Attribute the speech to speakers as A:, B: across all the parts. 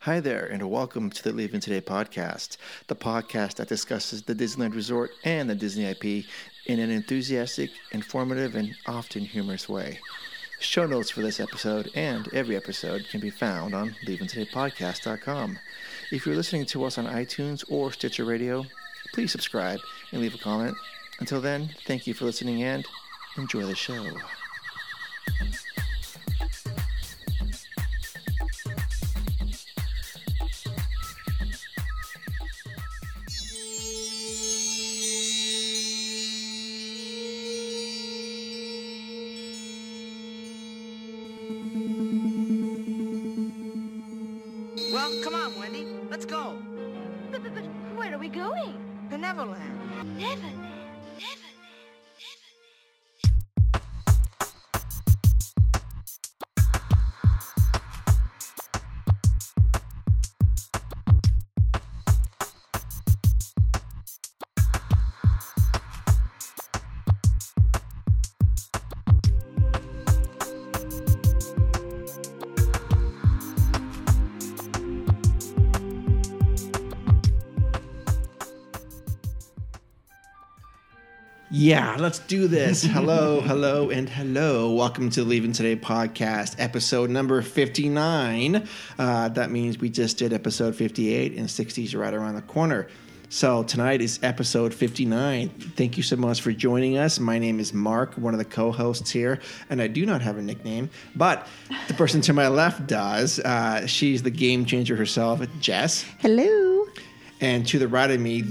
A: Hi there, and welcome to the Leave In Today podcast, the podcast that discusses the Disneyland Resort and the Disney IP in an enthusiastic, informative, and often humorous way. Show notes for this episode and every episode can be found on leaveintodaypodcast.com. If you're listening to us on iTunes or Stitcher Radio, please subscribe and leave a comment. Until then, thank you for listening and enjoy the show.
B: Well, come on, Wendy. Let's go.
C: But, but, but where are we going?
B: To Neverland.
C: Neverland.
A: Yeah, let's do this. Hello, hello, and hello. Welcome to the Leaving Today podcast, episode number 59. Uh, that means we just did episode 58, and 60 is right around the corner. So tonight is episode 59. Thank you so much for joining us. My name is Mark, one of the co hosts here, and I do not have a nickname, but the person to my left does. Uh, she's the game changer herself, Jess.
D: Hello.
A: And to the right of me,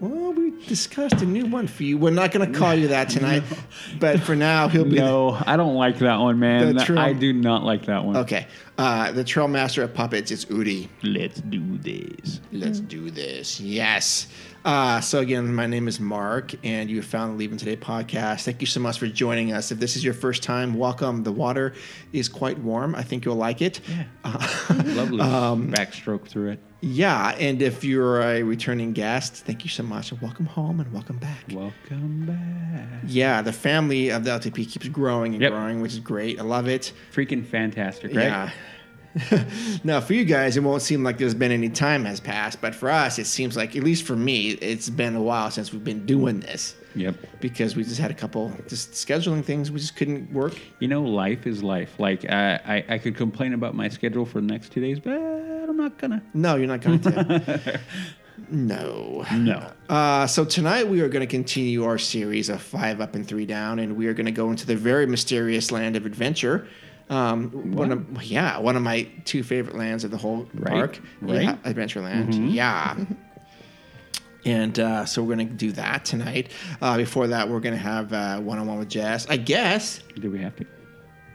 A: well, we discussed a new one for you. We're not going to call you that tonight, but for now, he'll be.
E: No, I don't like that one, man.
A: The trim-
E: I do not like that one.
A: Okay. Uh, the Trail Master of Puppets, it's Udi.
E: Let's do this.
A: Let's do this. Yes. Uh, so, again, my name is Mark, and you found the Leaving Today podcast. Thank you so much for joining us. If this is your first time, welcome. The water is quite warm. I think you'll like it. Uh,
E: Lovely backstroke through it.
A: Yeah, and if you're a returning guest, thank you so much. and Welcome home and welcome back.
E: Welcome back.
A: Yeah, the family of the LTP keeps growing and
E: Yep.
A: growing, which is great. I love it.
E: Freaking fantastic, right?
A: Yeah. now, for you guys, it won't seem like there's been any time has passed, but for us, it seems like, at least for me, it's been a while since we've been doing this
E: Yep.
A: because we just had a couple just scheduling things we just couldn't work.
E: You know, life is life. Like I, I, I could complain about my schedule for the next two days, but I'm not gonna.
A: No, you're not going to. no.
E: No.
A: Uh, so tonight we are going to continue our series of five up and three down, and we are going to go into the very mysterious land of adventure. Um, one of yeah, one of my two favorite lands of the whole
E: Right,
A: park,
E: right.
A: Yeah, Adventureland. Yeah. And uh, so we're going to do that tonight. Uh, before that, we're going to have uh, one-on-one with Jazz. I guess.
E: Do we have to?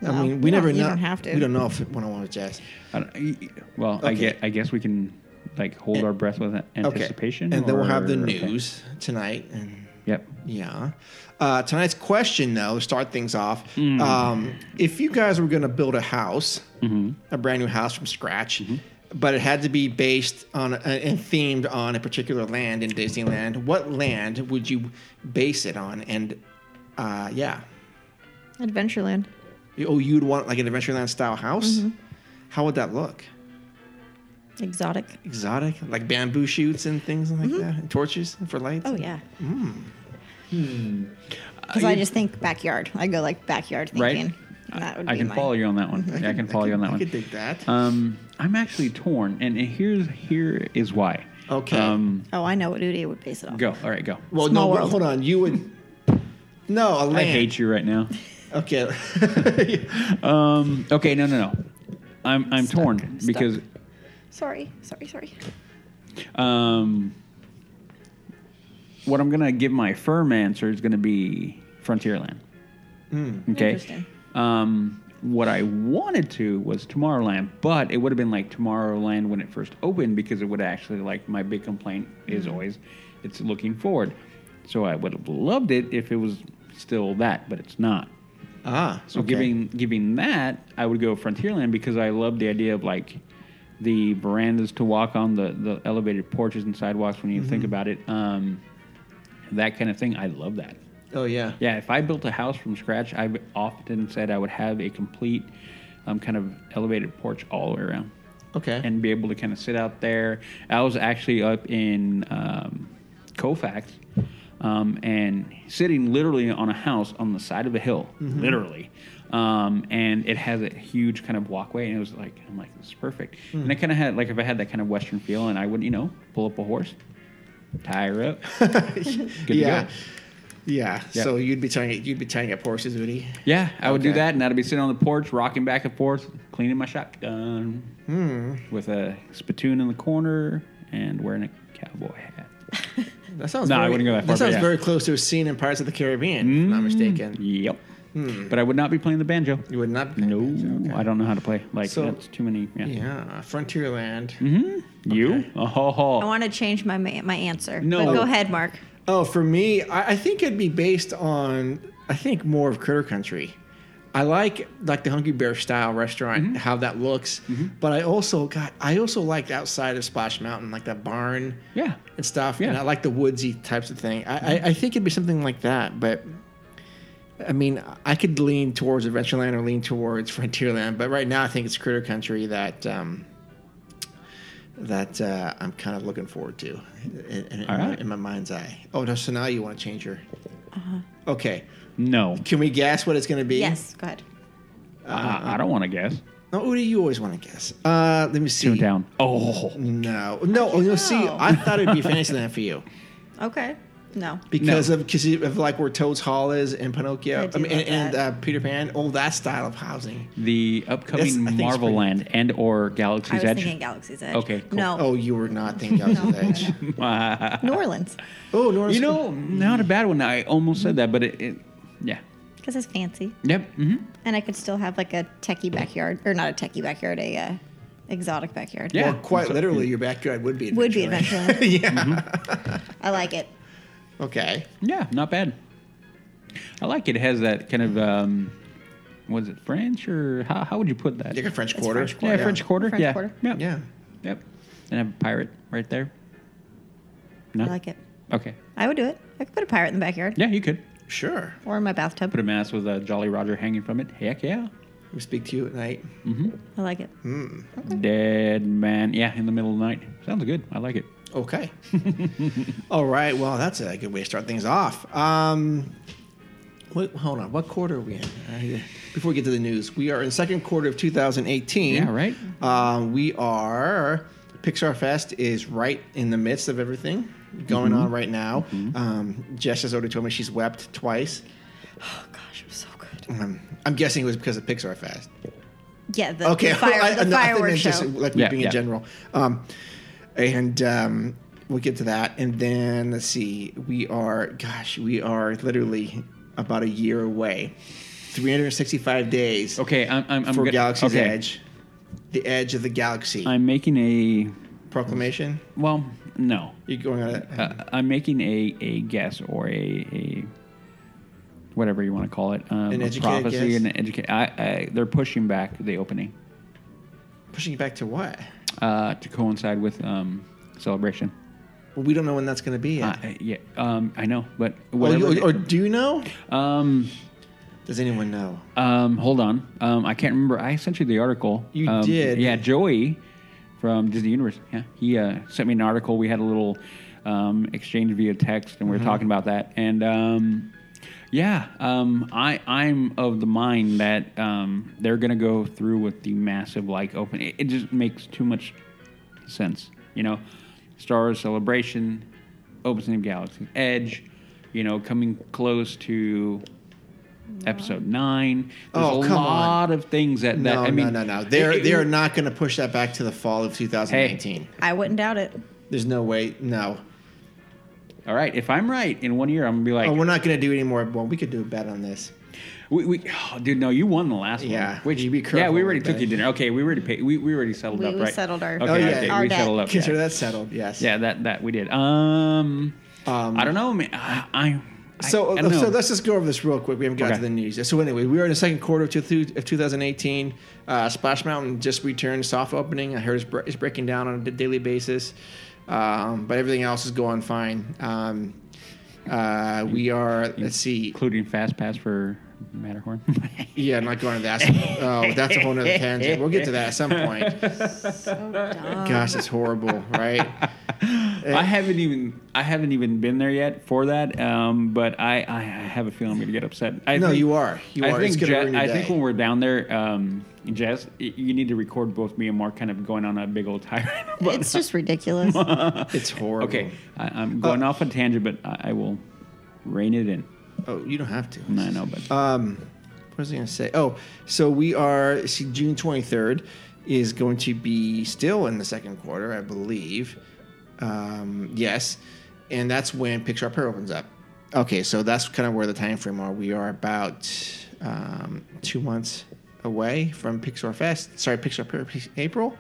A: I
D: No,
A: mean, we
D: you
A: never
D: don't- you
A: know.
D: don't have to.
A: We don't know if one-on-one with Jazz.
E: I don't, y- y- well, I
A: Okay.
E: get. I guess we can like hold our breath with a- anticipation.
A: And then we'll have the
E: or- okay.
A: news tonight and
E: Yep.
A: Yeah. Uh, tonight's question, though, to start things off,
E: Mm.
A: um, if you guys were going to build a house,
E: Mm-hmm.
A: a brand new house from scratch, but it had to be based on uh, and themed on a particular land in Disneyland, what land would you base it on? And uh, yeah,
D: Adventureland.
A: oh, you'd want like an Adventureland style house.
E: Mm-hmm.
A: How would that look?
D: Exotic.
A: Exotic, like bamboo shoots and things like
E: Mm-hmm.
A: that, and torches for lights.
D: Oh yeah.
E: Hmm.
D: Because I just think backyard. I go like backyard
E: Uh, Right.
D: thinking. And that would
E: I
D: be
E: can
D: mine.
E: follow you on that one. Yeah, I can follow you on that
A: I
E: one.
A: could dig that.
E: Um, I'm actually torn, and and here's here is why.
A: Okay.
E: Um,
D: Oh, I know what Udi would base it on.
E: go. All right, go.
A: well,
D: Small
A: no, wait,
D: world.
A: hold on. You would. No, a land.
E: I hate you right now.
A: Okay.
E: Um, okay, no, no, no. I'm I'm
D: Stuck,
E: torn
D: I'm stuck.
E: because
D: Sorry, sorry, sorry.
E: um, what I'm gonna give my firm answer is gonna be Frontierland. Okay.
D: Interesting.
E: Um, what I wanted to was Tomorrowland, but it would have been like Tomorrowland when it first opened because it would actually like my big complaint is always it's looking forward. So I would have loved it if it was still that, but it's not.
A: ah,
E: So giving giving that, I would go Frontierland because I love the idea of like the verandas to walk on, the the elevated porches and sidewalks. When you think about it, um, that kind of thing, I love that.
A: Oh yeah.
E: Yeah, if I built a house from scratch, I've often said I would have a complete um, kind of elevated porch all the way around.
A: Okay.
E: and be able to kind of sit out there. I was actually up in um, Colfax um, and sitting literally on a house on the side of a hill, literally. Um, and it has a huge kind of walkway, and it was like, I'm like, this is perfect. And I kind of had, like, if I had that kind of Western feel, and I would, you know, pull up a horse, tie her up, good
A: yeah.
E: to go.
A: yeah.
E: Yeah.
A: So you'd be tying you'd be tying up horses, Woody.
E: Yeah, I would do
A: Okay.
E: that, and I'd be sitting on the porch, rocking back and forth, cleaning my shotgun with a spittoon in the corner and wearing a cowboy hat.
A: That sounds.
E: No, I
A: very,
E: wouldn't go that far,
A: That
E: but
A: sounds
E: yeah. Mm.
A: very close to a scene in Pirates of the Caribbean, if I'm not mistaken.
E: Yep. But I would not be playing the banjo.
A: You would not.
E: No,
A: Okay.
E: I don't know how to play. Like
A: So-
E: that's too many. Yeah.
A: Yeah, Frontierland.
E: You?
A: Okay.
E: Oh, ho, ho.
D: I want to change my ma- my answer.
E: No.
D: But go ahead, Mark.
A: Oh, for me, I, I think it'd be based on I think more of Critter Country. I like like the Hungry Bear style restaurant, how that looks. But I also got I also liked outside of Splash Mountain, like that barn
E: yeah.
A: and stuff. And
E: Yeah.
A: I like the woodsy types of thing. I, I, I think it'd be something like that, but I mean, I could lean towards Adventureland or lean towards Frontierland, but right now I think it's Critter Country that um, that uh, I'm kind of looking forward to in, in, in
E: All
A: my-
E: right.
A: in my mind's eye. Oh no! So now you want to change your? Okay,
E: No.
A: can we guess what it's going to be?
D: Yes, go ahead.
E: I, I don't want to guess.
A: No, Udi, you always want to guess. Uh, let me see.
E: Tune down. Oh.
A: No, no. Oh, no. See,
D: know?
A: I thought it'd be Fantasyland for you.
D: Okay. No.
A: because of because of like where Toad's Hall is and Pinocchio,
D: I
A: I,
D: do
A: mean,
D: love
A: and, and uh,
D: that.
A: Peter Pan, all that style of housing.
E: The upcoming
A: That's- I think it's
E: Marvel
A: pretty-
E: Land and or
D: I
E: Galaxy's
D: was
E: Edge.
D: thinking Galaxy's Edge.
E: Okay, cool.
D: No.
A: Oh, you were not thinking Galaxy's Edge.
D: New Orleans.
A: Oh, no,
E: you know, not a bad one. I almost said that, but it. it yeah.
D: Because it's fancy.
E: Yep. Mm-hmm.
D: And I could still have like a techie backyard, or not a techie backyard, a uh, exotic backyard.
E: Yeah. Mm-hmm.
A: well, quite literally, your backyard would be
D: Would be
A: Adventureland.
D: Adventureland.
A: yeah.
D: I like it.
A: Okay.
E: Yeah, not bad. I like it. It has that kind of um, was it French or how, how would you put that?
A: Like a French
D: It's
A: Quarter.
D: French
E: yeah, French Quarter.
D: French
E: yeah.
D: Quarter.
E: Yep.
A: Yeah.
E: Yep. And have a pirate right there. No.
D: I like it.
E: Okay.
D: I would do it. I could put a pirate in the backyard
E: Yeah, you could
A: Sure.
D: or in my bathtub.
E: put a mask with a Jolly Roger hanging from it. Heck yeah.
A: We speak to you at night.
D: I like it.
E: Dead man. Yeah, in the middle of the night. Sounds good. I like it.
A: Okay. all right. Well, that's a good way to start things off. Um, wait, hold on. What quarter are we in? I- Before we get to the news, we are in second quarter of 2018.
E: Yeah, right.
A: Um, we are Pixar Fest is right in the midst of everything going
E: Mm-hmm.
A: on right now. Um, Jess has already told me she's wept twice.
D: Oh gosh, it was so good.
A: Um, I'm guessing it was because of Pixar Fest.
D: Yeah. The,
A: Okay,
D: The, fire,
A: I-
D: the
A: no, I think
D: fireworks
A: it's
D: show.
A: just like
E: Yeah,
A: weeping
E: yeah.
A: in general. Um, and um, we'll get to that. And then let's see, we are, gosh, we are literally about a year away, 365 days
E: Okay, I'm I'm, I'm
A: for
E: go-
A: Galaxy's
E: okay.
A: Edge, the edge of the galaxy
E: I'm making a
A: proclamation.
E: well, no.
A: You're going on a,
E: Uh, I'm making a, a guess or a, a whatever you want to call it. Um,
A: An
E: a
A: educated
E: prophecy
A: guess?
E: and educate. I, I, they're pushing back the opening
A: pushing it back to what?
E: uh, to coincide with um, celebration.
A: Well, we don't know when that's going to be.
E: Uh,
A: Yet.
E: I- yeah, um, I know, but
A: Well,
E: whatever.
A: you- or,
E: the-
A: do you know?
E: um,
A: Does anyone know?
E: um, hold on. Um, I can't remember. I sent you the article.
A: You
E: Um,
A: did.
E: Yeah, Joey from Disney Universe. Yeah, he uh, sent me an article. We had a little um, exchange via text, and we were
A: Mm-hmm.
E: talking about that. And um, yeah, um, I I'm of the mind that um, they're gonna go through with the massive like open. It, it just makes too much sense, you know. Star Wars Celebration, opening of Galaxy's Edge, you know, coming close to episode nine. There's
A: Oh,
E: a
A: come on.
E: lot of things that, that
A: no,
E: I mean,
A: no, no, no.
E: it-
A: They're
E: it-
A: they are not going to push that back to the fall of 2019.
D: I wouldn't doubt it.
A: There's no way. No.
E: All right, if I'm right, in one year I'm gonna be like,
A: Oh, we're not going to do any more. Well, we could do a bet on this.
E: we, we, oh, dude, no, you won the last one.
A: Yeah,
E: which
A: you be
E: yeah,
A: careful
E: we already
A: with
E: took
A: that.
E: you dinner. Okay, we already paid, we, we already settled
D: We-
E: up,
D: we
E: right?
D: settled our-
E: okay,
A: Oh, yeah.
E: okay,
D: our
E: we
D: debt.
E: settled up.
A: Consider
E: yeah.
A: that settled. Yes.
E: yeah, that that we did. Um,
A: Um,
E: I don't know, man. I, I I-
A: So,
E: I don't
A: so
E: know.
A: let's just go over this real quick. We haven't got
E: Okay.
A: to the news. So anyway, we are in the second quarter of, two, of 2018. Uh, Splash Mountain just returned soft opening. I heard it's, bre- it's breaking down on a daily basis, um, but everything else is going fine. Um, uh, we are. Let's see.
E: including fast pass for Matterhorn.
A: Yeah, I'm not going to that. Oh, that's a whole nother tangent. We'll get to that at some point.
D: So dumb.
A: Gosh, it's horrible, right?
E: I haven't even I haven't even been there yet for that. Um, but I, I have a feeling I'm going to get upset. I
A: No,
E: think-
A: you are. You
E: I
A: are.
E: think
A: it's gonna
E: Je-
A: ruin your
E: I
A: day.
E: think when we're down there, um, Jess, y- you need to record both me and Mark kind of going on a big old tirade. about-
D: It's just ridiculous.
A: it's horrible. Uh,
E: okay, I, I'm going off a tangent, but I, I will rein it in.
A: Oh, you don't have to. Um,
E: I know, but
A: Uh, What was I going to say? Oh, so we are, see, June 23rd is going to be still in the second quarter, I believe. Um, yes. And that's when Picture Up Here opens up. Okay, so that's kind of where the time frame are. We are about um, two months away from Pixar Fest. Sorry, Pixar Up Here, April,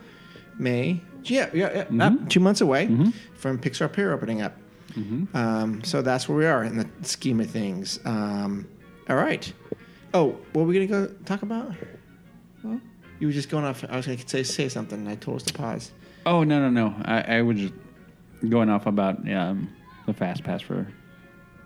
A: May. Yeah, yeah, yeah uh, two months away from Pixar Up Here opening up. Um, so that's where we are in the scheme of things. Um, all right. Oh, what are we gonna go talk about? You were just going off. I was gonna say say something. And I told us to pause.
E: oh no no no, I, I was just going off about um, the fast pass for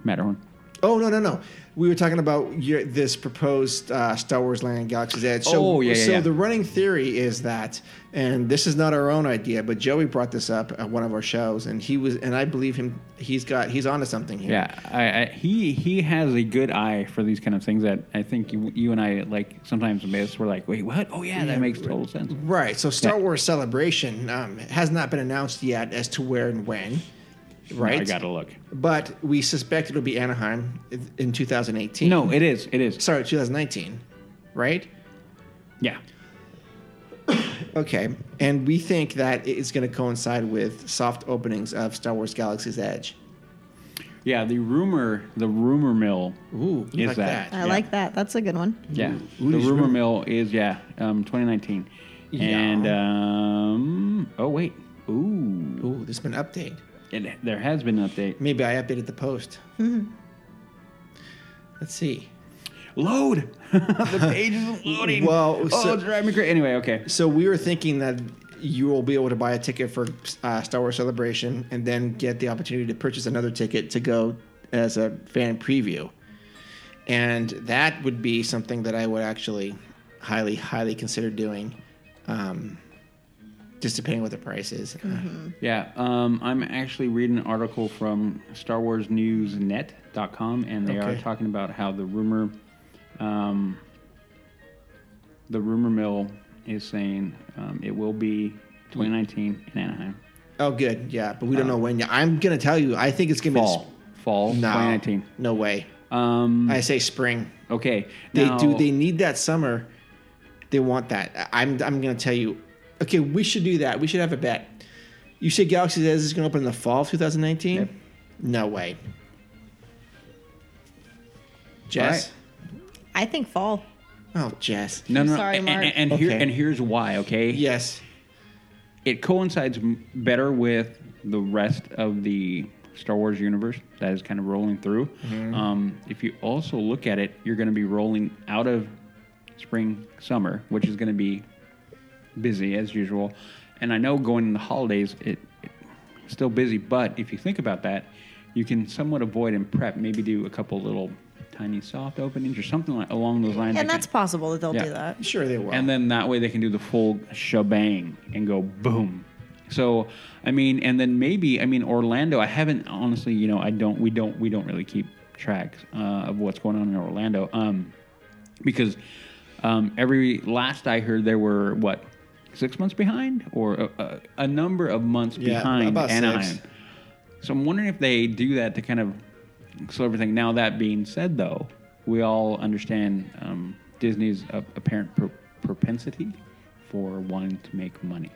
E: Matterhorn.
A: Oh no no no! We were talking about your, this proposed uh, Star Wars Land Galaxy's Edge. So,
E: Oh, yeah, yeah,
A: So
E: yeah.
A: the running theory is that, and this is not our own idea, but Joey brought this up at one of our shows, and he was, and I believe him. He's got he's onto something here.
E: Yeah, I, I, he he has a good eye for these kind of things that I think you, you and I like sometimes miss. We're like, wait, what? Oh yeah, that makes total sense.
A: Right. So Star
E: Yeah.
A: Wars Celebration um, has not been announced yet as to where and when. Right.
E: I gotta look.
A: But we suspect it'll be Anaheim in 2018.
E: No, it is, it is.
A: sorry, 2019, right?
E: Yeah,
A: Okay, and we think that it's going to coincide with soft openings of Star Wars: Galaxy's Edge.
E: yeah. The rumor, the rumor mill.
A: Ooh,
E: is
A: like
E: that?
A: that.
D: I
E: yeah.
D: like that. That's a good one.
E: Yeah,
A: Ooh,
E: the
A: ooh,
E: rumor
A: ooh.
E: mill is yeah, um, 2019,
A: Yeah.
E: and um, oh wait, ooh,
A: Ooh, there's been an update.
E: It- there has been an update.
A: Maybe I updated the post. Let's see.
E: Load the page is loading.
A: Well,
E: oh,
A: so-
E: it's driving me crazy. Anyway, okay.
A: So we were thinking that you will be able to buy a ticket for uh, Star Wars Celebration and then get the opportunity to purchase another ticket to go as a fan preview. And that would be something that I would actually highly, highly consider doing, um, just depending what the price is. Uh,
E: Mm-hmm. Yeah, um, I'm actually reading an article from StarWarsNewsNet.com, and they
A: Okay.
E: are talking about how the rumor, um, the rumor mill is saying um, it will be 2019 in Anaheim.
A: Oh, good. Yeah, but we don't know when. yet. I'm going to tell you, I think it's going to be.
E: Uh, Fall, fall
A: sp- No,
E: 2019.
A: No way.
E: Um,
A: I say spring.
E: okay,
A: They
E: now-
A: do. They need that summer. They want that. I- I'm. I'm going to tell you. Okay, we should do that. We should have a bet. You say Galaxy's Edge is going to open in the fall of 2019?
E: Yep.
A: No way. Jess.
D: I think fall.
A: Oh, Jess.
E: No, no,
D: Sorry,
E: and,
D: Mark.
E: and, and here
A: Okay.
E: and here's why. Okay,
A: Yes.
E: it coincides m- better with the rest of the Star Wars universe that is kind of rolling through. Um, if you also look at it, you're going to be rolling out of spring summer, which is going to be busy as usual. And I know going in the holidays, it, it still busy, but if you think about that, you can somewhat avoid and prep. Maybe do a couple little tiny soft openings or something like along those lines.
D: And
E: that
D: that's
E: can-
D: possible that they'll
E: Yeah.
D: do that.
A: Sure they will.
E: and then that way they can do the full shebang and go boom. So I mean, and then maybe I mean Orlando. I haven't honestly, you know, I don't. We don't. We don't really keep track uh, of what's going on in Orlando, um, because um, every last I heard there were what six months behind or a, a, a number of months
A: Yeah,
E: behind
A: about six.
E: Anaheim. So I'm wondering if they do that to kind of slow everything. Now that being said, though, we all understand um, Disney's a- apparent pro- propensity for wanting to make money.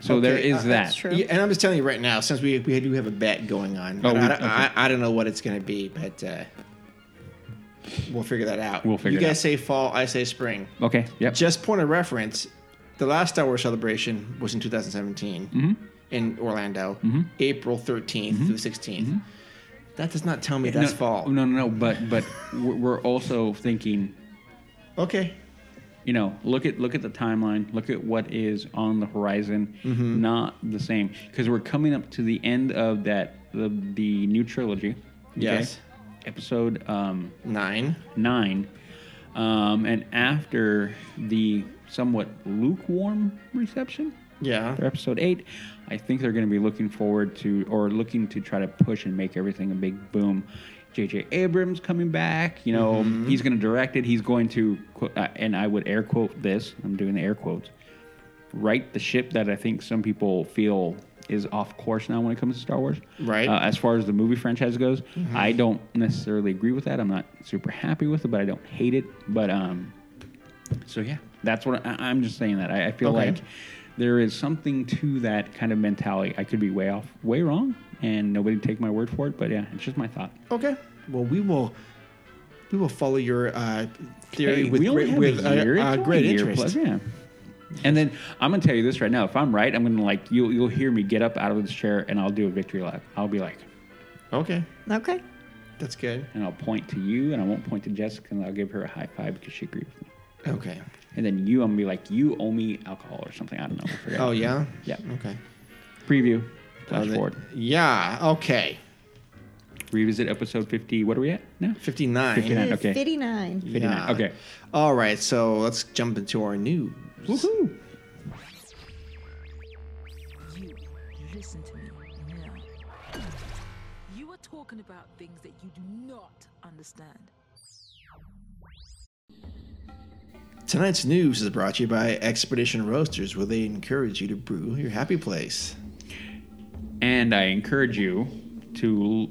E: So
A: Okay,
E: there is
A: uh,
E: that.
D: That's true.
A: Yeah, and I'm just telling you right now, since we we do have a bet going on.
E: Oh,
A: but
E: we-
A: I, don't-
E: okay.
A: I, I don't know what it's going to be, but uh, we'll figure that out.
E: We'll figure
A: You
E: it
A: guys
E: out.
A: say fall, I say spring.
E: Okay. Yep.
A: Just point of reference, the last Star Wars celebration was in 2017
E: Mm-hmm.
A: in Orlando, April 13th through 16th. That does not tell me that's
E: Mm-hmm. no,
A: fall.
E: No, no, no. But but we're we're also thinking
A: Okay.
E: you know, look at look at the timeline, look at what is on the horizon.
A: Mm-hmm.
E: Not the same because we're coming up to the end of that the the new trilogy.
A: Yes.
E: Episode um,
A: Nine.
E: nine Um, and after the somewhat lukewarm reception
A: Yeah.
E: for episode eight, I think they're going to be looking forward to or looking to try to push and make everything a big boom. J.J. Abrams coming back, you know, he's going to direct it. He's going to, qu- uh, and I would air quote this. I'm doing the air quotes. Right the ship that I think some people feel is off course now when it comes to Star Wars.
A: Right.
E: Uh, as far as the movie franchise goes, I don't necessarily agree with that. I'm not super happy with it, but I don't hate it. But um, so yeah, that's what I, I'm just saying. That I, I feel
A: Okay.
E: like there is something to that kind of mentality. I could be way off, way wrong, and nobody take my word for it. But yeah, it's just my thought.
A: Okay. Well, we will. We will follow your uh, theory
E: Hey,
A: with
E: we only
A: great,
E: have
A: with
E: a
A: uh,
E: year. It's
A: uh,
E: only a
A: great
E: year
A: interest.
E: plus, yeah. And then I'm gonna tell you this right now. If I'm right, I'm gonna like you'll you'll hear me get up out of this chair and I'll do a victory lap. I'll be like,
A: Okay,
D: Okay.
A: that's good.
E: and I'll point to you, and I won't point to Jessica, and I'll give her a high five because she agreed with me.
A: Okay.
E: And then you, I'm gonna be like, you owe me alcohol or something. I don't know. I forgot.
A: Oh yeah.
E: Yeah.
A: Okay.
E: Preview.
A: Oh,
E: Flash
A: the-
E: forward.
A: Yeah. Okay.
E: Revisit episode 50. What are we at now?
A: Fifty nine.
E: 59.
D: This is
E: okay.
D: 59.
E: 59. Okay.
A: All right. So let's jump into our news.
E: Woohoo!
F: You listen to me now. You are talking about things that you do not understand.
A: Tonight's news is brought to you by Expedition Roasters, where they encourage you to brew your happy place.
E: And I encourage you to l-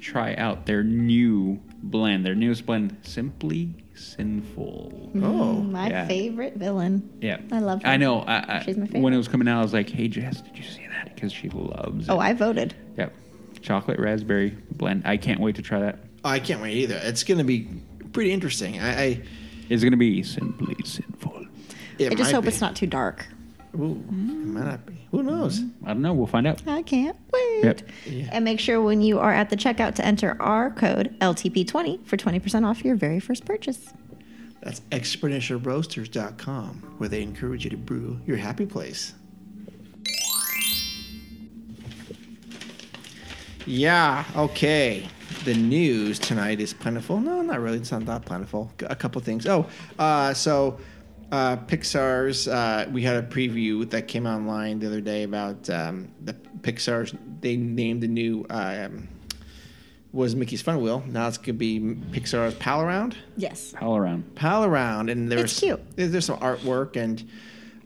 E: try out their new blend. Their newest blend, Simply Sinful.
A: Oh.
D: My
E: Yeah.
D: favorite villain.
E: Yeah.
D: I love her.
E: I know. I, I,
D: She's my
E: When
D: favorite.
E: it was coming out, I was like, hey, Jess, did you see that? Because she loves it.
D: Oh, I voted.
E: Yep. Chocolate raspberry blend. I can't wait to try that.
A: I can't wait either. It's going to be pretty interesting. I, I
E: It's going to be Simply Sinful.
A: it
D: I just
A: might
D: hope
A: be.
D: it's not Mm-hmm. too dark.
A: Ooh, it might not be. Who knows?
E: I don't know. We'll find out.
D: I can't wait.
E: Yep.
A: Yeah.
D: And make sure when you are at the checkout to enter our code LTP20 for 20% off your very first purchase.
A: That's exponentialroasters.com, where they encourage you to brew your happy place. Yeah, okay. The news tonight is plentiful. No, not really. It's not that plentiful. G- A couple things. Oh, uh, so uh, Pixar's, uh, we had a preview that came online the other day about um, the Pixar's, they named the new, uh, um, was Mickey's Fun Wheel. Now it's going to be Pixar's Pal Around.
D: Yes.
E: All around.
A: Pal around, and there's
D: It's cute.
A: There's, there's some artwork and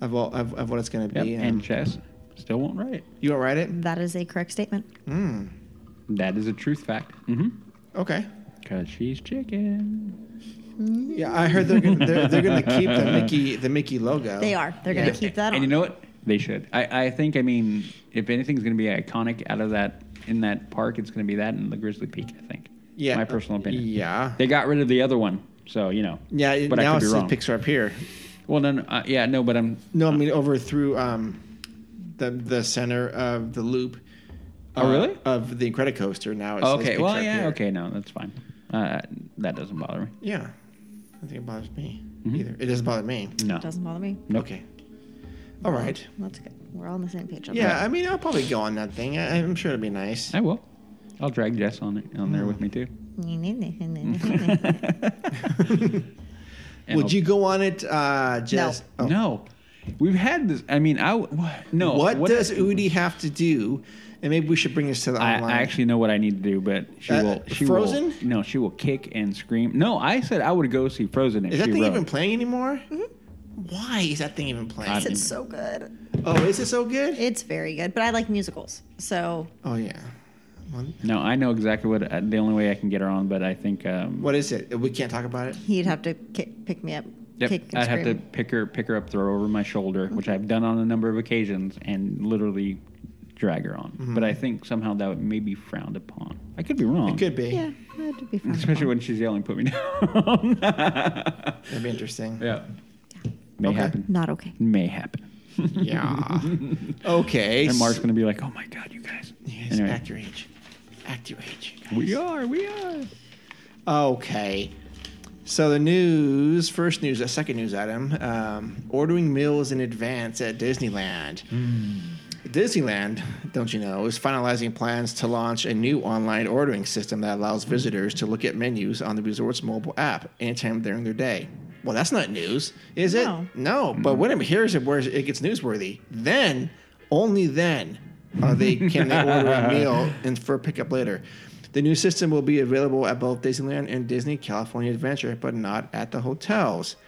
A: of all of, of what it's going to
E: Yep.
A: be.
E: And
A: um,
E: Jess still won't write it.
A: you want to write it?
D: That is a correct statement.
E: That is a truth fact. Mm-hmm.
A: Okay.
E: Because she's chicken.
A: Yeah, I heard they're gonna, they're, they're going to keep the Mickey the Mickey logo.
D: They are. They're going to keep that
E: And
D: on.
E: you know what? They should. I, I think, I mean, if anything's going to be iconic out of that, in that park, it's going to be that and the Grizzly Peak, I think.
A: Yeah.
E: My personal opinion.
A: Yeah.
E: They got rid of the other one. So, you know.
A: Yeah. it-
E: But
A: now
E: I
A: it
E: could
A: says
E: be wrong. Uh,
A: Pixar up here.
E: Well, no, no uh, yeah, no, but I'm.
A: No, I mean over through um, the the center of the loop.
E: Oh,
A: uh,
E: really?
A: Of the Coaster. Now it says
E: Okay,
A: Pixar
E: well,
A: up
E: yeah,
A: here.
E: okay, no, that's fine. Uh, that doesn't bother me.
A: Yeah. I don't think it bothers me either. It doesn't bother me.
E: No.
D: Doesn't bother me.
E: Mm-hmm. Nope.
A: Okay. All right.
D: That's good. We're all on the same page. On
A: Yeah, I mean, I'll probably go on that thing. I, I'm sure it'll be nice.
E: I will. I'll drag Jess on it on there with me too.
D: That.
E: And
A: Would
E: I'll-
A: you go on it? Uh, just Oh.
E: No, we've had this. I mean, I w- no.
A: What, does Udi have to do? And maybe we should bring this to the
E: I,
A: online.
E: I actually know what I need to do, but she
A: Uh,
E: will. She
A: Frozen?
E: Will, no, she will kick and scream. No, I said I would go see Frozen if
A: is that
E: she
A: thing
E: wrote. Mm-hmm.
A: even playing anymore? Why is that thing even playing?
E: I-
D: it's so good.
A: oh, is it so good?
D: It's very good. But I like musicals. So
A: oh yeah. One-
E: no, I know exactly what uh, the only way I can get her on, but I think um,
A: What is it? We can't talk about it.
D: he'd have to kick, pick me up.
E: yep,
D: kick and
E: I'd have to
D: scream.
E: pick her pick her up, throw her over my shoulder, which I've done on a number of occasions, and literally drag her on.
A: Mm-hmm.
E: But I think somehow that would maybe frowned upon. I could be wrong.
A: It could be.
D: Yeah, that'd be fun.
E: Especially when she's yelling, "Put me down!"
A: That'd be interesting.
E: yeah, may
A: Okay.
E: happen.
D: Not okay.
E: May happen.
A: Yeah. okay.
E: And Mark's gonna be like, "Oh my god, you guys!"
A: Yes,
E: Anyway.
A: Act your age. Act your age.
E: We are, we are.
A: Okay. So the news, first news, uh, second news item: um, ordering meals in advance at Disneyland. Disneyland, don't you know, is finalizing plans to launch a new online ordering system that allows visitors to look at menus on the resort's mobile app anytime during their day. Well, that's not news, is
D: No.
A: it? No, but when it here's where it gets newsworthy. Then, only then, are they can they order a meal and for pickup later. The new system will be available at both Disneyland and Disney California Adventure, but not at the hotels.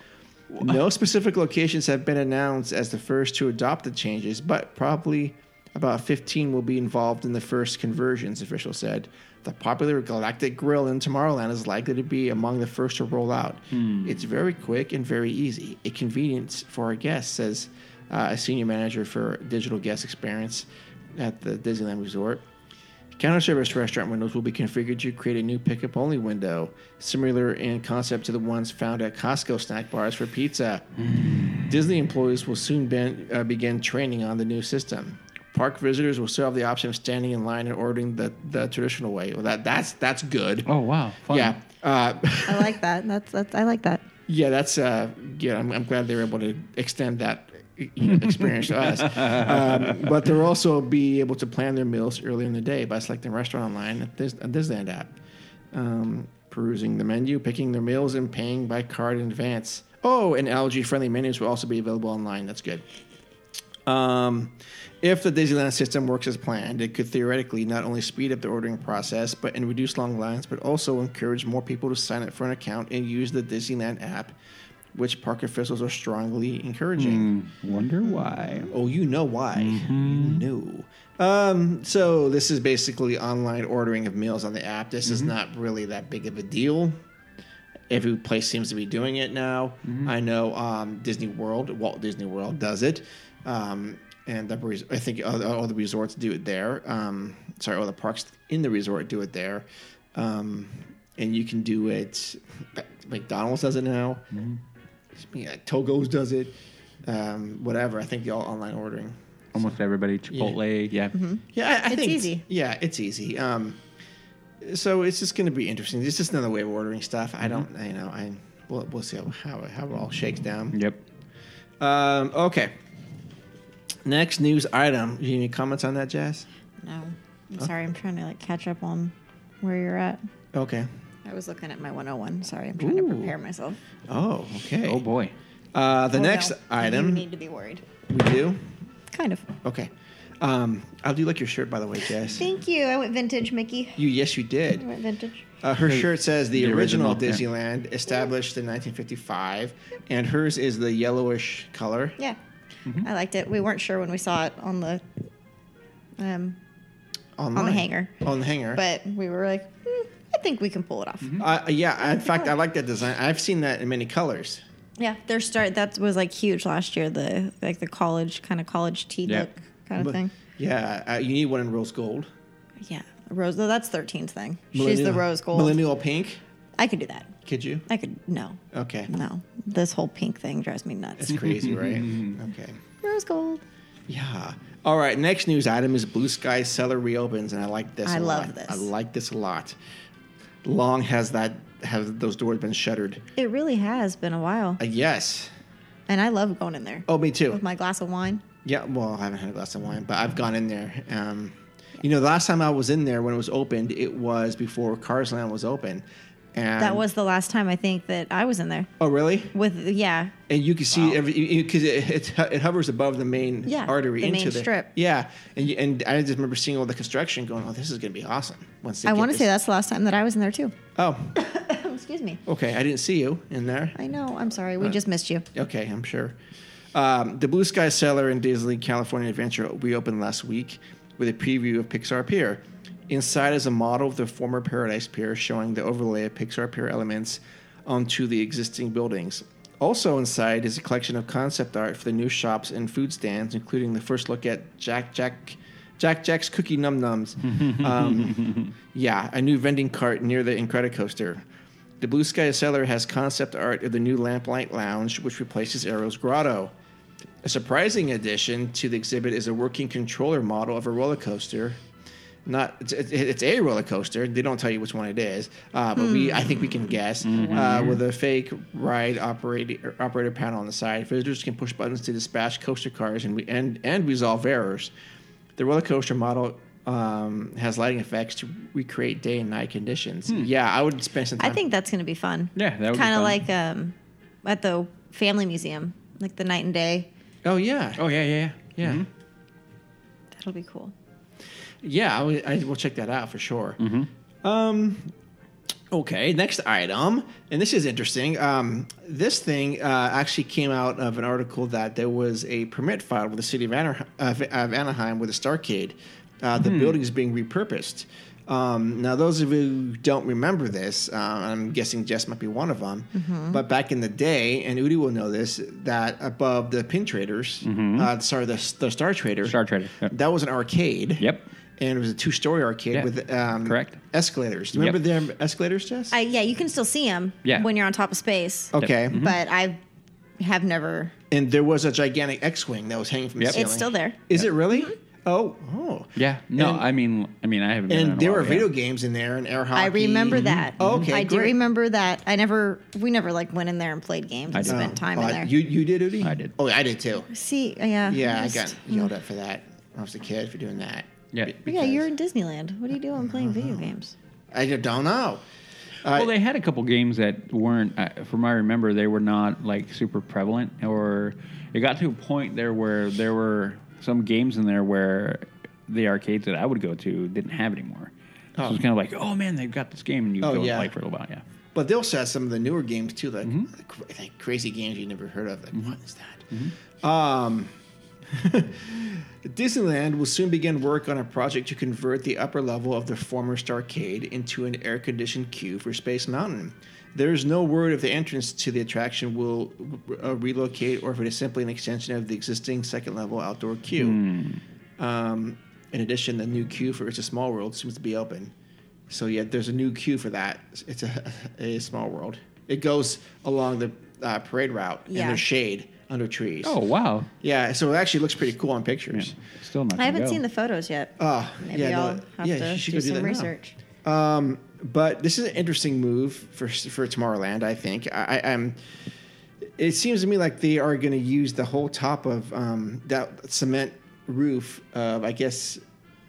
A: No specific locations have been announced as the first to adopt the changes, but probably about 15 will be involved in the first conversions, official said. The popular Galactic Grill in Tomorrowland is likely to be among the first to roll out. It's very quick and very easy. A convenience for our guests, says uh, a senior manager for digital guest experience at the Disneyland Resort. Counter service restaurant windows will be configured to create a new pickup only window, similar in concept to the ones found at Costco snack bars for pizza.
E: Mm.
A: Disney employees will soon ben, uh, begin training on the new system. Park visitors will still have the option of standing in line and ordering the, the traditional way. Well, that that's that's good.
E: Oh wow! Fun.
A: yeah, uh,
D: I like that. That's that's I like that.
A: yeah, that's uh, yeah. I'm, I'm glad they were able to extend that you know, experience to us. Um, but they'll also be able to plan their meals earlier in the day by selecting restaurant online at this at Disneyland app, um, perusing the menu, picking their meals, and paying by card in advance. Oh, and allergy-friendly menus will also be available online. That's good. Um, if the Disneyland system works as planned, it could theoretically not only speed up the ordering process, but and reduce long lines, but also encourage more people to sign up for an account and use the Disneyland app, which park officials are strongly encouraging.
E: Mm, Wonder why?
A: Oh, you know why? You know. Um, so this is basically online ordering of meals on the app. This is not really that big of a deal. Every place seems to be doing it now. I know um, Disney World, Walt Disney World does it, um, and the, res- I think all, all the resorts do it there. Um, sorry, all the parks in the resort do it there, um, and you can do it. McDonald's does it now. Excuse me, like Togo's does it. Um, whatever. I think they all online ordering.
E: Almost everybody Chipotle. Yeah.
A: Yeah, I, I
D: It's
A: think
D: easy.
A: Yeah, it's easy. Um, so it's just going to be interesting. It's just another way of ordering stuff.
E: Mm-hmm.
A: I don't, you know, I we'll, we'll see how, how it- how it all shakes down.
E: Yep.
A: Um, okay. Next news item. You any comments on that, Jazz?
D: No, I'm sorry. I'm trying to like catch up on where you're at.
A: Okay.
D: I was looking at my 101. Sorry, I'm trying
A: Ooh.
D: to prepare myself.
A: Oh, okay.
E: Oh boy.
A: Uh, the
D: Oh,
A: next
D: no.
A: item
D: You need to be worried.
A: we do.
D: Kind of.
A: Okay. Um, I do like your shirt, by the way, Jazz.
D: Thank you. I went vintage, Mickey.
A: You yes, you
D: I
A: did.
D: went vintage.
A: Uh, her
E: The-
A: shirt says the,
E: the
A: original,
E: original, yeah.
A: Disneyland, established in 1955, and hers is the yellowish color.
D: Yeah,
A: Mm-hmm.
D: I liked it. We weren't sure when we saw it on the um,
A: Online.
D: hanger.
A: On the hanger.
D: but we were like, "Hmm, I think we can pull it off.
A: uh, yeah, in fact, I like that design. I've seen that in many colors.
D: Yeah, their start that was like huge last year. The like the college kind of college tea
E: Yeah.
D: look kind of
A: But-
D: thing.
A: Yeah, uh, you need one in rose gold.
D: Yeah, rose. No, that's 13's thing. She's the
A: Millennial-
D: rose gold.
A: Millennial pink.
D: I could do that.
A: Could you?
D: I could no,
A: Okay,
D: no. This whole pink thing drives me nuts.
A: that's crazy, right? Okay.
D: rose gold.
A: Yeah. All right. Next news item is Blue Sky Cellar reopens, and I like this.
D: I
A: a
D: love
A: lot.
D: this.
A: I like this a lot. Long has that have those doors been shuttered?
D: It really has been a while,
A: Uh, yes.
D: and I love going in there
A: Oh, me too.
D: with my glass of wine.
A: Yeah, well, I haven't had a glass of wine, but I've gone in there. Um, you know, the last time I was in there when it was opened, it was before Cars Land was open. And
D: That was the last time I think that I was in there
A: Oh, really?
D: with yeah.
A: And you can see every because it, it hu- it hovers above the main
D: Yeah,
A: artery
D: the
A: into
D: main
A: the
D: strip.
A: Yeah, and you, and I just remember seeing all the construction going. Oh, this is going to be awesome. Once they
D: I
A: get
D: want to
A: this-
D: say that's the last time that I was in there too.
A: Oh,
D: Excuse me.
A: okay. I didn't see you in there.
D: I know. I'm sorry. We just missed you.
A: Okay, I'm sure. Um, the Blue Sky Cellar in Disney California Adventure reopened last week with a preview of Pixar Pier. Inside is a model of the former Paradise Pier showing the overlay of Pixar Pier elements onto the existing buildings. Also inside is a collection of concept art for the new shops and food stands, including the first look at Jack Jack Jack Jack's Cookie Num Nums. Um, yeah, a new vending cart near the Incredicoaster. The Blue Sky Cellar has concept art of the new Lamplight Lounge, which replaces Arrow's Grotto. A surprising addition to the exhibit is a working controller model of a roller coaster. Not it's, it's- it's a roller coaster. They don't tell you which one it is, uh, but we I think we can guess.
E: Hmm.
A: Uh, with a fake ride operator operator panel on the side, visitors can push buttons to dispatch coaster cars and re- and and resolve errors. The roller coaster model um, has lighting effects to recreate day and night conditions.
E: Hmm.
A: Yeah, I would spend some time.
D: I think that's going to be fun.
E: Yeah, that would be
D: kind of
E: fun.
D: like um, at the family museum, like the night and day.
A: Oh yeah, Mm-hmm.
E: Oh yeah, yeah,
A: yeah,
D: That'll be cool.
A: yeah. I will- I will check that out for sure. Um,
E: Mm-hmm.
A: okay, next item, and this is interesting. Um, this thing uh, actually came out of an article that there was a permit filed with the city of, Anar- of, of Anaheim with a Starcade. Uh,
E: Hmm.
A: the building is being repurposed. Um, now, those of you who don't remember this, uh, I'm guessing Jess might be one of them. But back in the day, and Udi will know this, that above the pin traders, uh, sorry, the, the Star Trader,
E: Mm-hmm. Star Trader, yeah.
A: that was an arcade.
E: Yep.
A: And it was a two-story arcade
E: Yeah,
A: with um,
E: correct.
A: escalators. Do you
E: Yep.
A: remember the escalators, Jess?
D: I, yeah, you can still see them
E: Yeah.
D: when you're on top of space.
A: okay.
E: Mm-hmm.
D: But I have never.
A: And there was a gigantic X-wing that was hanging from
E: Yep.
A: the ceiling.
D: It's still there.
A: Is it really? Oh, oh.
E: Yeah. No,
A: And-
E: I mean, I mean, I haven't. been in
A: And
E: a
A: there
E: while,
A: were
E: yeah. Mm-hmm.
A: video games in there and air hockey. Oh,
D: I remember that.
A: Ah,
D: Mm-hmm.
A: Okay,
D: I do
A: great.
D: remember that. I never. We never like went in there and played games
E: I
D: and
E: did.
D: spent time
A: Oh,
D: in
A: I-
D: there.
A: You you did, Udi?
E: I did.
A: Oh, I did too.
D: see, yeah.
A: Yeah, I
D: just-
A: got yelled at for that when I was a kid for doing that.
E: Yeah.
A: Be-
D: Yeah,
A: because- Uh-huh.
D: you're in Disneyland. What are you doing playing video games?
A: I just don't know.
E: Well, they had a couple games that weren't, uh, from what I remember, they were not like super prevalent, or it got to a point there where there were some games in there where the arcades that I would go to didn't have it anymore. So it was kind of like, oh man, they've got this game, and you
A: Oh,
E: go
A: yeah.
E: and play for a little while. Yeah,
A: But they also had some of the newer games too, like,
E: Mm-hmm.
A: like, like crazy games you never heard of. Like, what is that? Um, Disneyland will soon begin work on a project to convert the upper level of the former Starcade into an air conditioned queue for Space Mountain. There is no word if the entrance to the attraction will uh, relocate or if it is simply an extension of the existing second level outdoor queue. Um, in addition, the new queue for It's a Small World seems to be open. So yeah, there's a new queue for that. It's a, a Small World. It goes along the uh, parade route
D: Yeah.
A: and there's shade under trees.
E: Oh wow.
A: yeah. So it actually looks pretty cool on pictures.
E: Still not.
D: I haven't
E: go.
D: seen the photos yet.
A: Oh,
D: Maybe
A: yeah,
D: I'll
A: no,
D: have
A: yeah,
D: to
A: you should
D: do
A: go do
D: some
A: that now.
D: research.
A: Um, but this is an interesting move for for Tomorrowland. I think I, I, I'm. It seems to me like they are going to use the whole top of um, that cement roof of, I guess,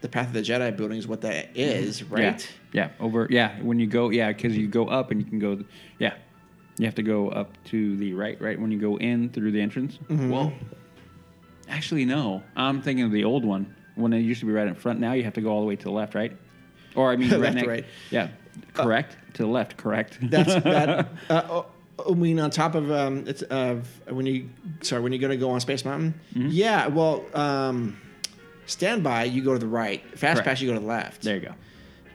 A: the Path of the Jedi building is what that is, right?
E: Yeah. yeah. Over. Yeah. When you go, yeah, because you go up and you can go. Yeah. You have to go up to the right, right when you go in through the entrance.
A: Mm-hmm.
E: Well, actually, no. I'm thinking of the old one when it used to be right in front. Now you have to go all the way to the left, right? Or I mean, right
A: Left,
E: next-
A: right. Uh,
E: Yeah. Correct. to the left. Correct.
A: That's that. Uh, oh, I mean, on top of um, it's of when you sorry when you're going to go on Space Mountain.
E: Mm-hmm.
A: Yeah. Well, um, standby you go to the right. Fast
E: Correct.
A: pass you go to the left.
E: there you go.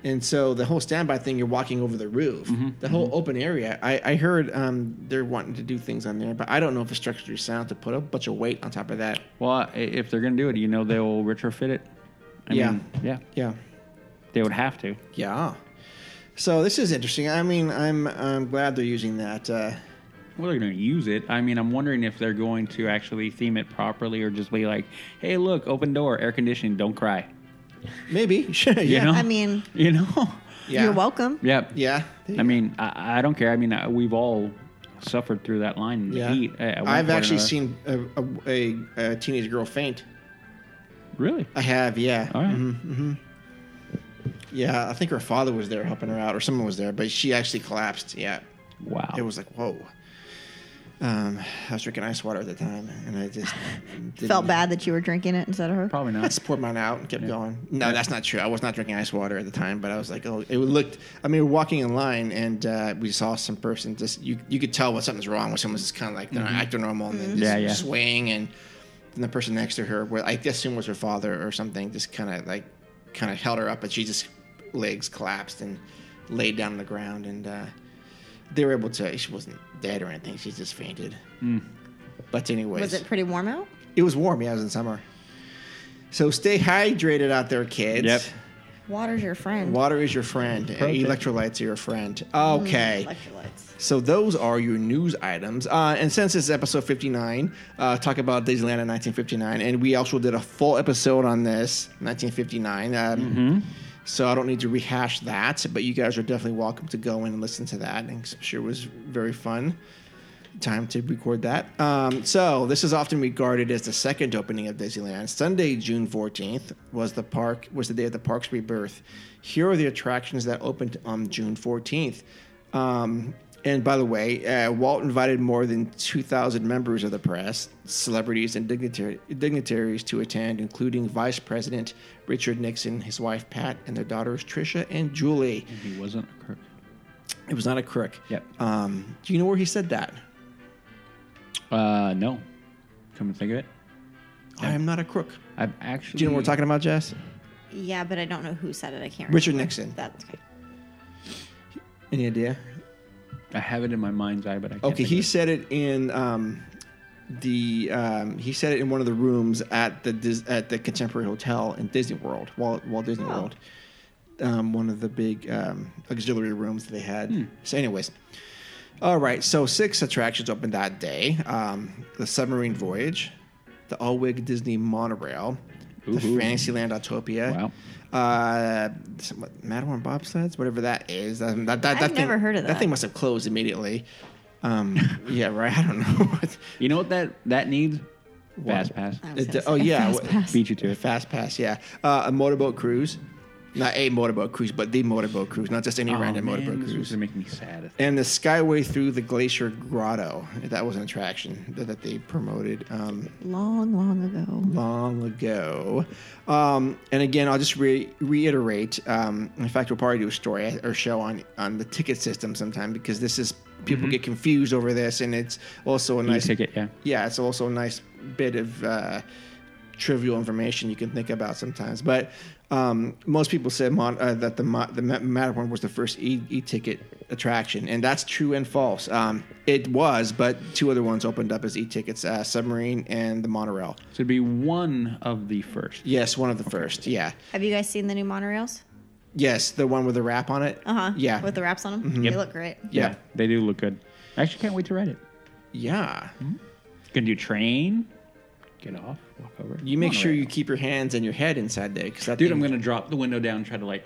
A: And so the whole standby thing, you're walking over the roof,
E: Mm-hmm.
A: the whole open area. I, I heard um, they're wanting to do things on there, but I don't know if the structure is sound to put a bunch of weight on top of that.
E: Well, I- if they're gonna do it, you know they'll retrofit it. I
A: Yeah.
E: Mean, yeah.
A: Yeah.
E: They would have to.
A: Yeah. So this is interesting. I mean, I'm I'm glad they're using that. Uh,
E: Well, they're going to use it. I mean, I'm wondering if they're going to actually theme it properly or just be like, hey, look, open door, air conditioning, don't cry.
A: maybe. Sure.
E: You
A: yeah.
E: know?
D: I mean,
E: You know?
A: Yeah.
D: you're welcome.
E: yep.
A: Yeah.
E: I mean, I, I don't care. I mean, I, we've all suffered through that line in the
A: Yeah.
E: heat. at- at one
A: I've
E: point or
A: actually
E: another.
A: seen a, a, a, a teenage girl faint.
E: Really?
A: I have. Yeah. Mm-hmm.
E: All right.
A: Yeah. I think her father was there helping her out, or someone was there, but she actually collapsed. Yeah.
E: Wow.
A: It was like, whoa. Um, I was drinking ice water at the time, and I just didn't-
D: Felt bad that you were drinking it instead of her.
E: Probably
A: I
E: not.
A: just poured mine out and kept going. No, that's not true. I was not drinking ice water at the time, but I was like, oh, it looked. I mean, we we're walking in line, and uh, we saw some person just you you could tell when something's wrong when someone's just kind of like they're not acting normal and then just
E: Mm-hmm. Yeah, yeah.
A: swaying, and then the person next to her, what I assume was her father or something, just kind of like kind of held her up, and she just legs collapsed and laid down on the ground, and uh, they were able to. She wasn't dead or anything. She just fainted.
E: Mm.
A: But anyways,
D: Was it pretty warm out?
A: it was warm. Yeah, it was in summer. So stay hydrated out there, kids.
E: Yep.
D: Water's your friend.
A: Water is your friend. and
E: Perfect.
A: Electrolytes are your friend. Okay.
D: Electrolytes.
A: So those are your news items. Uh, and since this is episode 59, uh, talk about Disneyland in 1959. And we also did a full episode on this, 1959. Um, So I don't need to rehash that. But you guys are definitely welcome to go in and listen to that. And I'm sure it was very fun. time to record that. Um, so, this is often regarded as the second opening of Disneyland. Sunday, June 14th, was the park was the day of the park's rebirth. Here are the attractions that opened on June 14th. Um, and by the way, uh, Walt invited more than 2,000 members of the press, celebrities, and dignitary, dignitaries to attend, including Vice President Richard Nixon, his wife Pat, and their daughters Tricia and Julie.
E: He wasn't a crook.
A: It was not a crook.
E: Yep.
A: Um, do you know where he said that?
E: Uh, no. Come and think of it.
A: I am not a crook.
E: I've actually.
A: Do you know what we're talking about, Jess?
D: Yeah, but I don't know who said it. I can't remember.
A: Richard Nixon.
D: That's okay.
A: Any idea?
E: I have it in my mind's eye, but I can't.
A: Okay,
E: think of
A: he
E: it.
A: said it in um, the um, he said it in one of the rooms at the Dis- at the Contemporary Hotel in Disney World, Walt, Walt Disney World. Um, one of the big um, auxiliary rooms that they had.
E: Hmm.
A: So, anyways, all right. So six attractions opened that day: um, the submarine voyage, the Allwig Disney monorail,
E: Ooh-hoo.
A: the Fantasyland Autopia.
E: Wow.
A: Uh, some- what, Matterhorn bobsleds, whatever that is. Um, that, that,
D: I've
A: that thing,
D: never heard of
A: That
D: that.
A: thing must have closed immediately. Um, yeah, right. I don't know.
E: You know what that that needs? Fast pass.
D: I was
A: It-
D: gonna
A: oh,
D: say
A: yeah,
D: Fast
A: what-
D: Pass.
E: Beat you to it.
A: Fast pass, yeah. Uh, a motorboat cruise, not a motorboat cruise, but the motorboat cruise, not just any
E: Oh,
A: random
E: man,
A: motorboat
E: this is
A: cruise.
E: gonna make me sad.
A: And the Skyway through the Glacier Grotto. That was an attraction that, that they promoted. Um,
D: Long, long ago.
A: long ago. Um, and again, I'll just re- reiterate. Um, in fact, we'll probably do a story or show on on the ticket system sometime because this is people get confused over this, and it's also a nice
E: ticket, yeah.
A: yeah, it's also a nice bit of uh, trivial information you can think about sometimes. But um, most people said mon- uh, that the mo- the Ma- Matterhorn was the first e ticket attraction, and that's true and false. Um, it was, but two other ones opened up as e tickets: uh, submarine and the monorail.
E: So it'd be one of the first.
A: Yes, one of the first. Yeah.
D: Have you guys seen the new monorails?
A: Yes, the one with the wrap on it.
D: Uh huh.
E: Uh-huh,
A: Yeah. Mm-hmm.
D: With the wraps on them,
E: Yep.
D: they look great.
A: yeah.
E: they do look good. I actually can't wait to ride it.
A: Yeah.
E: Gonna do train. Get off. Walk over.
A: You make sure you
E: Monorail.
A: keep your hands and your head inside there, because
E: Dude, I'm gonna drop the window down. and Try to like.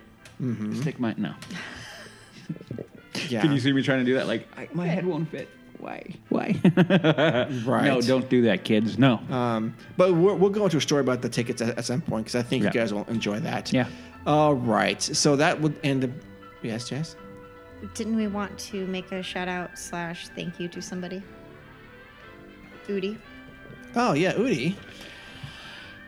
E: Just take my no.
A: Yeah.
E: Can you see me trying to do that? Like I, my head won't fit. Why? Why?
A: Right.
E: No, don't do that, kids. No.
A: Um, but we're, we'll go into a story about the tickets at, at some point because I think
E: Yeah.
A: you guys will enjoy that.
E: Yeah.
A: All right. So that would end the. Yes, Jess?
D: Didn't we want to make a shout out slash thank you to somebody? Udi.
A: Oh, yeah, Udi.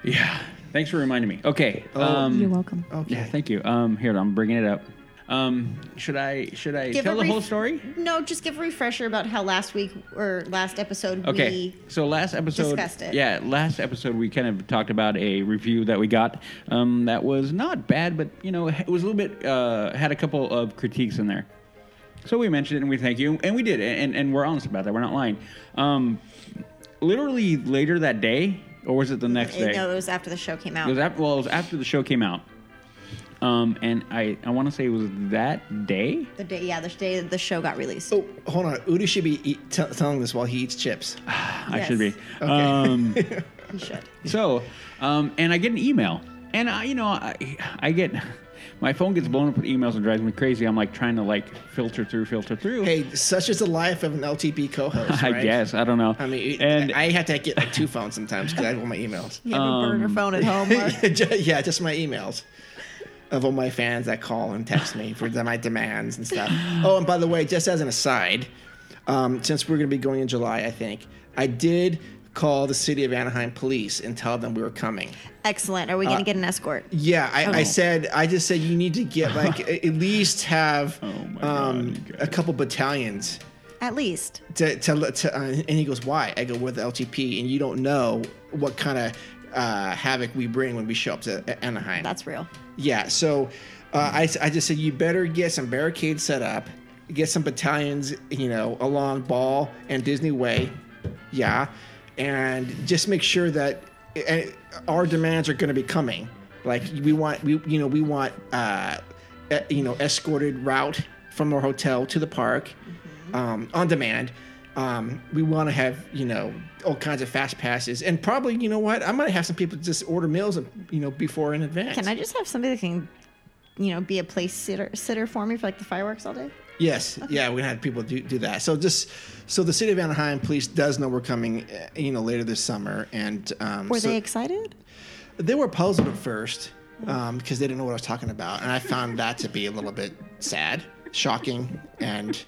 E: yeah. Thanks for reminding me. Okay. um,
D: You're welcome.
A: Okay.
E: Yeah, thank you. Um, here I'm bringing it up. Um, should I should I
D: Give
E: tell
D: a
E: the
D: ref-
E: whole story?
D: No, just give a refresher about how last week or last episode
E: Okay.
D: we
E: so last episode,
D: discussed it.
E: yeah, last episode we kind of talked about a review that we got um, that was not bad, but you know it was a little bit uh, had a couple of critiques in there. So we mentioned it and we thank you and we did and and we're honest about that. We're not lying. Um, literally later that day, or was it the next day?
D: No, it was after the show came out.
E: It was after, well, it was after the show came out. Um, and I, I want to say it was that day.
D: the day, yeah, the day the show got released.
A: Oh, hold on. Udi should be eat, t- telling this while he eats chips.
E: I should be.
D: Yes.
E: Um,
D: You should.
E: so, um, and I get an email, and I, you know, I, I get my phone gets blown up with emails and drives me crazy. I'm like trying to like filter through, filter through.
A: Hey, such is the life of an LTP co host.
E: I
A: right?
E: guess I don't know.
A: I mean, it-
E: and
A: I have to get like two phones sometimes because I have all my emails.
D: You have a burner phone at home. Mark?
A: Ju- yeah, just my emails of all my fans that call and text me for my demands and stuff. Oh, and by the way, just as an aside, um, since we're going to be going in July, I think I did call the city of Anaheim police and tell them we were coming.
D: Excellent. Are we going to get an escort?
A: Yeah, I, I
D: Oh.
A: said I just said you need to get like a- at least have
E: Oh my God,
A: um,
E: you
A: a
E: guys.
A: couple battalions
D: At least.
A: to, to, to uh, and he goes why i go with the ltp and you don't know what kind of uh, havoc we bring when we show up to A- anaheim
D: That's real.
A: yeah so uh, I, I just said you better get some barricades set up get some battalions you know along ball and disney way yeah and just make sure that uh, our demands are going to be coming like we want we you know we want uh, e- you know escorted route from our hotel to the park um, on demand. Um, we want to have you know all kinds of fast passes, and probably you know what I might have some people just order meals you know before in advance.
D: Can I just have somebody that can, you know, be a place sitter, sitter for me for like the fireworks all day?
A: Yes, yeah, we're gonna have people do, do that. So just so the city of Anaheim police does know we're coming, uh, you know, later this summer, and um,
G: Were
A: so-
G: they Mm. excited?
A: they were puzzled at first um, because they didn't know what I was talking about, and I found that to be a little bit sad, shocking, and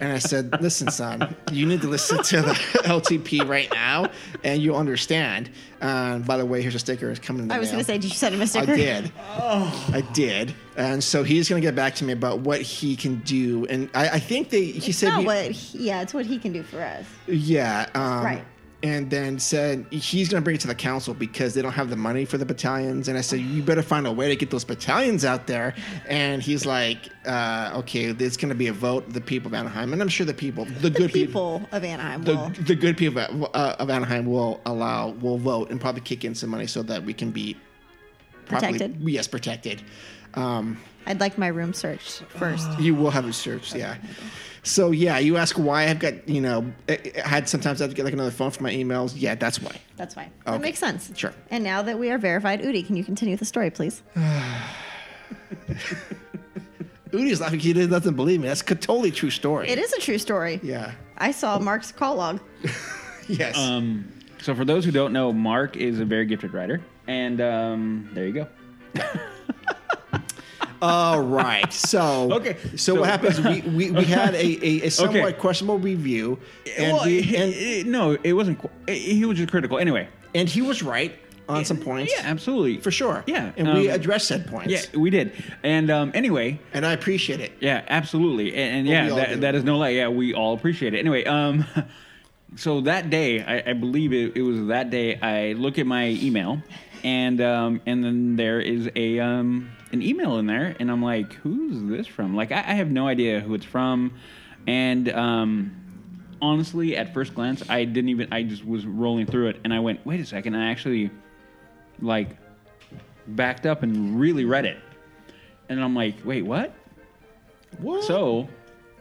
A: and I said, "Listen, son, you need to listen to the LTP right now, and you'll understand." Uh, by the way, here's a sticker. It's coming. In the
G: I was going
A: mail.
G: to say, did you send him a
A: I
G: sticker?
A: did. I did. And so he's going to get back to me about what he can do. And I, I think they, he
D: It's
A: said,
D: not
A: we-
D: what. he- yeah, it's what he can do for us.
A: yeah. Um,
D: Right.
A: And then said he's going to bring it to the council because they don't have the money for the battalions. And I said, you better find a way to get those battalions out there. And he's like, uh, okay, there's going to be a vote. The people of Anaheim, and I'm sure the people, the,
G: The
A: good people.
G: people of Anaheim will.
A: The, the good people of- uh, of Anaheim will allow, will vote, and probably kick in some money so that we can be properly-
G: Protected?
A: Yes, protected. Um,
G: I'd like my room searched first.
A: You will have a search, yeah. So yeah, you ask why I've got you know I I had sometimes I have to get like another phone for my emails. Yeah, that's why.
G: That's fine.
A: Okay.
G: That makes sense.
A: Sure.
G: And now that we are verified, Udi, can you continue the story, please?
A: Udi's laughing. 'cause He doesn't believe me. That's a totally true story.
G: It is a true story.
A: Yeah.
G: I saw Mark's call log.
A: Yes.
E: Um, so for those who don't know, Mark is a very gifted writer, and um, there you go.
A: All right. So
E: Okay,
A: So,
E: so-
A: what happens? We, we, we had a, a, a somewhat
E: Okay.
A: questionable review, and
E: well,
A: we,
E: it-
A: and,
E: it- no, it wasn't. qu- It, he was just critical. Anyway,
A: and he was right on some points.
E: yeah, absolutely,
A: For sure.
E: Yeah,
A: And we
E: um,
A: addressed said points.
E: Yeah, we did. And um, anyway,
A: And I appreciate it.
E: Yeah, absolutely, and, and
A: Well, we
E: yeah,
A: all do.
E: that, that is no lie. Yeah, we all appreciate it. Anyway, um, so that day, I, I believe it, it was that day. I look at my email, and um, and then there is a um, an email in there, and I'm like, who's this from? Like, I, I have no idea who it's from, and um, honestly, at first glance, I didn't even. I just was rolling through it, and I went, wait a second, I actually like backed up and really read it, and I'm like, wait, what?
A: What?
E: So,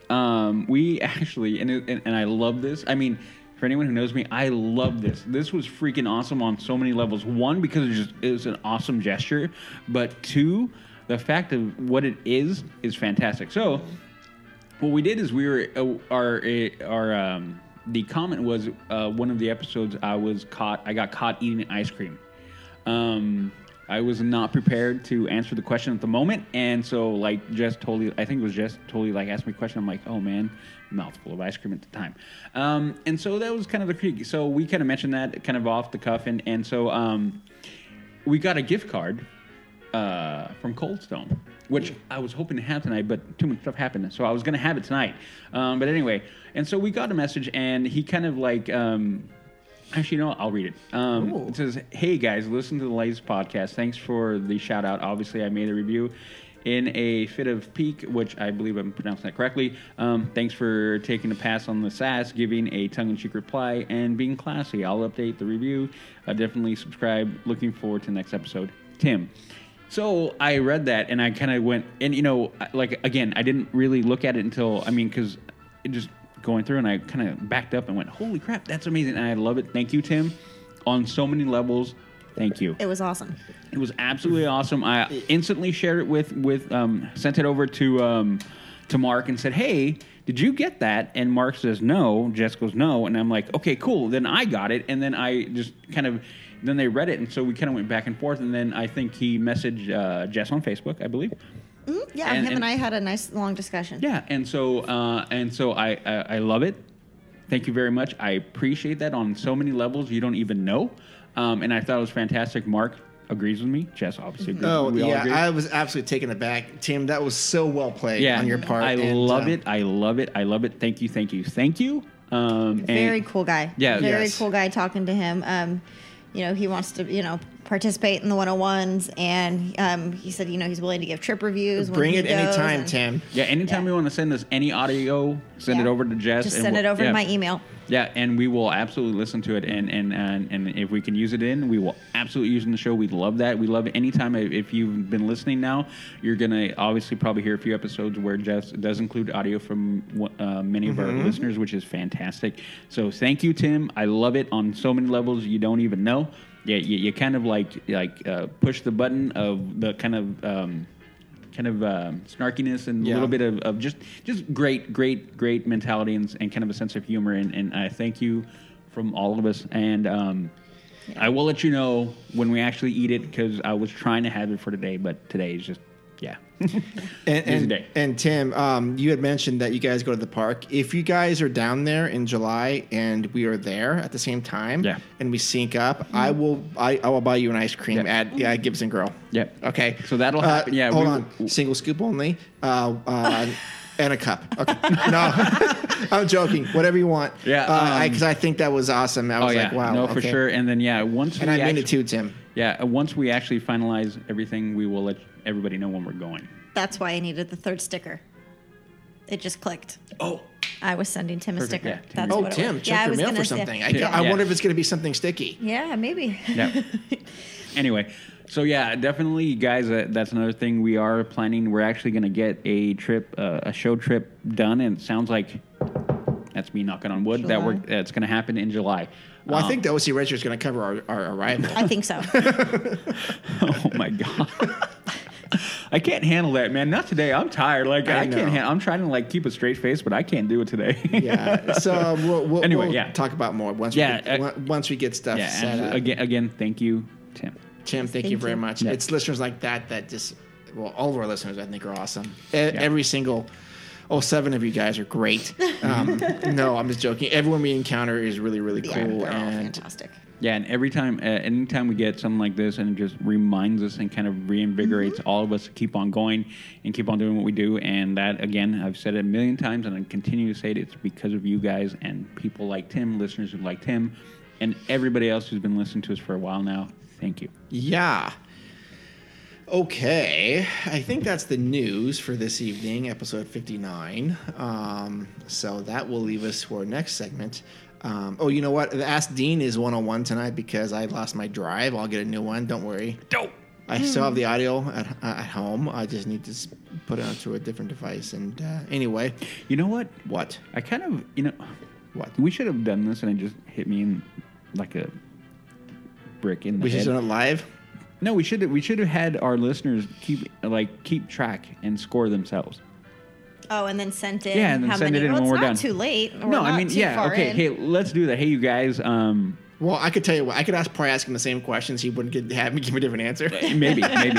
E: um, we actually, and, it, and and I love this. I mean, for anyone who knows me, I love this. This was freaking awesome on so many levels. One, because it just it was an awesome gesture, but two, the fact of what it is is fantastic. So, what we did is we were uh, our uh, our um, the comment was uh, one of the episodes I was caught I got caught eating ice cream. Um, I was not prepared to answer the question at the moment, and so like Jess totally I think it was Jess totally like asked me a question. I'm like, oh man, mouthful of ice cream at the time, um, and so that was kind of the creek. So we kind of mentioned that kind of off the cuff, and and so um, we got a gift card uh, from Cold Stone, which I was hoping to have tonight, but too much stuff happened, so I was gonna have it tonight. Um, but anyway, and so we got a message, and he kind of like. Um, Actually, you know, what? I'll read it. Um,
A: Ooh.
E: it says, "Hey guys, listen to the latest podcast. Thanks for the shout out. Obviously, I made a review in a fit of pique, which I believe I'm pronouncing that correctly. Um, thanks for taking a pass on the sass, giving a tongue-in-cheek reply, and being classy. I'll update the review. Uh, definitely subscribe. Looking forward to next episode, Tim." So I read that and I kind of went, and you know, I- like again, I didn't really look at it until I mean, because it just going through and I kind of backed up and went, holy crap, that's amazing. And I love it. Thank you, Tim, on so many levels. Thank you.
G: It was awesome.
E: It was absolutely awesome. I instantly shared it with with um, sent it over to um, to Mark and said, "Hey, did you get that?" And Mark says, "No." Jess goes, "No," and I'm like, "Okay, cool." Then I got it, and then I just kind of then they read it, and so we kind of went back and forth, and then I think he messaged uh, Jess on Facebook, I believe.
G: Yeah,
E: And-
G: him
E: and-
G: and I had a nice long discussion.
E: Yeah, and so uh, and so I, I I love it. Thank you very much. I appreciate that on so many levels you don't even know, um, and I thought it was fantastic. Mark agrees with me. Jess obviously agrees.
A: Oh
E: we all
A: yeah,
E: agree.
A: I was absolutely taken aback, Tim. That was so well played
E: yeah,
A: on your part.
E: I
A: and,
E: love
A: um,
E: it. I love it. I love it. Thank you. Thank you. Thank you. Um, and-
D: Very cool guy.
E: Yeah,
D: Very
A: yes.
D: cool guy talking to him. Um, you know, he wants to, you know, participate in the 101s. And um, he said, you know, he's willing to give trip reviews. when
A: Bring
D: he
A: it
D: goes,
A: anytime,
D: and-
A: Tim.
E: Yeah. Anytime you want to send us any audio, send it
D: Yeah.
E: over to Jess.
D: Just
E: and
D: send it
E: we'll-
D: over
E: yeah.
D: to my email.
E: Yeah, and we will absolutely listen to it, and and and, and if we can use it in, we will absolutely use it in the show. We love that. We love any time if- if you've been listening now, you're gonna obviously probably hear a few episodes where Jeff does include audio from uh, many of our listeners, which is fantastic. So thank you, Tim. I love it on so many levels you don't even know. Yeah, you, you kind of like like uh, push the button of the kind of. Um, kind of um, snarkiness and
A: Yeah.
E: a little bit of, of just just great, great, great mentality and, and kind of a sense of humor. And, and I thank you from all of us. And um, I will let you know when we actually eat it because I was trying to have it for today, but today is just yeah.
A: And,
E: Busy
A: and,
E: day.
A: and Tim, um, you had mentioned that you guys go to the park. If you guys are down there in July and we are there at the same time,
E: Yeah.
A: and we sync up, I will I, I will buy you an ice cream
E: Yeah.
A: at yeah, Gibson Girl.
E: Yep.
A: Okay.
E: So that'll
A: Uh,
E: happen. yeah.
A: Hold
E: we-
A: on. Single scoop only. Uh, uh, and a cup. Okay. No, I'm joking. Whatever you want.
E: Yeah, um,
A: Because I, think that was awesome. I
E: Oh
A: was
E: yeah.
A: like, wow.
E: No, for
A: okay.
E: sure. And then yeah, once
A: And
E: we
A: I meant
E: actually,
A: it too, Tim.
E: Yeah, uh, once we actually finalize everything, we will let everybody know when we're going.
D: That's why I needed the third sticker. It just clicked.
E: Oh,
D: I was sending Tim a
E: Perfect,
D: sticker.
E: yeah, Tim.
D: That's
A: Oh,
D: what it
A: Tim,
D: was.
A: check your mail for
D: gonna say-
A: something. I,
E: Yeah.
A: I
E: Yeah.
A: wonder if it's going to be something sticky.
D: Yeah, maybe.
E: yeah. anyway, so yeah, definitely, you guys. Uh, that's another thing we are planning. We're actually going to get a trip, uh, a show trip done, and it sounds like that's me knocking on wood that
D: July.
E: we're that's going to happen in July.
A: Well, I
E: Um,
A: think the OC Register is going to cover our, our arrival.
D: I think so.
E: oh my god. I can't handle that, man. Not today. I'm tired. Like
A: I
E: I,
A: know.
E: can't. handle. I'm trying to like keep a straight face, but I can't do it today.
A: yeah. So we'll, we'll,
E: Anyway,
A: we'll
E: yeah.
A: talk about more once
E: Yeah,
A: we get,
E: uh,
A: once we get stuff
E: yeah.
A: set
E: and
A: up.
E: Again, again, thank you, Tim.
A: Tim, thank, you
D: Thank
A: very
D: you.
A: much.
E: Yeah.
A: It's listeners like that that just well, all of our listeners I think are awesome. E- Every single oh seven of you guys are great. Um, no, I'm just joking. Everyone we encounter is really really
D: Yeah,
A: cool
D: they're all
A: and
D: fantastic.
E: Yeah, and every time, uh, anytime we get something like this, and it just reminds us and kind of reinvigorates all of us to keep on going and keep on doing what we do. And that, again, I've said it a million times, and I continue to say it. It's because of you guys and people like Tim, listeners who like Tim, and everybody else who's been listening to us for a while now. Thank you.
A: yeah. Okay, I think that's the news for this evening, episode 59. Um, so that will leave us for our next segment. Um, oh, you know what? The Ask Dean is 101 tonight because I lost my drive. I'll get a new one. Don't worry.
E: Dope.
A: I still have the audio at, uh, at home. I just need to s- put it onto a different device. And uh, anyway,
E: You know what?
A: what?
E: I kind of, you know,
A: What?
E: we should have done this, and it just hit me in like a brick in the
A: We
E: head.
A: should do it live.
E: No, we should we should have had our listeners keep like keep track and score themselves.
D: Oh, and then sent in.
E: Yeah, and then
D: how
E: send
D: many?
E: it in
D: well,
E: when
D: it's
E: we're
D: not
E: done.
D: Too late. We're
E: no,
D: not
E: I mean
D: too
E: yeah,
D: far
E: okay.
D: in.
E: Hey, let's do that. Hey, you guys. Um,
A: Well, I could tell you what. I could ask, probably ask him the same questions. He wouldn't get, have me give a different answer.
E: maybe, maybe. I'm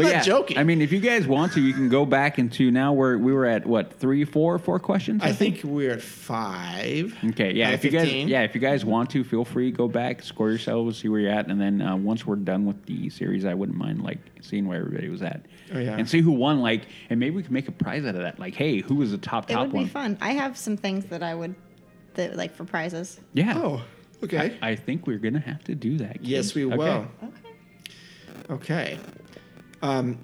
A: not joking.
E: I mean, if you guys want to, you can go back into now where we were at what three, four, four questions.
A: I think we're at five.
E: Okay, yeah.
A: Out of
E: If you guys,
A: 15.
E: yeah, if you guys want to, feel free go back, score yourselves, see where you're at, and then uh, once we're done with the series, I wouldn't mind like seeing where everybody was at.
A: Oh, yeah.
E: And see who won, like, and maybe we can make a prize out of that. Like, hey, who was the top
D: it
E: top
D: would be
E: one?
D: fun. I have some things that I would, that like for prizes.
E: Yeah.
A: Oh, okay.
E: I think we're gonna have to do that. Keith.
A: yes, we
E: Okay.
A: will. Okay. Um,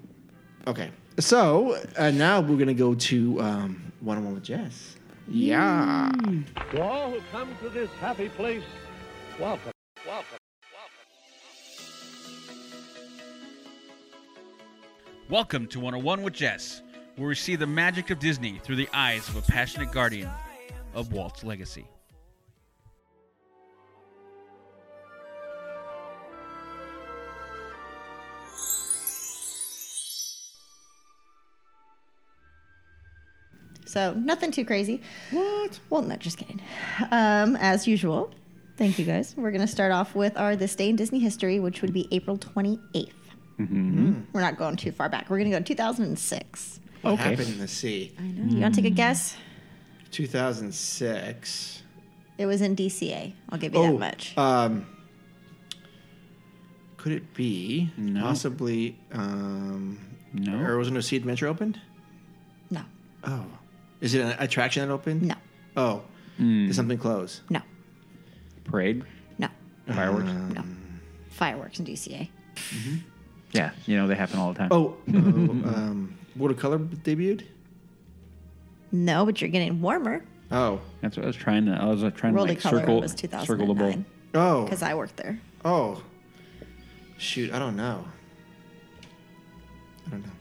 A: okay. So uh, now we're gonna go to um, one-on-one with Jess. Yeah.
H: To all who come to this happy place, welcome, welcome, welcome.
I: Welcome to 101 with Jess, where we see the magic of Disney through the eyes of a passionate guardian of Walt's legacy.
D: So nothing too crazy. What? Well, no, just kidding. Um, as usual, thank you guys. We're gonna start off with our this day in Disney history, which would be April twenty
E: Mm-hmm.
D: We're not going too far back. We're gonna go two thousand and six.
A: What
E: Okay.
A: happened in the sea?
D: I know. You want to take
E: Mm.
D: a guess?
A: 2006.
D: It was in DCA. I'll give you
E: Oh,
D: that
E: uh
D: much.
A: Um, could it be
E: No.
A: possibly? Um,
E: No.
A: Or was it a Sea Adventure opened?
D: no,
A: Oh, is it an attraction that opened?
D: no,
A: Oh,
E: Hmm.
A: did something close?
D: no,
E: Parade,
D: no,
E: fireworks.
A: Uh,
D: no. Fireworks in DCA.
E: yeah, you know they happen all the time.
A: Oh, oh um, watercolor debuted.
D: No, but you're getting warmer.
A: Oh,
E: that's what I was trying to. I was uh, trying
D: Roly
E: to like
D: Color
E: circle,
D: was
E: circle the ball.
D: 2009
A: oh,
D: because I worked there.
A: oh. Shoot, I don't know. I don't know.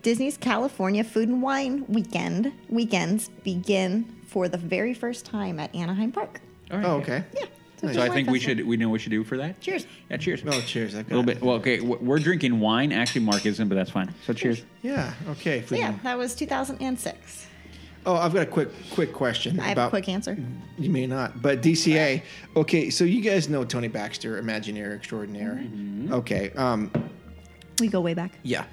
D: Disney's California Food and Wine Weekend weekends begin for the very first time at Anaheim Park.
E: All right.
A: Oh, okay.
D: Yeah. So
E: So I
D: Wine
E: think we
D: festival.
E: should we know what should do for that.
D: Cheers.
E: Yeah, cheers.
A: Oh, cheers. I've
E: A little
A: got
E: bit.
A: it.
E: Well, okay, w- we're drinking wine. Actually, Mark isn't, but that's fine. So cheers.
A: Yeah. Okay. if
D: So
A: we
D: yeah,
A: can-
D: that was 2006.
A: Oh, I've got a quick quick question
D: I have
A: about
D: a quick answer.
A: You may not, but DCA. Okay, so you guys know Tony Baxter, Imagineer Extraordinaire.
E: Mm-hmm.
A: Okay, um,
D: We go way back.
A: yeah.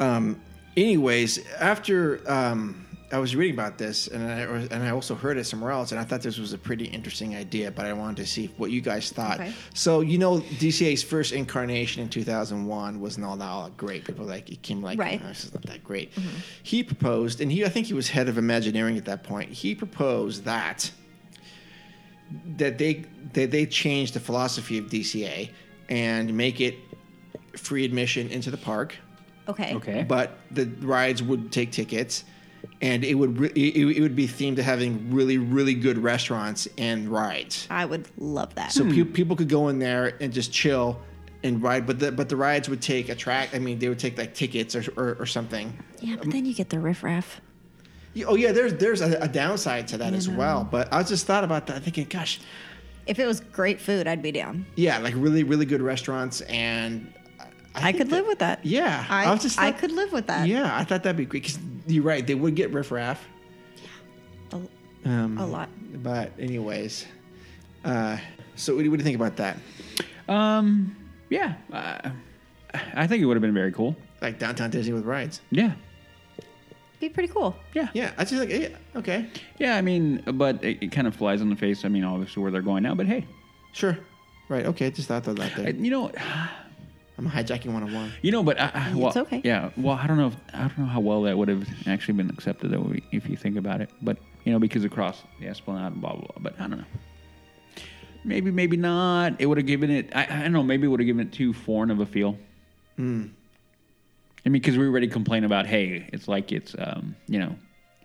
A: Um, anyways, after um, I was reading about this, and I was- and I also heard it somewhere else, and I thought this was a pretty interesting idea, but I wanted to see what you guys thought.
D: Okay.
A: So you know, DCA's first incarnation in 2001 wasn't all that all that great. People like it came like,
D: Right. Mm-hmm.
A: "Oh, this is not that great. He proposed, and he I think he was head of Imagineering at that point. He proposed that that they that they change the philosophy of DCA and make it free admission into the park
D: Okay.
E: Okay.
A: but the rides would take tickets and it would re- it, it would be themed to having really really good restaurants and rides
D: I would love that.
A: so pe- people could go in there and just chill and ride but the but the rides would take a track i mean they would take like tickets or or, or something
D: yeah, but then you get the riffraff.
A: Yeah, oh yeah there's there's a, a downside to that as well but i just thought about that thinking gosh
D: If it was great food, I'd be down.
A: yeah like really really good restaurants and
D: I,
A: think
D: could live
A: that-
D: with that.
A: yeah
D: I,
A: was just
D: I
A: thought-
D: could live with that.
A: yeah i thought that'd be great because you're right they would get riffraff
D: A,
A: um
D: a lot.
A: But anyways, uh, so what do, what do you think about that?
E: Um. Yeah. Uh, I think it would have been very cool.
A: Like downtown Disney with rides?
E: Yeah.
D: Be pretty cool.
E: Yeah.
A: Yeah, I just like yeah, okay,
E: Yeah, I mean, but it, it kind of flies in the face. I mean, obviously where they're going now, but hey,
A: sure, right, okay. I just thought that out
E: I-
A: there.
E: you know,
A: I'm hijacking one on one.
E: you know, but I, I, well,
D: It's okay.
E: Yeah, well, I don't know, if, I don't know how well that would have actually been accepted though, if you think about it. But you know, because across the Esplanade and blah blah blah. But I don't know. Maybe, maybe not. It would have given it. I, I don't know. Maybe it would have given it too foreign of a feel. Hmm. I mean, because we already complain about hey, it's like it's um, you know,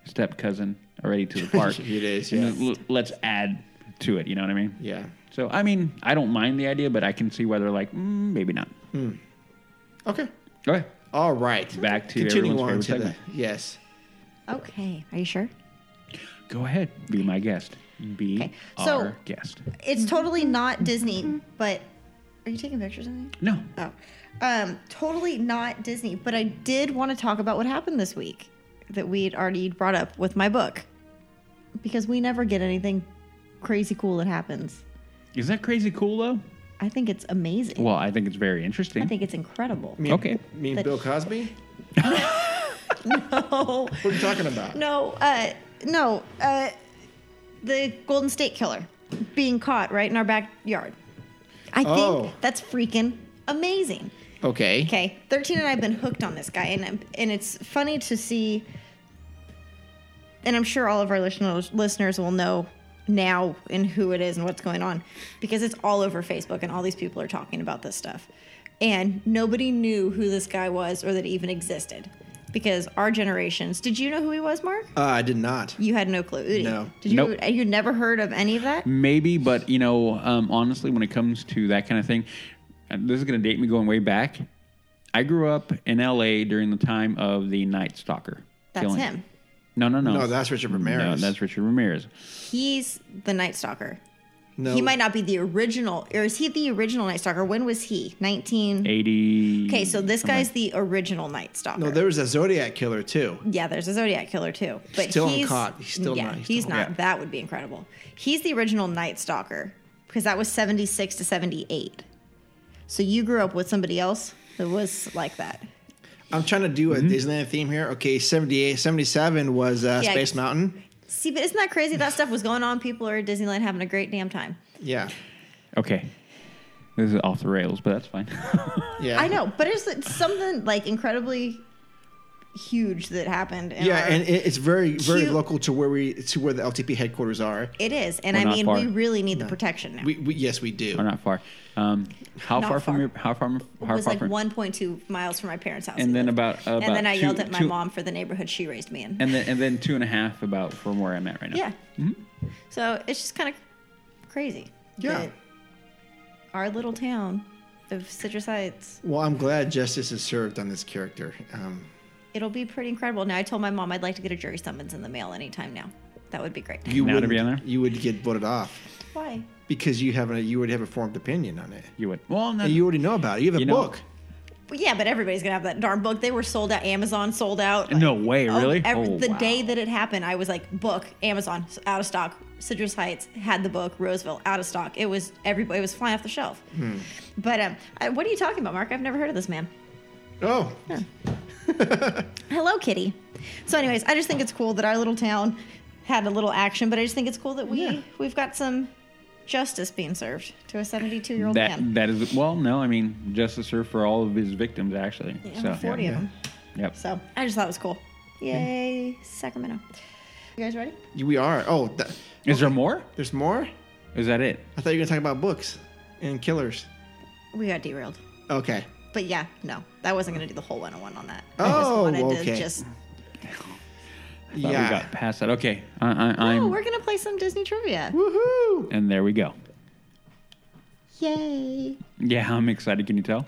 E: step cousin already to the park.
A: It is,
E: And
A: yeah.
E: then l- let's add to it. You know what I mean?
A: Yeah.
E: So I mean, I don't mind the idea, but I can see why they're like, mm, maybe not.
A: Okay.
E: Okay,
A: All right.
E: back to
A: Continuing on
E: everyone's
A: to
E: favorite
A: the
E: segment.
A: yes.
D: Okay. Are you sure?
E: Go ahead, be my guest. Be
D: Okay, so-
E: our guest.
D: It's totally not Disney, but are you taking pictures of me?
E: No,
D: Oh, um, totally not Disney. But I did want to talk about what happened this week that we'd already brought up with my book because we never get anything crazy cool that happens.
E: is that crazy cool though?
D: I think it's amazing.
E: Well, I think it's very interesting.
D: I think it's incredible.
A: Me and-
E: Okay.
A: Me and
D: But-
A: Bill Cosby.
D: No,
A: What are you talking about?
D: no, uh, no. Uh, the Golden State Killer being caught right in our backyard. I
A: Oh.
D: think that's freaking amazing.
A: Okay.
D: Okay, 13 and I have been hooked on this guy, and I'm- and it's funny to see. And I'm sure all of our listeners listeners will know now and who it is and what's going on, because it's all over Facebook and all these people are talking about this stuff, and nobody knew who this guy was or that he even existed, because our generations. Did you know who he was, Mark?
A: Uh, I did not.
D: You had no clue. Udi.
A: No.
D: Did you?
E: Nope.
D: You never heard of any of that?
E: Maybe, but you know, um, honestly, when it comes to that kind of thing, and this is going to date me going way back. I grew up in L.A. during the time of the Night Stalker.
D: That's
E: killing.
D: him.
E: No, no, no.
A: No, that's Richard Ramirez.
E: No, that's Richard Ramirez.
D: He's the Night Stalker.
A: No.
D: He might not be the original, or is he the original Night Stalker? When was he? 19.
E: Eighty.
D: Okay, so this
E: something like
D: guy's the original Night Stalker.
A: No, there was a Zodiac killer too.
D: yeah, there's a Zodiac killer too, but
A: Still
D: he's
A: uncaught. He's still
D: yeah,
A: not- he's
D: He's,
A: still-
D: not.
E: yeah.
D: That would be incredible. He's the original Night Stalker because that was 76 to 78. So you grew up with somebody else that was like that.
A: I'm trying to do a
E: Mm-hmm.
A: Disneyland theme here. Okay, 78, 77 was uh,
D: Yeah,
A: Space Mountain.
D: See, but isn't that crazy? That stuff was going on. People are at Disneyland having a great damn time.
A: Yeah.
E: Okay. This is off the rails, but that's fine.
A: Yeah.
D: I know, but it's, it's something like incredibly huge that happened. In
A: Yeah,
D: our-
A: and it, it's very very
D: cute-
A: local to where we to where the LTP headquarters are.
D: It is, and
E: We're
D: I
E: not
D: mean,
E: far.
D: we really need the protection now.
A: We, we yes we do.
E: We're not far. Um, how
D: Not
E: far, from
D: far.
E: your? How far? How
D: it was
E: far
D: like
E: from?
D: 1.2 miles from my parents' house.
E: And
D: we
E: then
D: lived.
E: about- about
D: and then I
E: two-
D: yelled at my
E: two-
D: mom for the neighborhood she raised me in.
E: and then and then two and a half about from where I'm at right now.
D: yeah.
E: Mm-hmm.
D: So it's just kind of crazy.
A: Yeah.
D: that Our little town of Citrus Heights.
A: Well, I'm glad justice is served on this character. Um,
D: It'll be pretty incredible. Now I told my mom I'd like to get a jury summons in the mail anytime now. That would be great.
A: you
E: Now to
A: would
E: be on there?
A: You would get voted off
D: Why?
A: because you haven't. You already have a formed opinion on it.
E: You would.
I: Well, no,
A: And you already know about it. You have a
E: You know-
A: book.
D: But yeah, but everybody's gonna have that darn book. They were sold at Amazon, sold out.
E: No way,
D: oh,
E: really?
D: every-
E: Oh,
D: the
E: wow.
D: day that it happened, I was like, book Amazon out of stock. Citrus Heights had the book. Roseville out of stock. It was everybody it was flying off the shelf. But um, I- what are you talking about, Mark? I've never heard of this man.
A: Oh,
D: Hello, Kitty. So, anyways, I just think it's cool that our little town had a little action, but I just think it's cool that we we've got some justice being served to a 72 year old
E: That
D: man.
E: that is well, no, I mean justice served for all of his victims actually.
D: Yeah,
E: so,
D: 40 of
E: yeah.
D: them.
E: Yep.
D: So I just thought it was cool. Yay, Sacramento. You guys ready?
A: we are. Oh, th-
E: Is there more?
A: there's more.
E: Is that it?
A: I thought you were gonna talk about books and killers.
D: We got derailed.
A: Okay.
D: But yeah, no, I wasn't going to do the whole 101 on that.
A: Oh,
D: I just wanted
A: okay.
D: to just.
E: Thought
A: Yeah.
E: We got past that. Okay. I, I, I'm.
D: Oh, we're going to play some Disney trivia.
A: Woohoo!
E: and there we go.
D: Yay.
E: Yeah, I'm excited. Can you tell?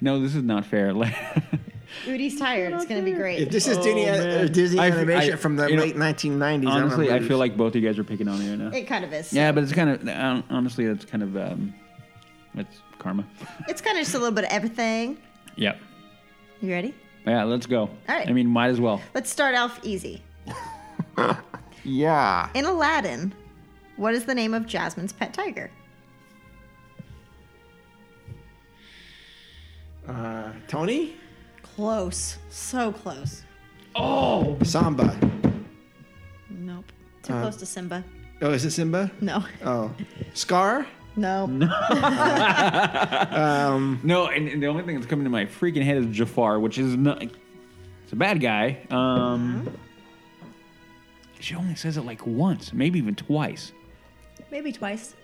E: No, this is not fair.
D: Udi's tired. It's going to be great.
A: If this is Disney, or Disney
E: Oh, I-
A: animation
E: I-
A: from the
E: you know,
A: late 1990s, I don't
E: honestly, I
A: believe-
E: feel like both of you guys are picking on me right now.
D: it kind of is.
E: yeah, but it's kind of hon- honestly, that's kind of um, it's karma.
D: It's kind of just a little bit of everything.
E: yep.
D: You ready?
E: Yeah, let's go.
D: All right.
E: I mean, might as well.
D: Let's start off easy.
A: yeah.
D: In Aladdin, what is the name of Jasmine's pet tiger?
A: Uh, Tony
D: Close. So close.
E: Oh,
A: Samba.
D: Nope. Too close to Simba.
A: Oh, is it Simba?
D: No.
A: Oh, Scar.
D: No.
E: No, and, and the only thing that's coming to my freaking head is Jafar, which is not. It's a bad guy. Um, she only says it like once, maybe even twice. Uh,
D: Maybe twice.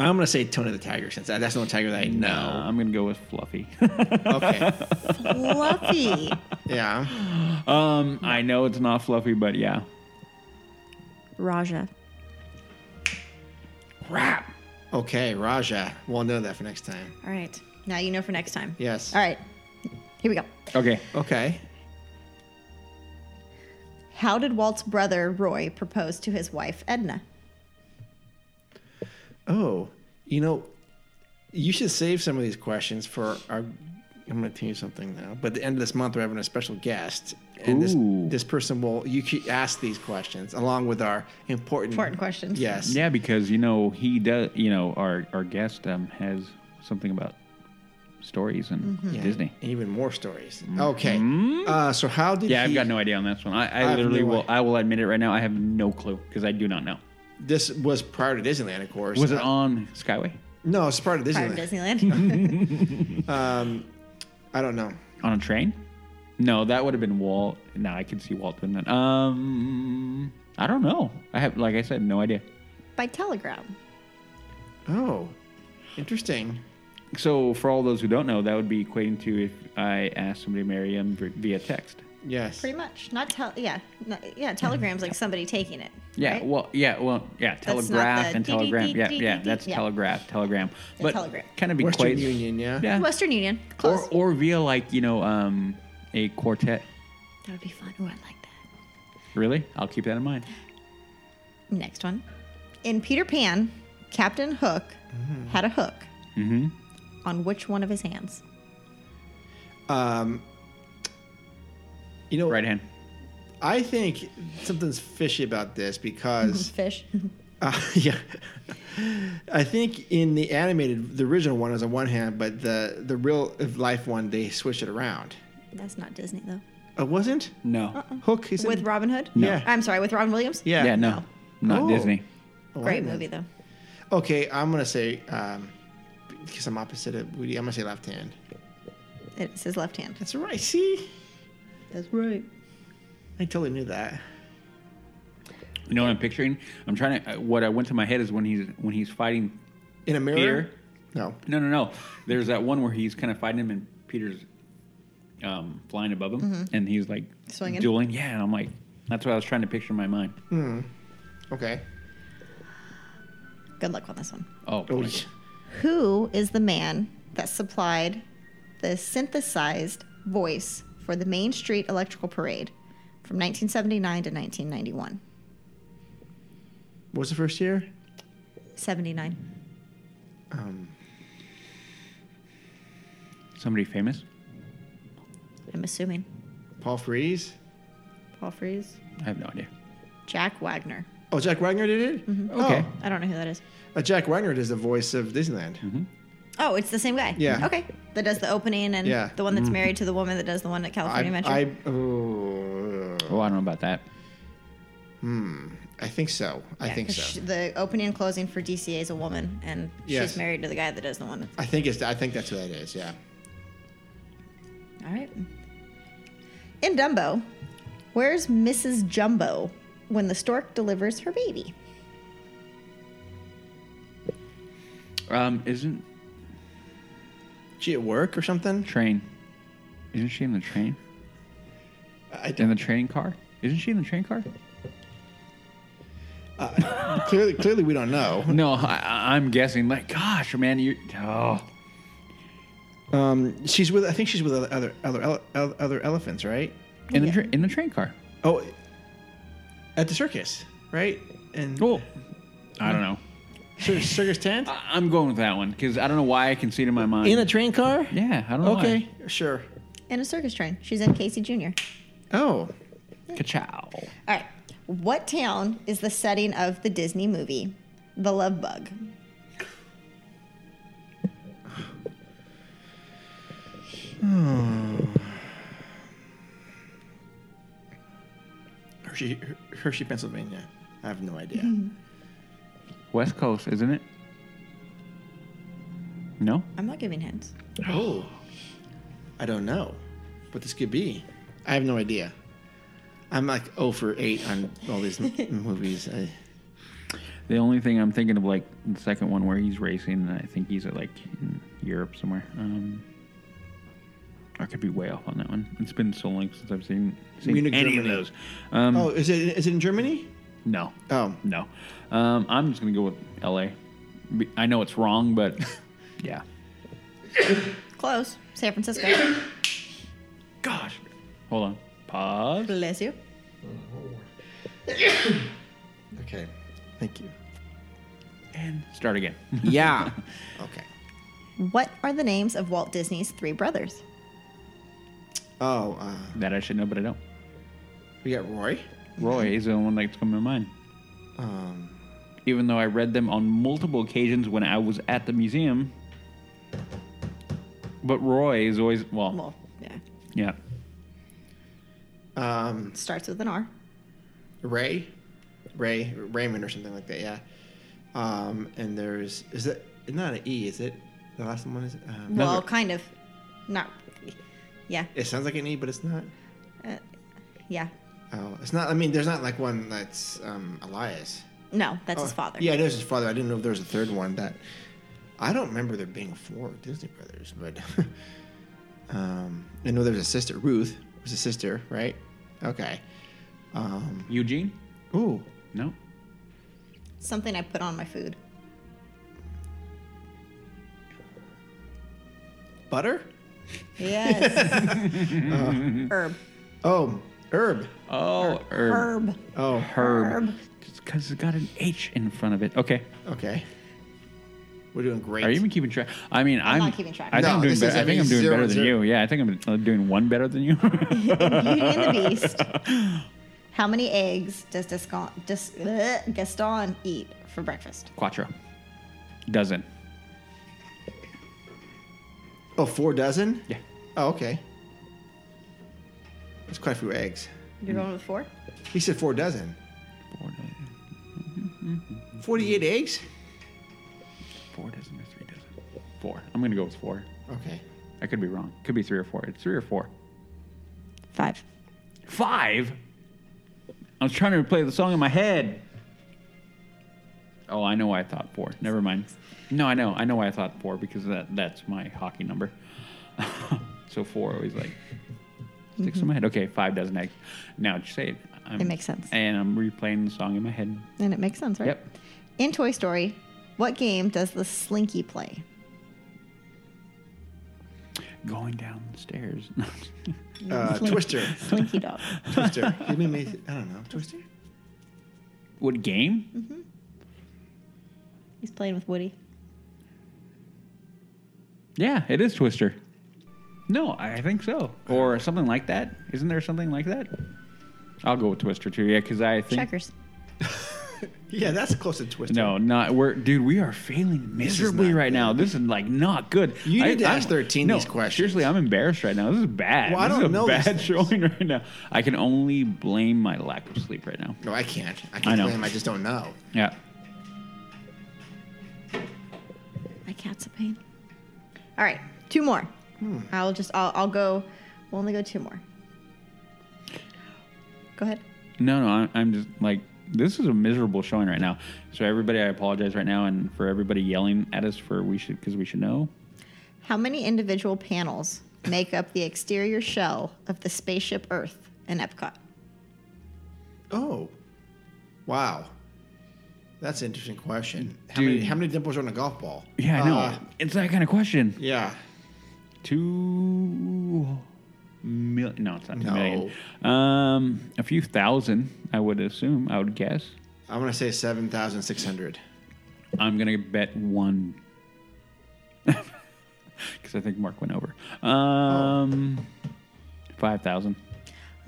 A: I'm gonna say Tony the Tiger since that, that's the only tiger that I
E: Uh,
A: know.
E: I'm gonna go with Fluffy.
A: Okay.
D: Fluffy.
A: yeah.
E: um, I know it's not Fluffy, but yeah.
D: Raja.
E: Crap.
A: Okay, Raja. We'll know that for next time.
D: All right. Now you know for next time.
A: Yes.
D: All right. Here we go.
E: Okay.
A: Okay.
D: How did Walt's brother Roy propose to his wife Edna?
A: Oh, you know, you should save some of these questions for our. I'm going to tell you something now. But at the end of this month, we're having a special guest, and this
E: Ooh.
A: this person will you can ask these questions along with our important
D: Important questions.
A: Yes.
E: Yeah, because you know he does. You know our our guest um has something about stories and
A: Yeah,
E: Disney.
A: and even more stories. Okay. Uh, so how did
E: Yeah, I've
A: he-
E: got no idea on this one. I,
A: I
E: I,
A: have
E: literally
A: no
E: will.
A: idea.
E: I will admit it right now. I have no clue because I do not know.
A: This was prior to Disneyland, of course.
E: Was it
A: Uh,
E: on Skyway?
A: No, it's prior to Disneyland.
D: Part of Disneyland.
A: I don't know.
E: On a train? No, that would have been Walt. No, I can see Walt doing that. Um, I don't know. I have, like I said, no idea.
D: By telegram.
A: Oh, interesting.
E: So, for all those who don't know, that would be equating to if I asked somebody to marry him v- via text.
A: Yes.
D: Pretty much. Not tel yeah. Not, yeah, telegram's like somebody taking it.
E: Yeah.
D: right?
E: Well. Yeah. Well. Yeah.
D: not
E: Telegraph
D: the
E: and
D: dee dee
E: telegram.
D: dee
E: Yeah.
D: dee
E: Yeah.
D: dee dee.
E: That's
D: Yeah.
E: telegraph. Telegram.
D: The
E: But
D: telegram.
E: kind of
A: Western
E: equates.
A: Union, yeah.
E: Yeah.
D: Western Union.
E: Or
D: Close.
E: or via like you know um a quartet.
D: that would be fun. Ooh, I like that.
E: Really? I'll keep that in mind.
D: Next one. In Peter Pan, Captain Hook had a hook. Mm-hmm. On which one of his hands?
A: Um, You know,
E: Right hand.
A: I think something's fishy about this because,
D: Fish.
A: uh, yeah, I think in the animated, the original one is on one hand, but the the real life one they switch it around.
D: That's not Disney though.
A: It wasn't
E: No.
D: Uh,
A: Hook. Is
D: Uh-uh. With
A: it?
D: Robin Hood?
A: Yeah.
D: I'm sorry, with Robin Williams?
A: Yeah.
E: Yeah. No. Not
A: Oh.
E: Disney.
A: Oh, I
D: Great
A: know.
D: movie though.
A: Okay, I'm gonna say um, because I'm opposite of Woody. I'm gonna say left hand.
D: It's his left hand.
A: That's right. See,
D: That's right.
A: I totally knew that.
E: You know what I'm picturing? I'm trying to. uh, What I went to my head is when he's when he's fighting
A: In a mirror.
E: Peter.
A: No.
E: No, no, no. There's that one where he's kind of fighting him, and Peter's um, flying above him, and he's like
D: Swinging?
E: dueling. Yeah, and I'm like, that's what I was trying to picture in my mind.
A: Okay.
D: Good luck on this one.
E: Oh,
A: Oh,
E: boy.
A: yeah.
D: Who is the man that supplied the synthesized voice for the Main Street Electrical Parade from 1979 to 1991?
A: What was the first year?
D: 79.
A: Um,
E: Somebody famous?
D: I'm assuming.
A: Paul Frees.
D: Paul Frees.
E: I have no idea.
D: Jack Wagner.
A: Oh, Jack Wagner did it. Oh,
E: Okay.
D: I don't know who that is.
A: Uh, Jack Wagner is the voice of Disneyland.
D: Oh, it's the same guy.
A: Yeah.
D: Okay. That does the opening and
A: Yeah. Mm.
D: the one that's married to the woman that does the one at California
A: I,
D: Adventure.
A: I, oh,
E: Oh, I don't know about that.
A: I think so. I
D: Yeah,
A: think
D: 'cause
A: so.
D: sh- the opening and closing for DCA is a woman, and
A: Yes.
D: she's married to the guy that does the one.
A: I think it's. I think that's who that is. Yeah.
D: All right. In Dumbo, where's Mrs. Jumbo when the stork delivers her baby?
E: Um, isn't
A: She at work or something?
E: train? Isn't she in the train?
A: I
E: In the train car? Isn't she in the train car?
A: clearly, clearly, we don't know.
E: No, I- I, I'm guessing. Like, gosh, man, you. Oh,
A: Um, she's with. I think she's with other other ele- ele- other elephants, right?
E: in the tra- in the train car.
A: Oh, at the circus, right? And
E: Oh, I don't know.
A: Cir- circus tent
E: I, I'm going with that one because I don't know why I can see it in my mind.
A: in a train car.
E: yeah, I don't know.
A: Okay, Oh, sure.
D: In a circus train. She's in Casey Jr.
A: Oh,
E: Why. Ka-chow.
D: All right. What town is the setting of the Disney movie, The Love Bug?
A: Hershey, Hershey, Pennsylvania. I have no idea.
E: West Coast, isn't it? No.
D: I'm not giving hints.
A: oh, I don't know what this could be. I have no idea. I'm like 0 for 8 on all these m- movies. I,
E: The only thing I'm thinking of, like the second one where he's racing, and I think he's at like in Europe somewhere. Um, I could be way off on that one. It's been so long since I've seen, seen
A: Munich,
E: any
A: Germany.
E: of those. Um,
A: oh, is it is it in Germany?
E: No,
A: Oh,
E: no. Um, I'm just gonna go with L.A. Be- I know it's wrong, but yeah.
D: Close. San Francisco.
E: Gosh, hold on. Pause.
D: Bless you.
A: okay. Thank you.
E: Start again.
A: Yeah. okay.
D: What are the names of Walt Disney's three brothers?
A: Oh, uh,
E: that I should know, but I don't.
A: we got Roy.
E: Roy is the only one that's come to mind.
A: Um,
E: Even though I read them on multiple occasions when I was at the museum. But Roy is always well,
D: Well, yeah.
E: yeah.
A: um,
D: Starts with an R.
A: Ray, Ray Raymond or something like that. Yeah. Um, and there's is it not an E? Is it the last one? Is um,
D: Well,
E: Another-
D: kind of. Not. Yeah. Uh,
A: It sounds like an E, but it's not.
D: Yeah.
A: Oh, it's not. I mean, there's not like one that's um, Elias.
D: No, that's his
A: Oh,
D: father.
A: Yeah, there's his father. I didn't know if there was a third one that. I don't remember there being four Disney brothers, but um, I know there was a sister. Ruth was a sister, right? Okay. Um,
E: Eugene?
A: ooh,
E: No.
D: Something I put on my food.
A: butter.
D: Yes. Herb.
A: Oh, herb.
E: Oh, Herb.
D: Herb.
A: Oh,
E: Herb. Because it's got an H in front of it. Okay.
A: Okay. We're doing great.
E: Are you even keeping track? I mean, I'm,
D: not keeping track.
E: I think
A: No,
E: I'm doing
A: this is
E: better. I
A: every
E: think I'm doing
A: zero
E: better
A: and
E: than
A: zero.
E: you. Yeah, I think I'm uh, doing one better than you.
D: Beauty and the Beast. How many eggs does Gascon, dis, bleh, Gaston eat for breakfast?
E: Quattro. Dozen.
A: oh, four dozen?
E: Yeah.
A: Oh, okay. That's quite a few eggs.
D: You're going with four?
A: He said four dozen.
E: Four dozen.
A: 48 eggs?
E: Four dozen or three dozen? Four. I'm gonna go with four.
A: Okay.
E: I could be wrong. Could be three or four. It's three or four.
D: Five.
E: Five. I was trying to play the song in my head. Oh, I know why I thought four. Never mind. No, I know. I know why I thought four because that that's my hockey number. so four always like sticks in my head. Okay, five dozen eggs. Now that you say it. I'm,
D: It makes sense.
E: Um, And I'm replaying the song in my head.
D: And it makes sense, right?
E: Yep.
D: In Toy Story, what game does the Slinky play?
E: Going down the stairs. Mm-hmm.
A: Uh, Twister.
D: Slinky dog.
A: Twister. Give me, me, I don't know. Twister?
E: what game?
D: He's playing with Woody.
E: Yeah, it is Twister. No, I think so, or something like that. Isn't there something like that? I'll go with Twister too. Yeah, because I think
D: Checkers.
A: Yeah, that's close to Twister.
E: no, not we're dude. We are failing miserably
A: not
E: right now. This is like not good.
A: You need to ask 13
E: no,
A: these questions.
E: Seriously, I'm embarrassed right now. This is bad.
A: Well, I
E: This is
A: don't
E: a
A: know these
E: Bad
A: things.
E: showing right now. I can only blame my lack of sleep right now.
A: No, I can't. I
E: I
A: can't
E: know.
A: blame. I just don't know.
E: Yeah.
D: My cat's a pain.
G: All right, two more. I'll just, I'll, I'll go, we'll only go two more. Go ahead.
E: No, no, I'm, I'm just like this is a miserable showing right now. So everybody, I apologize right now, and for everybody yelling at us for we should because we should know.
G: How many individual panels make up the exterior shell of the spaceship Earth in Epcot?
A: Oh, wow. That's an interesting question. How many,
E: Dude.
A: how many dimples are on a golf ball?
E: Yeah, I know.
A: Uh,
E: it's that kind of question.
A: yeah.
E: Two million? No, it's not two
A: No.
E: million. Um, a few thousand, I would assume. I would guess.
A: I'm gonna say seven thousand six hundred.
E: I'm gonna bet one. Because I think Mark went over. Um, five thousand.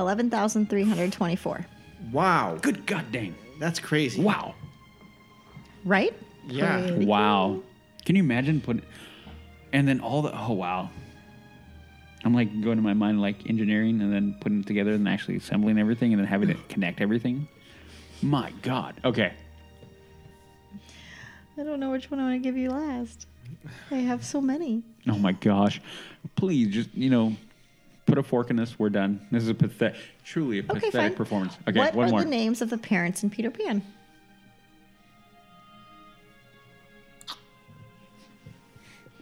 G: 11,324.
A: Wow,
E: Good god dang!
A: that's crazy.
E: Wow.
G: Right?
A: Yeah.
E: Wow. Can you imagine putting and then all the oh wow. I'm like going to my mind like engineering and then putting it together and actually assembling everything and then having to connect everything. My God. Okay.
D: I don't know which one I want to give you last. I have so many.
E: Oh my gosh. Please just you know put a fork in this. We're done. This is a pathetic, truly a
G: Okay,
E: pathetic
G: fine.
E: performance. Okay,
G: what
E: one
G: are
E: more.
G: the names of the parents in Peter Pan?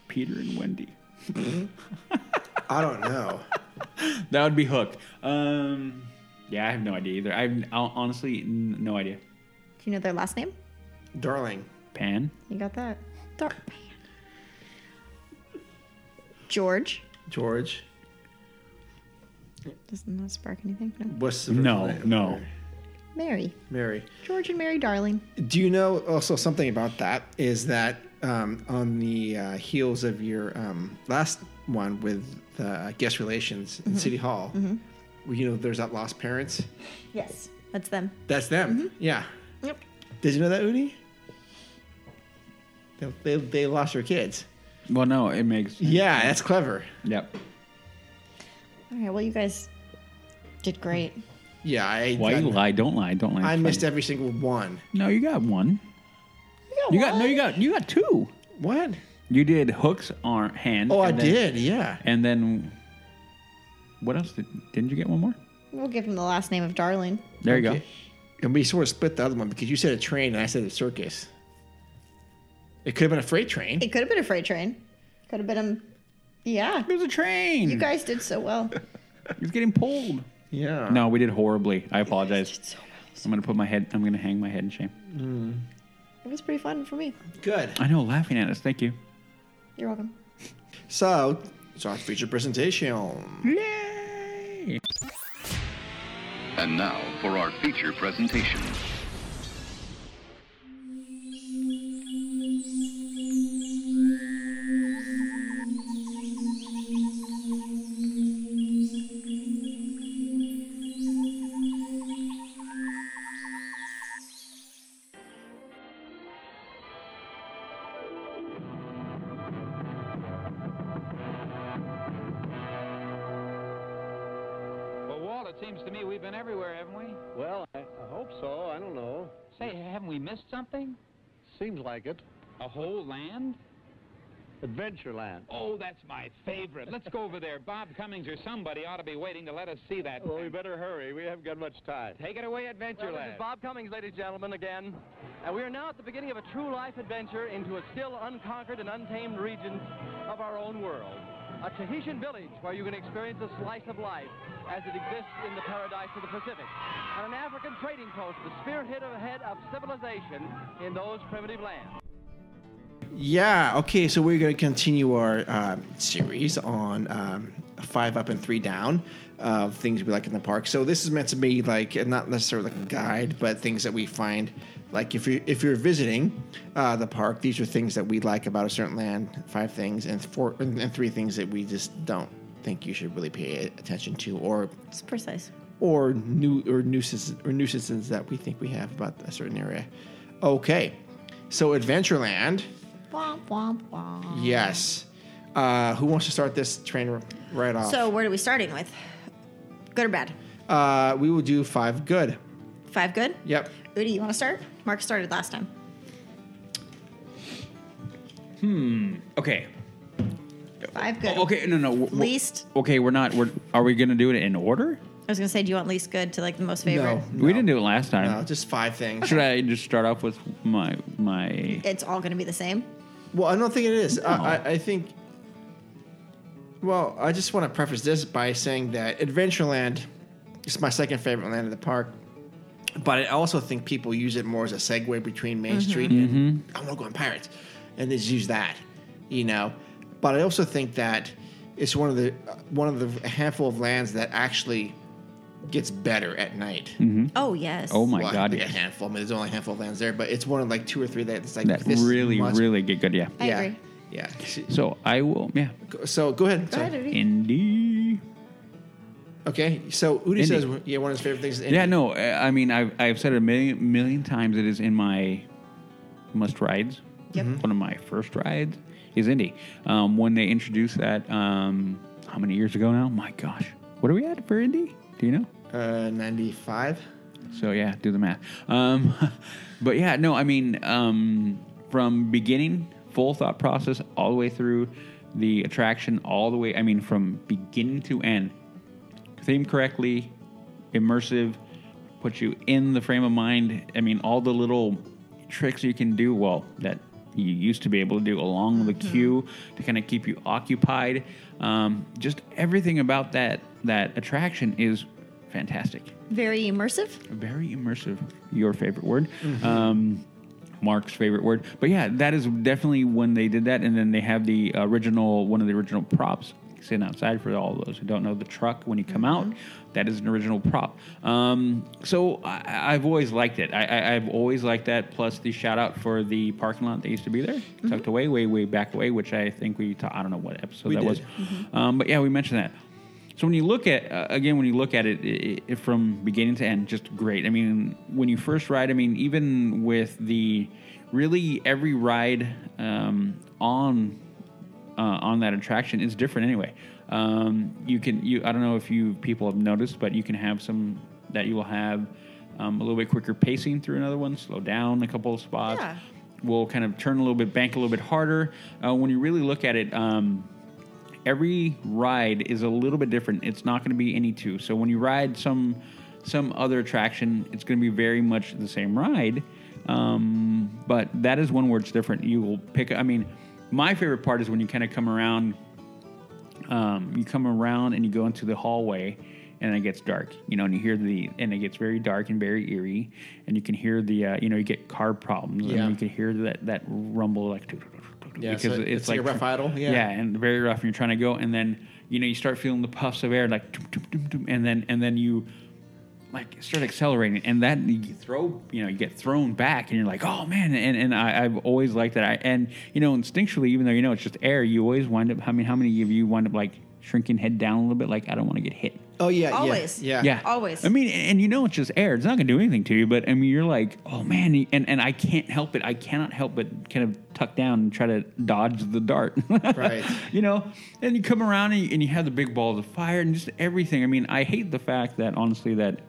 E: Peter and Wendy.
A: I don't know.
E: That would be Hook. Um, yeah, I have no idea either. I have I'll- honestly n- no idea.
G: Do you know their last name?
A: Darling.
E: Pan.
G: You got that. Dark Pan. George.
A: George.
G: Doesn't that spark anything? No.
A: What's the
E: No,
A: first name?
E: no.
G: Mary.
A: Mary.
G: George and Mary Darling.
A: Do you know also something about that is that um, on the uh, heels of your um, last one with the guest relations in City Hall, well, you know, there's that lost parents.
G: Yes. That's them.
A: That's them. Yeah.
G: Yep.
A: Did you know that, Uni? They, they, they lost their kids.
E: Well, no, it makes
A: Yeah, that's clever.
E: Yep.
G: All right. Well, you guys did great.
A: Yeah, I
E: Why
A: I,
E: you lie? Don't lie. Don't lie.
A: I
E: It's
A: missed
E: fine.
A: every single one.
E: No, you got one. You got no. You got you got two.
A: What?
E: You did hooks arm hand.
A: Oh, I
E: and then-
A: did. Yeah.
E: And then what else did? Didn't you get one more?
G: We'll give him the last name of Darling.
E: There you
A: Okay. And we sort of split the other one because you said a train and I said a circus. It could have been a freight train.
G: It could have been a freight train. Could have been him. Yeah.
E: go. It was a train.
G: You guys did so well.
E: It's getting pulled.
A: Yeah.
E: No, we did horribly. I apologize. I'm gonna put my head. I'm gonna hang my head in shame.
G: It was pretty fun for me.
A: Good.
E: I know, laughing at us. Thank you.
G: You're welcome.
A: So, so our feature presentation.
E: Yay!
J: And now for our feature presentation.
K: Well, Walt, it seems to me we've been everywhere, haven't we?
H: Well, I, I hope so. I don't know.
K: Say, haven't we missed something?
H: Seems like it.
K: A whole land?
H: Adventureland.
K: Oh, that's my favorite. Let's go over there. Bob Cummings or somebody ought to be waiting to let us see that.
H: Well, we
K: thing.
H: better hurry. We haven't got much time.
K: Take it away, Adventureland.
H: this is
K: Bob
H: Uh,
A: Yeah. Okay. So we're going to continue our um, series on um, five up and three down. of things we like in the park. So this is meant to be like not necessarily like a guide, but things that we find like if you if you're visiting uh, the park, these are things that we like about a certain land. Five things and four and and three things that we just don't think you should really pay attention to, or
D: It's precise.
A: or new or nuisances or nuisances that we think we have about a certain area. Okay, so Adventureland,
D: Womp, womp, womp.
A: yes. Uh, who wants to start this train r- right off?
D: So, what are we starting with? Good or bad?
A: uh, we will do five good.
D: Five good?
A: Yep.
D: Udi, you want to start? Mark started last time.
E: Okay.
D: Five good.
E: Oh, okay. No. No. w- w-
D: Least.
E: Okay. We're not. We're. Are we gonna do it in order?
D: I was going to say, do you want least good to like the most favorite?
A: No,
E: We didn't do it last time.
A: no, just five things.
E: Should I just start off with my my?
D: It's all going to be the same.
A: Well, I don't think it is. I, I, I think. Well, I just want to preface this by saying that Adventureland is my second favorite land in the park, but I also think people use it more as a segue between Main Street and
E: Mm-hmm.
A: I want to go on Pirates, and they just use that, you know. But I also think that it's one of the uh, one of the handful of lands that actually gets better at night.
D: Oh, yes.
E: Oh my
A: Well,
E: god!
A: like a
E: Yes.
A: handful. I mean, there's only a handful of lands there, but it's one of like two or three that's like
E: That
A: this
E: really
A: must-
E: really get good. Yeah.
D: I
A: yeah,
D: agree.
A: yeah.
E: So I will. Yeah.
A: So go ahead.
D: Go
A: Sorry.
D: ahead, Udi.
E: Indie.
A: Okay. So Udi
E: Indie.
A: says yeah, one of his favorite things is Indie.
E: Yeah, no, I I mean, I've, I've said it a million, million times. It is in my must rides.
D: Yep.
E: One of my first rides is Indy. Um, when they introduced that, um, how many years ago now? My gosh. What are we at for Indy? Do you know?
A: Uh, 95.
E: So yeah, do the math. Um, but yeah, no, I mean, um, from beginning, full thought process, all the way through the attraction, all the way. I mean, from beginning to end, themed correctly, immersive, put you in the frame of mind. I mean, all the little tricks you can do. Well, that you used to be able to do along the queue to kind of keep you occupied. Um, just everything about that that attraction is fantastic
D: Very immersive.
E: very immersive. Your favorite word,
A: Mm-hmm.
E: um, Mark's favorite word. But yeah, that is definitely when they did that, and then they have the original one of the original props sitting outside for all those who don't know the truck when you come out.
A: Mm-hmm.
E: That is an original prop. Um, so I, I've always liked it. I, I, I've always liked that. Plus the shout out for the parking lot that used to be there,
A: Mm-hmm.
E: tucked away, way way back away, which I think we ta- I don't know what episode
A: We
E: that
A: did.
E: was. Um, but yeah, we mentioned that. So when you look at uh, again, when you look at it, it, it from beginning to end, just great. I mean, when you first ride, I mean, even with the really every ride um, on uh, on that attraction is different anyway. Um, you can you I don't know if you people have noticed, but you can have some that you will have um, a little bit quicker pacing through another one, slow down a couple of spots.
D: Yeah.
E: Will kind of turn a little bit, bank a little bit harder. Uh, when you really look at it. Um, every ride is a little bit different. It's not going to be any two. So when you ride some some other attraction, it's going to be very much the same ride. Um, but that is one where it's different. You will pick. I mean, my favorite part is when you kind of come around. Um, you come around and you go into the hallway, and it gets dark. You know, and you hear the and it gets very dark and very eerie, and you can hear the uh, you know you get car problems.
A: Yeah.
E: And you can hear that that rumble like.
A: Yeah, so it's like a rough idle, yeah.
E: yeah, and very rough. And you're trying to go, and then you know you start feeling the puffs of air, like, tum, tum, tum, tum, and then and then you like start accelerating, and that you throw, you know, you get thrown back, and you're like, oh man, and and I, I've always liked that. I, and you know, instinctually, even though you know it's just air, you always wind up. I mean, how many of you wind up like shrinking head down a little bit, like I don't want to get hit?
A: Oh, yeah. yeah,
D: Always.
A: Yeah.
E: Yeah,
D: Always.
E: I mean, and and you know it's just air; it's not going to do anything to you. But I mean, you're like, oh man, and and I can't help it. I cannot help but kind of tuck down and try to dodge the dart.
A: Right.
E: you know, and you come around and you, and you have the big balls of fire and just everything. I mean, I hate the fact that honestly that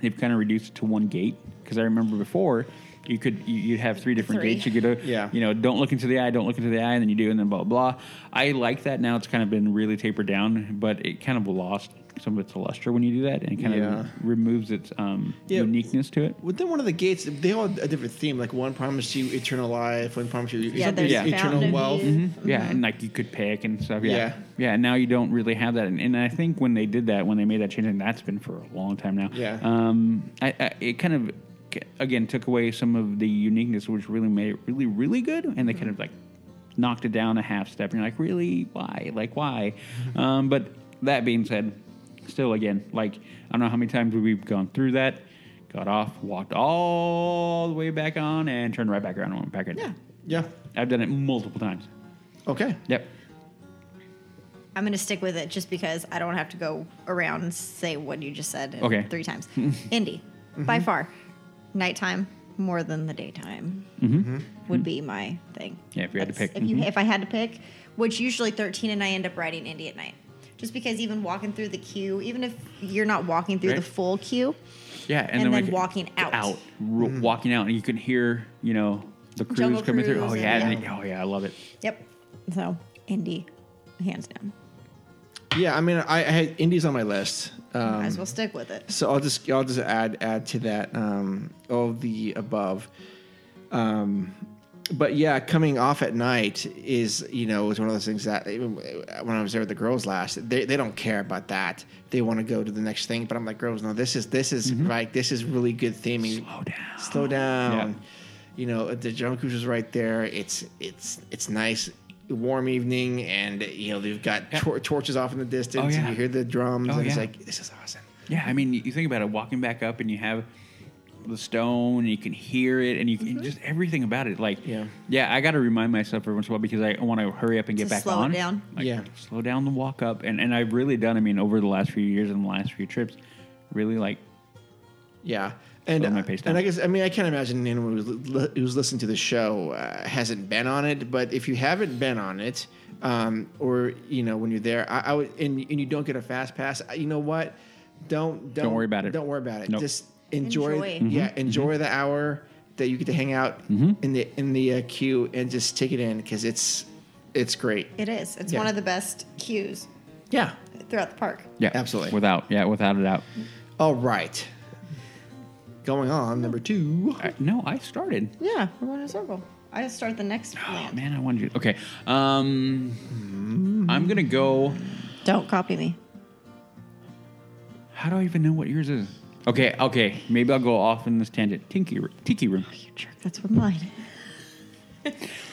E: they've kind of reduced it to one gate because I remember before. You could you- you'd have three different
D: Three.
E: gates. You could uh,
A: Yeah.
E: you know don't look into the eye, don't look into the eye, and then you do, and then blah blah. blah. I like that now. It's kind of been really tapered down, but it kind of lost some of its luster when you do that, and kind
A: Yeah.
E: of removes its um,
A: Yeah.
E: uniqueness to it.
A: Within one of the gates, they all had a different theme. Like one promised you eternal life, one promised you
D: Yeah,
A: something-
D: there's
E: Yeah.
D: a fountain
A: eternal
D: of
A: wealth. Mm-hmm.
D: youth.
E: Yeah, and like you could pick and stuff. Yeah.
A: Yeah.
E: Yeah. and now you don't really have that. And, and I think when they did that, when they made that change, and that's been for a long time now.
A: Yeah.
E: Um, I, I, it kind of, c- again, took away some of the uniqueness, which really made it really, really good. And they kind
A: Mm-hmm.
E: of like knocked
A: Mm-hmm.
E: it down a half step. And you're like, really? Why? Like, why? um, but that being said, still again, like I don't know how many times we've gone through that, got off, walked all the way back on, and turned right back around and went back in.
A: Yeah. Yeah.
E: I've done it multiple times.
A: Okay.
E: Yep.
D: I'm going to stick with it just because I don't have to go around and say what you just said in
E: Okay.
D: three times. Indy, by far, nighttime more than the daytime would be my thing.
E: Mm-hmm. Yeah, if you had to
D: That's-
E: pick.
D: If, you,
E: Mhm.
D: if I had to pick, which usually 13 and I end up riding Indy at night. Just because even walking through the queue, even if you're not walking through
E: Right.
D: the full queue,
E: Yeah,
D: and
E: and,
D: then
E: like,
D: walking out.
E: out, r-
A: Mm-hmm.
E: walking out, and you can hear, you know, the crews
D: Jungle
E: coming through.
D: Cruise
E: Oh
D: and-
E: yeah, and
D: yeah.
E: they- oh yeah, I love it.
D: yep. So, Indy, hands down.
A: Yeah. I mean, I, I had Indies on my list. Um,
D: Might as well stick with it.
A: So I'll just I'll just add add to that um, all of the above. Um, but yeah, coming off at night is you know is one of those things that even when I was there with the girls last, they, they don't care about that. They want to go to the next thing. But I'm like, girls, no, this is this is right. This is really good theming.
E: Mm-hmm. Slow down.
A: Slow down.
E: Yeah.
A: You know the German Cruise is right there. It's it's it's nice. Warm evening, and you know they've got tor- torches off in the distance,
E: Oh, yeah.
A: and you hear the drums,
E: Oh,
A: and it's
E: yeah.
A: like this is awesome.
E: Yeah, I mean, you- you think about it, walking back up and you have the stone, and you can hear it, and you can
D: Mm-hmm.
E: just everything about it. Like,
A: Yeah.
E: yeah, I got to remind myself every once in a while because I want to hurry up and get
D: To
E: back
D: slow it
E: on.
D: down.
E: Like,
A: Yeah.
E: slow down the walk up, and and I've really done. I mean, over the last few years and the last few trips, really like
A: Yeah. And,
E: Slow my pace
A: and
E: down.
A: I guess I mean I can't imagine anyone who's, li- who's listening to the show uh, hasn't been on it. But if you haven't been on it, um, or you know when you're there, I, I would, and and you don't get a fast pass, uh, you know what? Don't don't,
E: worry about it.
A: Don't worry about it.
E: Nope. Mm-hmm.
A: Just enjoy.
D: Enjoy.
A: Yeah, enjoy the hour that you get to hang out in the in the uh, queue and just take it in because it's it's great.
D: It is. It's
A: Yeah.
D: one of the best cues
A: Yeah.
D: throughout the park.
E: yeah,
A: Absolutely.
E: without yeah, without a doubt.
A: All right. Going on number two.
E: I, no, I started.
D: Yeah, we're going in a circle. I just start the next
E: Oh
D: land.
E: man, I wanted you. Okay, um, I'm gonna go.
D: Don't copy me.
E: How do I even know what yours is? Okay, okay, maybe I'll go off in this tangent. Tinky, tiki room.
D: Jerk, that's what mine.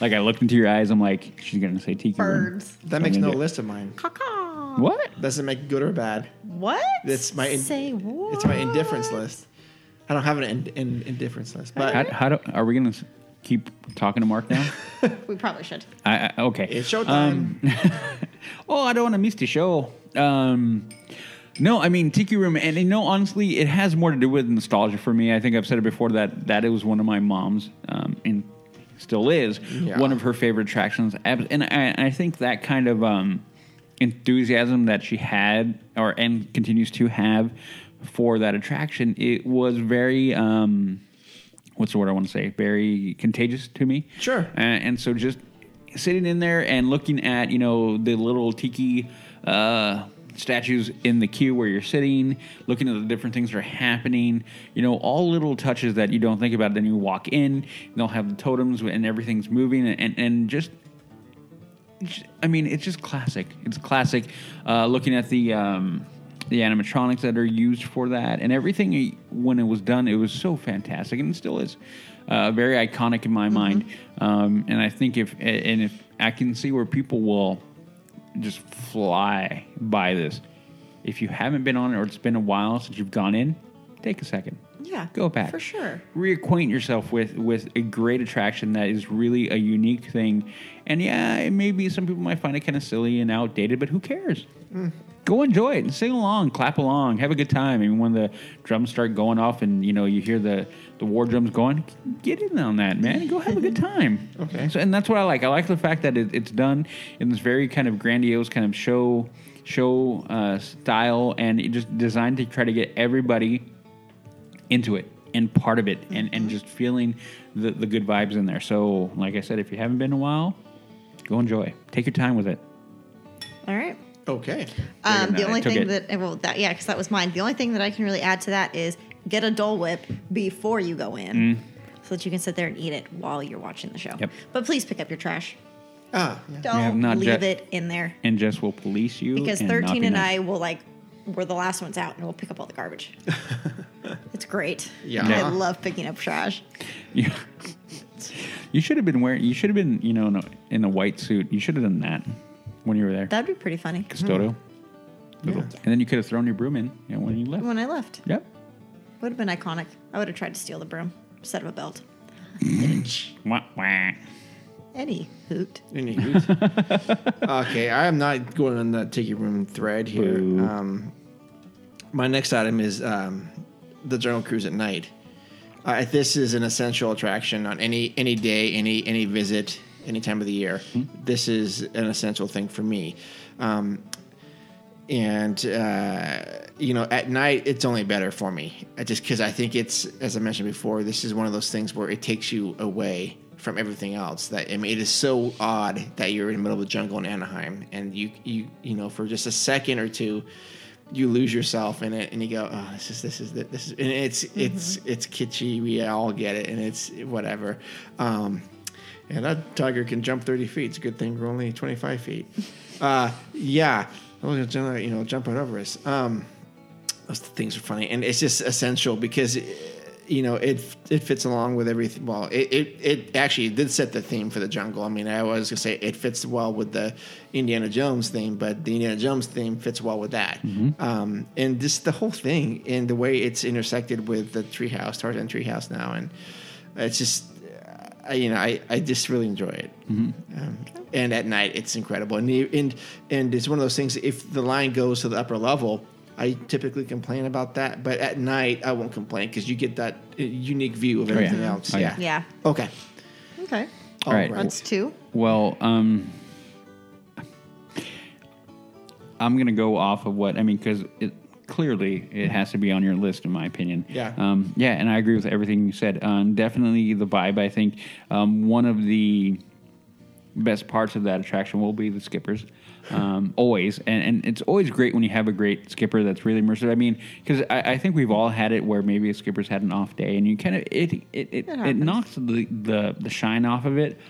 E: Like I looked into your eyes, I'm like, she's gonna say tiki room.
D: Birds.
A: That
E: I'm
A: makes
E: gonna
A: no
E: get-
A: list of mine.
D: Caw-caw.
E: What?
A: Doesn't make good or bad.
D: What?
A: That's my in-
D: Say what?
A: It's my indifference list. I don't have an in, in, indifference list, but
E: How, how do are we gonna s- keep talking to Mark now?
D: We probably should.
E: I, I, okay,
A: it's showtime.
E: oh, I don't want to miss the show. Um, no, I mean Tiki Room, and you know, honestly, it has more to do with nostalgia for me. I think I've said it before that that it was one of my mom's, um, and still is
A: Yeah.
E: one of her favorite attractions. Ab- And I, I think that kind of um, enthusiasm that she had, or and continues to have, for that attraction, it was very. Um, what's the word I want to say? Very contagious to me.
A: Sure.
E: Uh, and so just sitting in there and looking at you know the little tiki uh, statues in the queue where you're sitting, looking at the different things that are happening. You know all little touches that you don't think about. Then you walk in, and they'll have the totems and everything's moving, and and just. I mean, it's just classic. It's classic. Uh, looking at the um, the animatronics that are used for that and everything when it was done, it was so fantastic, and it still is uh, very iconic in my mind. Um, and I think if and if I can see where people will just fly by this. If you haven't been on it or it's been a while since you've gone in, take a second.
D: Yeah,
E: Go back.
D: for sure.
E: Reacquaint yourself with with a great attraction that is really a unique thing. And yeah, it may be some people might find it kind of silly and outdated, but who cares?
D: Mm-hmm.
E: Go enjoy it and sing along, clap along, have a good time. And when the drums start going off and you know you hear the the war drums going, get in on that, man. Go have a good time. okay. So and that's what I like. I like the fact that it, it's done in this very kind of grandiose kind of show show uh, style and it just designed to try to get everybody into it and part of it and,
D: Mm-hmm.
E: and just feeling the, the good vibes in there. So, like I said, if you haven't been in a while, go enjoy. Take your time with it.
D: All right.
A: Okay.
D: Um,
E: no,
D: the
E: I
D: only
E: took
D: thing
E: it.
D: that well, that yeah, because that was mine. The only thing that I can really add to that is get a Dole Whip before you go in, so that you can sit there and eat it while you're watching the show.
E: Mm. Yep.
D: But please pick up your trash.
A: Ah, yeah.
E: have
D: Don't
E: not
D: leave
E: yet-
D: it in there
E: And Jess will police you.
D: because
E: and not
D: 13
E: be
D: and
E: nice.
D: I will like we're the last ones out and we'll pick up all the garbage. it's great.
A: Yeah.
D: I love picking up trash.
E: You, you should have been wearing, you should have been, you know, in a, in a white suit. You should have done that when you were there.
D: That'd be pretty funny.
E: Custodio. Little- And then you could have thrown your broom in you know, when you left.
G: When I left,
E: Yep.
G: would have been iconic. I would have tried to steal the broom instead of a belt.
E: Wah, wah.
G: Any hoot.
A: Any hoot. okay, I am not going on that ticket room thread here.
E: Boo.
A: Um, my next item is um, the journal cruise at night. Uh, this is an essential attraction on any any day, any any visit, any time of the year. This is an essential thing for me. Um, and uh, you know at night it's only better for me I just because i think it's as i mentioned before this is one of those things where it takes you away from everything else that i mean it is so odd that you're in the middle of the jungle in anaheim and you you you know for just a second or two you lose yourself in it and you go oh this is this is this is and it's it's it's kitschy we all get it and it's whatever um and that tiger can jump 30 feet. It's a good thing we're only 25 feet. Uh, yeah. I was going to, you know, jump right over us. Um, those things are funny. And it's just essential because, eh, you know, it it fits along with everything. Well, it, it, it actually did set the theme for the jungle. I mean, I was going to say it fits well with the Indiana Jones theme, but the Indiana Jones theme fits well with that. Um, and just the whole thing and the way it's intersected with the treehouse, Tarzan treehouse now. And it's just, I, you know, I, I just really enjoy it. Um, and at night, it's incredible. And, you- and and it's one of those things. If the line goes to the upper level, I typically complain about that. But at night, I won't complain because you get that uh, unique view of
E: yeah.
A: everything else.
E: Oh, yeah.
G: Yeah.
A: Okay.
G: Okay.
E: All right.
G: That's two.
E: Well, um, I'm gonna go off of what I mean because it clearly it has to be on your list, in my opinion.
A: Yeah.
E: Um, yeah, and I agree with everything you said. Um, definitely the vibe. I think um, one of the best parts of that attraction will be the skippers. Um, always, and, and it's always great when you have a great skipper that's really immersive. I mean, because I, I think we've all had it where maybe a skipper's had an off day, and you kind of it it, it, it knocks the, the the shine off of it.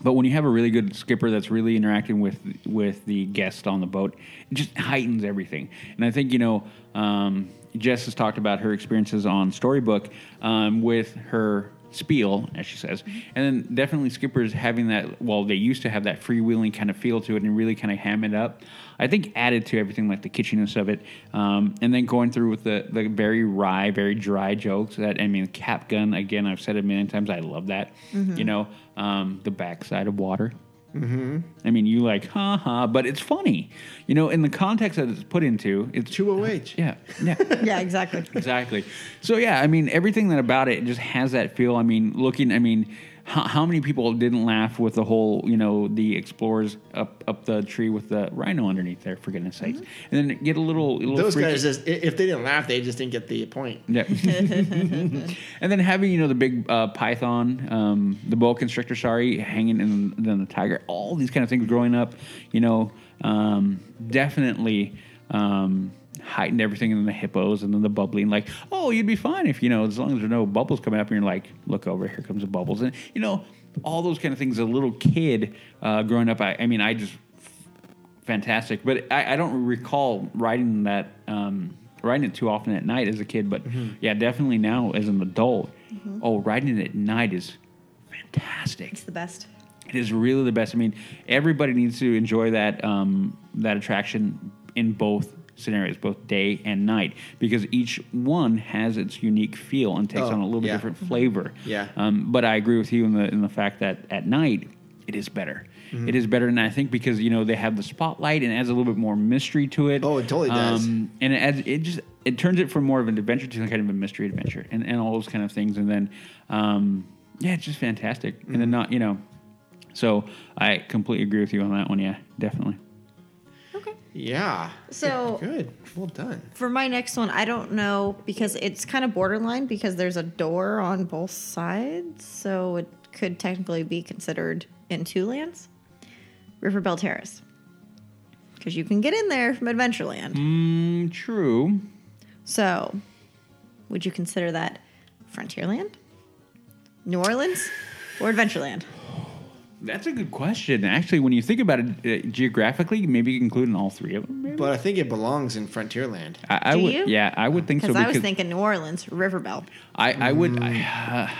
E: But when you have a really good skipper that's really interacting with with the guest on the boat, it just heightens everything. And I think you know, um, Jess has talked about her experiences on Storybook um, with her spiel, as she says, and then definitely skippers having that. Well, they used to have that freewheeling kind of feel to it, and really kind of ham it up. I think added to everything like the kitschiness of it, um, and then going through with the the very wry, very dry jokes. That I mean, Cap Gun again. I've said it many times. I love that. You know, um, the backside of water.
A: Mm-hmm.
E: I mean, you like ha ha, but it's funny. You know, in the context that it's put into, it's
A: 208.
E: yeah, yeah.
G: Yeah, exactly.
E: exactly. So yeah, I mean, everything that about it just has that feel. I mean, looking, I mean, how, how many people didn't laugh with the whole, you know, the explorers up up the tree with the rhino underneath there, for goodness sakes, and then get a little, a little
A: Mm-hmm. Those
E: freaky-
A: guys, just, i- if they didn't laugh, they just didn't get the point.
E: yeah. and then having, you know, the big uh, python, um, the boa constrictor, sorry, hanging and then the tiger, all these kind of things growing up, you know, um, definitely um, heightened everything. And then the hippos and then the bubbling, like, oh, you'd be fine if, you know, as long as there are no bubbles coming up and you're like, look over, here comes the bubbles. And, you know, all those kind of things. A little kid uh, growing up, I, I mean, I just fantastic. But I, I don't recall riding that um, riding it too often at night as a kid. But yeah, definitely now as an adult. Oh, riding it at night is fantastic.
G: It's the best.
E: It is really the best. I mean, everybody needs to enjoy that um, that attraction in both scenarios, both day and night, because each one has its unique feel and takes
A: Oh,
E: on a little bit
A: yeah. Mm-hmm.
E: different flavor.
A: Yeah.
E: Um, but I agree with you in the in the fact that at night it is better.
A: Mm-hmm.
E: It is better, and I think because you know they have the spotlight and it adds a little bit more mystery to it.
A: Oh, it totally does.
E: Um, and it adds, it just it turns it from more of an adventure to kind of a mystery adventure, and, and all those kind of things. And then, um, yeah, it's just fantastic. And
A: Mm-hmm.
E: then not you know, so I completely agree with you on that one. Yeah, definitely.
G: Okay.
A: Yeah.
G: So-
A: good. Well done.
G: For my next one, I don't know because it's kind of borderline because there's a door on both sides, so it could technically be considered in two lands. Riverbell Terrace. Because you can get in there from Adventureland.
A: Hmm.
E: Mm, true.
G: So, would you consider that Frontierland, New Orleans, or Adventureland?
E: That's a good question. Actually, when you think about it uh, geographically, maybe you can include in all three of them. maybe?
A: But I think it belongs in Frontierland.
E: I, I
G: Do
E: would,
G: you?
E: yeah, I would think so.
G: Because I was thinking New Orleans, Riverbell.
E: I, I would, I,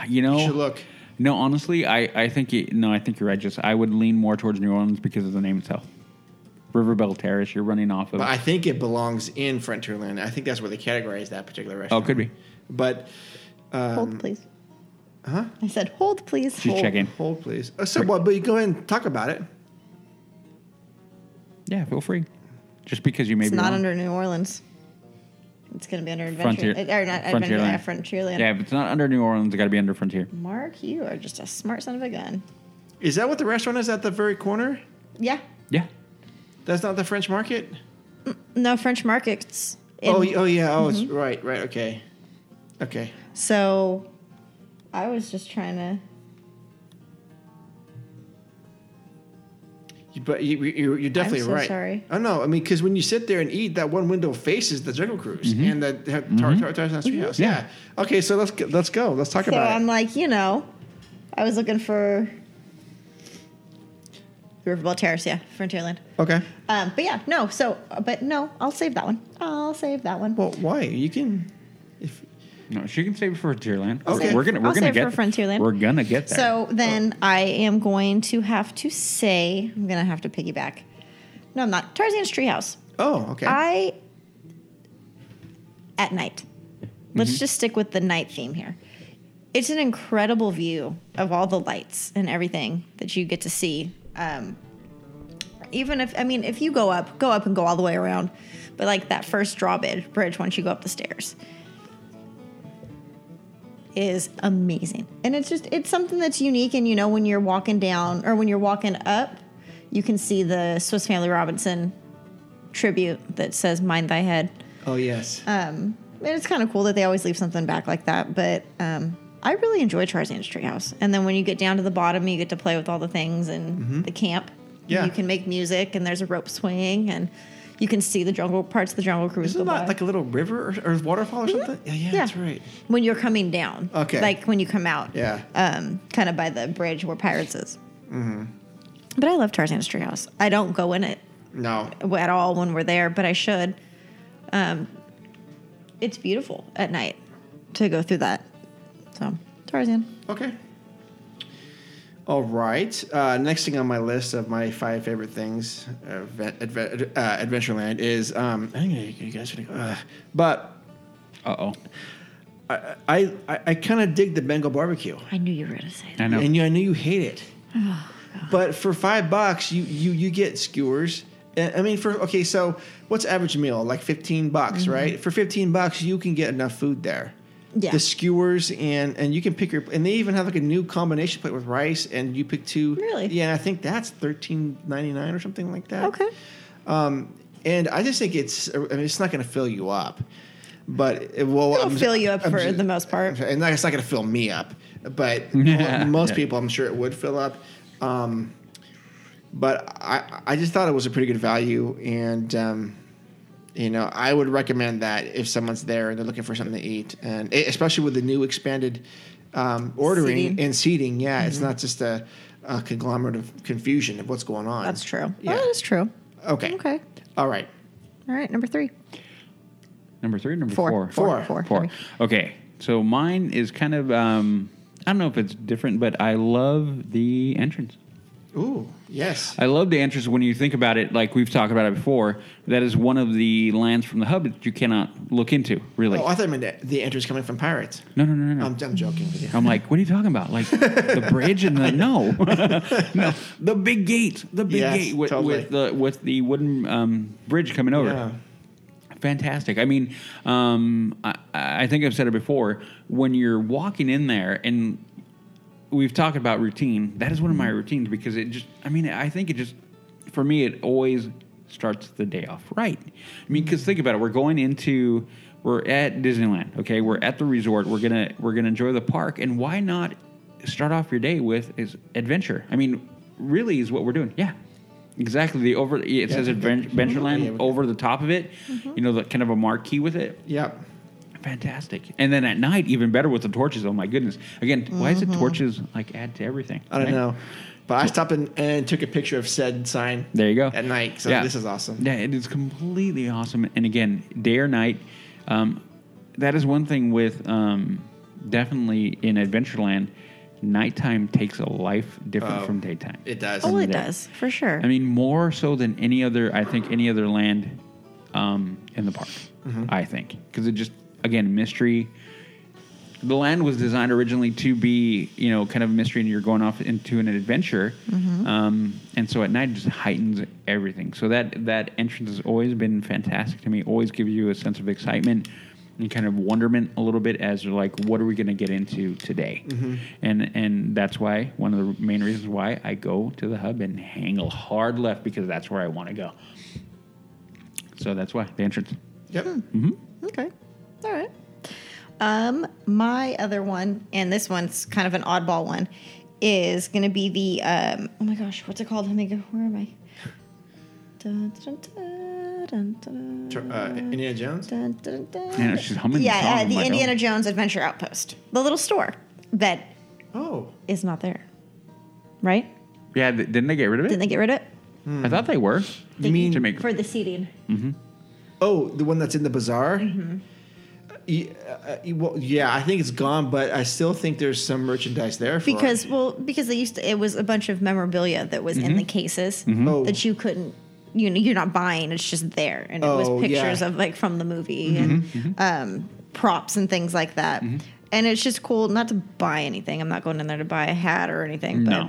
E: uh, you know,
A: Mm. You should look.
E: No, honestly, I, I think it, no, I think you're right. Just I would lean more towards New Orleans because of the name itself. Riverbell Terrace you're running off of.
A: But I think it belongs in Frontierland. I think that's where they categorize that particular
E: oh,
A: restaurant.
E: could be.
A: But um,
D: hold, please.
A: Huh?
D: I said, hold, please.
E: She's
A: hold-
E: checking.
A: Hold, please. Uh, so, well, but you go ahead and talk about it.
E: Yeah, feel free. Just because you may
D: It's
E: be
D: not
E: wrong.
D: under New Orleans. It's going to be under
E: Frontier-
D: Adventure. eh, Or not Adventure,
E: Frontierland.
D: yeah, Frontierland.
E: Yeah, if it's not under New Orleans, it got to be under Frontier.
D: Mark, you are just a smart son of a gun.
A: Is that what the restaurant is at the very corner?
D: Yeah.
E: Yeah.
A: That's not the French Market.
D: No French markets. in-
A: oh, y- oh yeah. Oh, it's right, right. Okay, okay.
D: So I was just trying to.
A: You, but you, you, you're definitely
D: so
A: right.
D: sorry.
A: Oh no, I mean, because when you sit there and eat, that one window faces the Jungle Cruise and the the Tar- Tar- Tarzan Street House.
E: Yeah.
A: Yeah. Okay, so let's go- let's go. Let's talk
D: So
A: about
D: I'm
A: it.
D: like, you know, I was looking for Riverboat Terrace, yeah, Frontierland.
A: Okay.
D: Um, but yeah, no. So, but no, I'll save that one. I'll save that one.
A: Well, why you can, if
E: No, she can save it for Frontierland.
A: Okay.
E: We're gonna we're
D: I'll
E: gonna
D: save
E: get
D: it for Frontierland.
E: We're gonna get there.
D: So then I am going to have to say I'm going to have to piggyback. No, I'm not. Tarzan's Treehouse.
A: oh okay.
D: I at night. Let's just stick with the night theme here. It's an incredible view of all the lights and everything that you get to see. Um, even if I mean, if you go up, go up and go all the way around, but like that first drawbridge bridge once you go up the stairs is amazing. And it's just it's something that's unique and you know when you're walking down or when you're walking up, you can see the Swiss Family Robinson tribute that says "Mind Thy Head."
A: oh yes.
D: And it's kind of cool that they always leave something back like that. But um, I really enjoy Tarzan's Treehouse. And then when you get down to the bottom, you get to play with all the things and the camp.
A: Mm-hmm. Yeah.
D: you can make music, and there's a rope swing, and you can see the jungle parts of the jungle cruise.
A: Isn't
D: go by.
A: that like a little river or, or waterfall or something? Yeah, yeah,
D: Yeah.
A: that's right.
D: when you're coming down?
A: Okay.
D: like when you come out.
A: Yeah.
D: um, kind of by the bridge where Pirates is.
A: Mm-hmm.
D: But I love Tarzan's Treehouse. I don't go in it
A: No.
D: at all when we're there, but I should. Um, it's beautiful at night to go through that. So Tarzan.
A: Okay. All right. Uh, next thing on my list of my five favorite things, uh, adve- adve- uh, Adventureland is. Um, I think you guys are gonna go. Uh, but
E: uh oh,
A: I, I, I kind of dig the Bengal barbecue,
D: I knew you were gonna say that.
E: I know.
A: and you, I know you hate it.
D: Oh,
A: but for five bucks, you you you get skewers. And, I mean, for okay, so what's average meal? Like fifteen bucks, right? For fifteen bucks, you can get enough food there.
D: Mm-hmm. Yeah.
A: The skewers and and you can pick your and they even have like a new combination plate with rice and you pick two.
D: Really?
A: Yeah, I think that's thirteen ninety nine or something like that.
D: Okay.
A: And I just think it's I mean, it's not going to fill you up, but it will
D: It'll
A: I'm-
D: fill you up
A: I'm
D: for
A: ju-
D: the most part.
A: and it's not going to fill me up, but
E: Yeah.
A: most
E: Yeah.
A: people, I'm sure, it would fill up. Um, but I, I just thought it was a pretty good value, and um, you know, I would recommend that if someone's there and they're looking for something to eat, and e- especially with the new expanded um, ordering
D: Seating. Mm-hmm.
A: and seating, yeah, it's not just a, a conglomerate of confusion of what's going on.
D: That's true. Oh,
A: Yeah.
D: That is true.
A: Okay.
D: Okay.
A: All right.
D: All right, number three.
E: number three, or number
D: Four.
E: four?
A: Four.
D: Four.
E: Four. Okay, so mine is kind of um, I don't know if it's different, but I love the entrance.
A: Ooh. Yes.
E: I love the entrance when you think about it. Like we've talked about it before, that is one of the lands from the hub that you cannot look into. Really?
A: oh, I Um, thought you meant the- the entries coming from pirates.
E: no, no, no, no.
A: I'm,
E: no.
A: I'm joking with you.
E: I'm like, what are you talking about? Like the bridge and the no, no, the big gate, the big
A: Yes,
E: gate with,
A: totally.
E: with the with the wooden um, bridge coming over.
A: Yeah.
E: Fantastic. I mean, um, I, I think I've said it before. When you're walking in there, and we've talked about routine, that is one of my routines because it just, I mean, I think it just, for me, it always starts the day off right. I mean, because think about it. We're going into, we're at Disneyland, okay? We're at the resort. We're going to, we're going to enjoy the park. And why not start off your day with is adventure? I mean, really is what we're doing. Yeah. Exactly. The over, it says Adven- Adventureland
A: Yeah, we-
E: over the top of it, you know, the kind of a marquee with it.
A: Yep.
E: Fantastic. And then at night, even better with the torches. Oh my goodness. Again, why is it torches like add to everything?
A: Mm-hmm. I don't
E: right?
A: know. But I stopped and, and took a picture of said sign.
E: There you go.
A: At night. So this is awesome.
E: Yeah, it is completely awesome. And again, day or night, um, that is one thing with um, definitely in Adventureland. nighttime takes a life different
A: Oh,
E: from daytime.
A: It does.
D: Oh, it does for sure.
E: I mean, more so than any other, I think, any other land um, in the park.
A: Mm-hmm.
E: I think because it just again mystery. The land was designed originally to be, you know, kind of a mystery, and you're going off into an adventure. Um, and so at night, it just heightens everything. So that that entrance has always been fantastic to me. Always gives you a sense of excitement and kind of wonderment a little bit as to, like, what are we going to get into today? And and that's why one of the main reasons why I go to the hub and hang a hard left because that's where I want to go. So that's why the entrance.
A: Yep.
D: Okay. All right. Um, my other one, and this one's kind of an oddball one, is going to be the um, oh my gosh, what's it called? Let me go. Where am I? Dun, dun, dun, dun, dun,
A: Tr- Uh, Indiana Jones.
D: dun, dun, dun.
E: Man, she's humming the song.
D: Yeah, uh,
E: I'm
D: the
E: like, oh.
D: Indiana Jones Adventure Outpost, the little store that
A: Oh,
D: is not there, right?
E: Yeah, th- didn't they get rid of
D: Didn't
E: it?
D: they get rid of it
E: I thought they were.
D: They-
E: mean to make
D: for the seating?
A: oh, the one that's in the bazaar.
D: Mm-hmm.
A: Ye- uh, uh, well, yeah, I think it's gone, but I still think there's some merchandise there for
D: Because well, because they used to, it was a bunch of memorabilia that was
A: Mm-hmm.
D: in the cases
A: Oh.
D: that you couldn't, you know, you're not buying. It's just there, and it
A: Oh,
D: was
A: yeah.
D: pictures of like from the movie
A: Mm-hmm.
D: and Um, props and things like that. And it's just cool not to buy anything. I'm not going in there to buy a hat or anything, but um,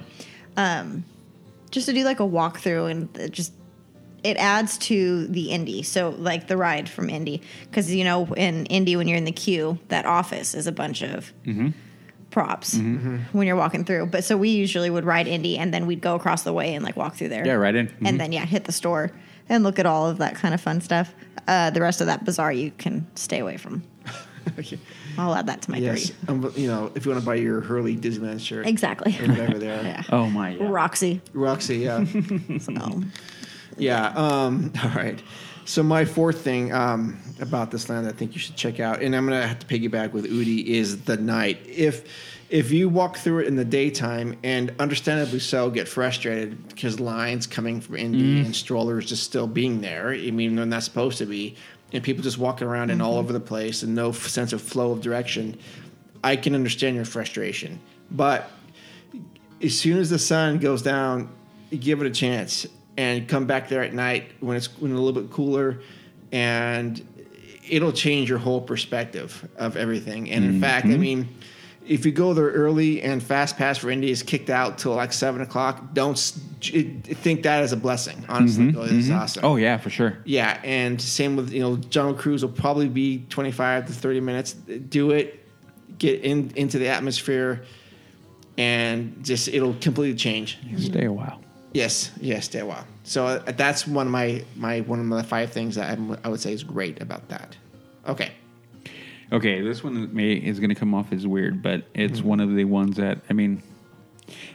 E: No.
D: just to do like a walkthrough and it just it adds to the indie so like the ride from indie because you know in indie when you're in the queue that office is a bunch of
E: Mm-hmm.
D: props
A: Mm-hmm.
D: when you're walking through but so we usually would ride indie and then we'd go across the way and like walk through there
E: Yeah, right in. Mhm.
D: and then yeah hit the store and look at all of that kind of fun stuff uh, the rest of that bazaar you can stay away from
A: Okay.
D: i'll add that to my
A: Yes,
D: three
A: um, you know, if you want to buy your Hurley Disneyland shirt,
D: exactly
A: or whatever there.
D: yeah
E: Oh my. yeah.
D: roxy
A: Roxy, yeah.
D: so
A: Oh, Yeah. Um, all right. So my fourth thing um, about this land, I think you should check out, and I'm gonna have to piggyback with Udi is the night. If if you walk through it in the daytime, and understandably so, get frustrated because lines coming from Indy and strollers just still being there, I mean, they're not supposed to be, and people just walking around and all over the place and no f- sense of flow of direction. I can understand your frustration, but as soon as the sun goes down, give it a chance and come back there at night when it's when it's a little bit cooler, and it'll change your whole perspective of everything. And in fact, I mean, if you go there early and fast pass for Indy is kicked out till like seven o'clock, don't s- j- think that as a blessing. Honestly, Go, this is awesome.
E: Oh yeah, for sure.
A: Yeah, and same with you know Jungle Cruise will probably be twenty five to thirty minutes. Do it, get in into the atmosphere, and just it'll completely change.
E: Stay a while.
A: Yes, yes, stay a while. So uh, that's one of my my one of the five things that I'm, I would say is great about that. Okay,
E: Okay, this one may is going to come off as weird, but it's
A: Mm-hmm.
E: one of the ones that I mean,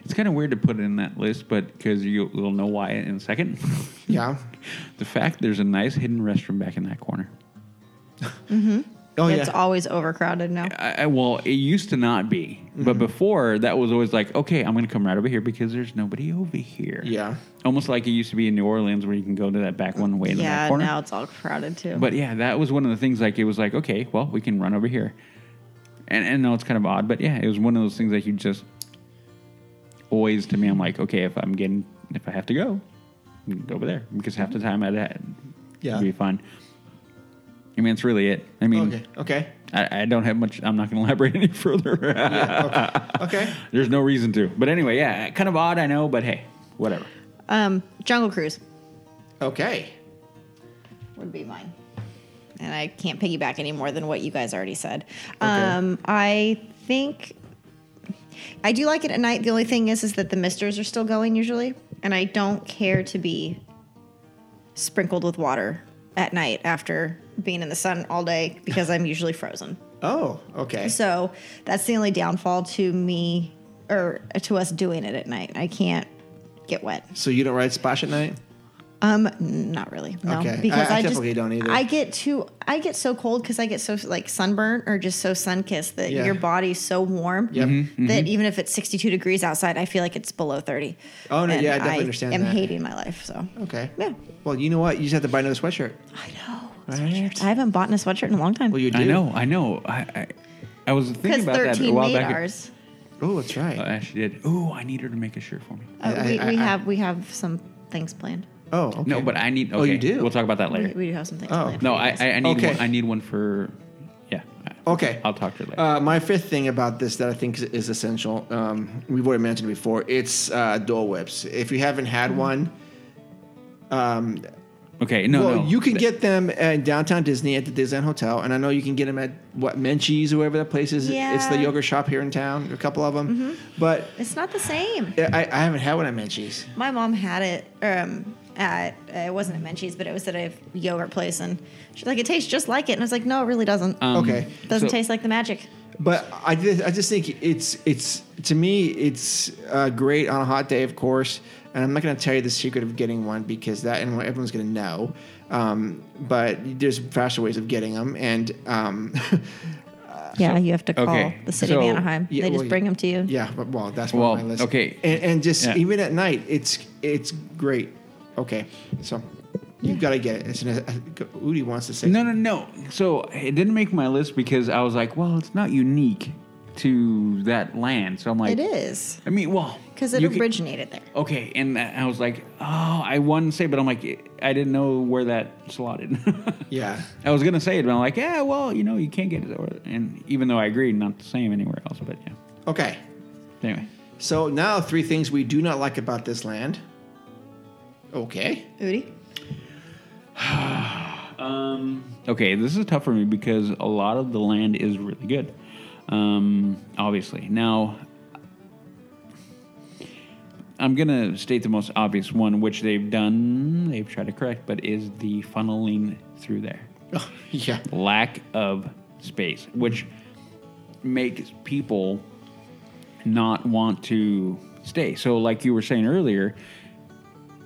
E: it's kind of weird to put it in that list, but because you, you'll know why in a second.
A: yeah.
E: the fact there's a nice hidden restroom back in that corner.
A: Oh
D: it's
A: yeah.
D: always overcrowded now
E: I, I- well, it used to not be,
A: Mm-hmm.
E: but before that was always like, okay, I'm going to come right over here because there's nobody over here.
A: Yeah.
E: almost like it used to be in New Orleans where you can go to that back one way in the
D: yeah
E: back corner.
D: now it's all crowded too
E: But yeah, that was one of the things. Like it was like, okay, well, we can run over here, and and now it's kind of odd, but yeah, it was one of those things that you just always to me. I'm like, okay, if I'm getting, if I have to go, go over there because half the time I'd had,
A: Yeah.
E: be fine. I mean, that's really it. I mean,
A: Okay. Okay.
E: I, I don't have much. I'm not going to elaborate any further.
A: Okay.
E: There's no reason to. But anyway, yeah, kind of odd, I know, but hey, whatever.
D: um jungle cruise
A: Okay.
D: would be mine and i can't piggyback any more than what you guys already said um i think i do like it at night the only thing is is that the misters are still going usually and i don't care to be sprinkled with water at night after being in the sun all day because i'm usually frozen
A: Oh. Okay.
D: So that's the only downfall to me or to us doing it at night. I can't get wet.
A: So you don't ride splash at night?
D: Um, not really. No,
A: Okay.
D: because
A: I- I
D: I, just
A: typically don't either.
D: I get too. I get so cold because I get so like sunburnt or just so sun kissed that
A: Yeah.
D: your body's so warm
A: Yep.
E: Mm-hmm,
D: that even if it's sixty two degrees outside, I feel like it's below thirty.
A: Oh, no,
D: And
A: yeah, I definitely understand
D: am
A: that.
D: hating my life. So
A: Okay.
D: Yeah.
A: Well, you know what? You just have to buy another sweatshirt.
D: I know.
A: Right.
D: I haven't bought in a sweatshirt in a long time.
A: Well, you do.
E: I know, I know. I, I, I was thinking
D: because
E: about that a
D: thirteen
E: while
D: made
E: back.
D: ours.
A: Oh, that's right.
E: Uh, Ashley did. Oh, I need her to make a shirt for me.
G: Uh,
A: I-
G: we,
A: I-
G: we
A: I-
G: have we have some things planned.
A: Oh, okay.
E: No, but I need. Okay,
A: Oh, you do?
E: We'll talk about that
G: We,
E: later.
G: we do have some things
A: Oh.
G: planned.
E: no,
G: for you
E: I,
G: guys.
E: I, I need.
A: Okay.
E: One, I need one for. Yeah.
A: Okay.
E: I'll talk to her later.
A: Uh, my fifth thing about this that I think is, is essential, um, we've already mentioned it before, it's uh, Dole Whips. If you haven't
E: Mm.
A: had one,
E: okay. No.
A: well,
E: no.
A: you can
E: Th-
A: get them at downtown Disney at the Disneyland Hotel, and I know you can get them at what Menchie's or wherever that place is. It's the
G: Yeah.
A: yogurt shop here in town, a couple of
E: Mm-hmm.
A: them. But
G: It's not the same.
A: I, I haven't had one at Menchie's.
G: My mom had it um, at uh, it wasn't at Menchie's, but it was at a yogurt place, and she's like, "It tastes just like it," and I was like, "No, it really doesn't.
E: Um,
A: okay.
G: doesn't
E: so-
G: taste like the magic."
A: But I just, I just think it's it's to me it's uh, great on a hot day, of course. And I'm not going to tell you the secret of getting one because that and everyone's going to know. Um, but there's faster ways of getting them, and um,
G: Yeah, you have to call
E: okay,
G: the city
E: so-
G: of Anaheim.
A: Yeah,
G: they just
A: well,
G: bring them to you.
A: yeah, but, well, that's one of
E: Well,
A: my list.
E: okay.
A: and, and just
E: Yeah.
A: even at night, it's it's great. Okay, so you've got to get it. It's an, Udi wants to say
E: No, no, no. So it didn't make my list because I was like, well, it's not unique to that land. So I'm like,
G: It is
E: I mean, well,
G: because it
E: you can-
G: originated there.
E: Okay, and I was like, oh, I wanted to say, but I'm like, I didn't know where that slotted.
A: Yeah.
E: I was gonna say it, but I'm like, yeah, well, you know, you can't get it, over- and even though I agree, not the same anywhere else. But yeah,
A: Okay,
E: anyway,
A: so now three things we do not like about this land. Okay.
G: Udi,
E: okay, this is tough for me because a lot of the land is really good, um, obviously. Now, I'm gonna state the most obvious one, which they've done, they've tried to correct, but is the funneling through there.
A: yeah.
E: lack of space, which makes people not want to stay. So, like you were saying earlier,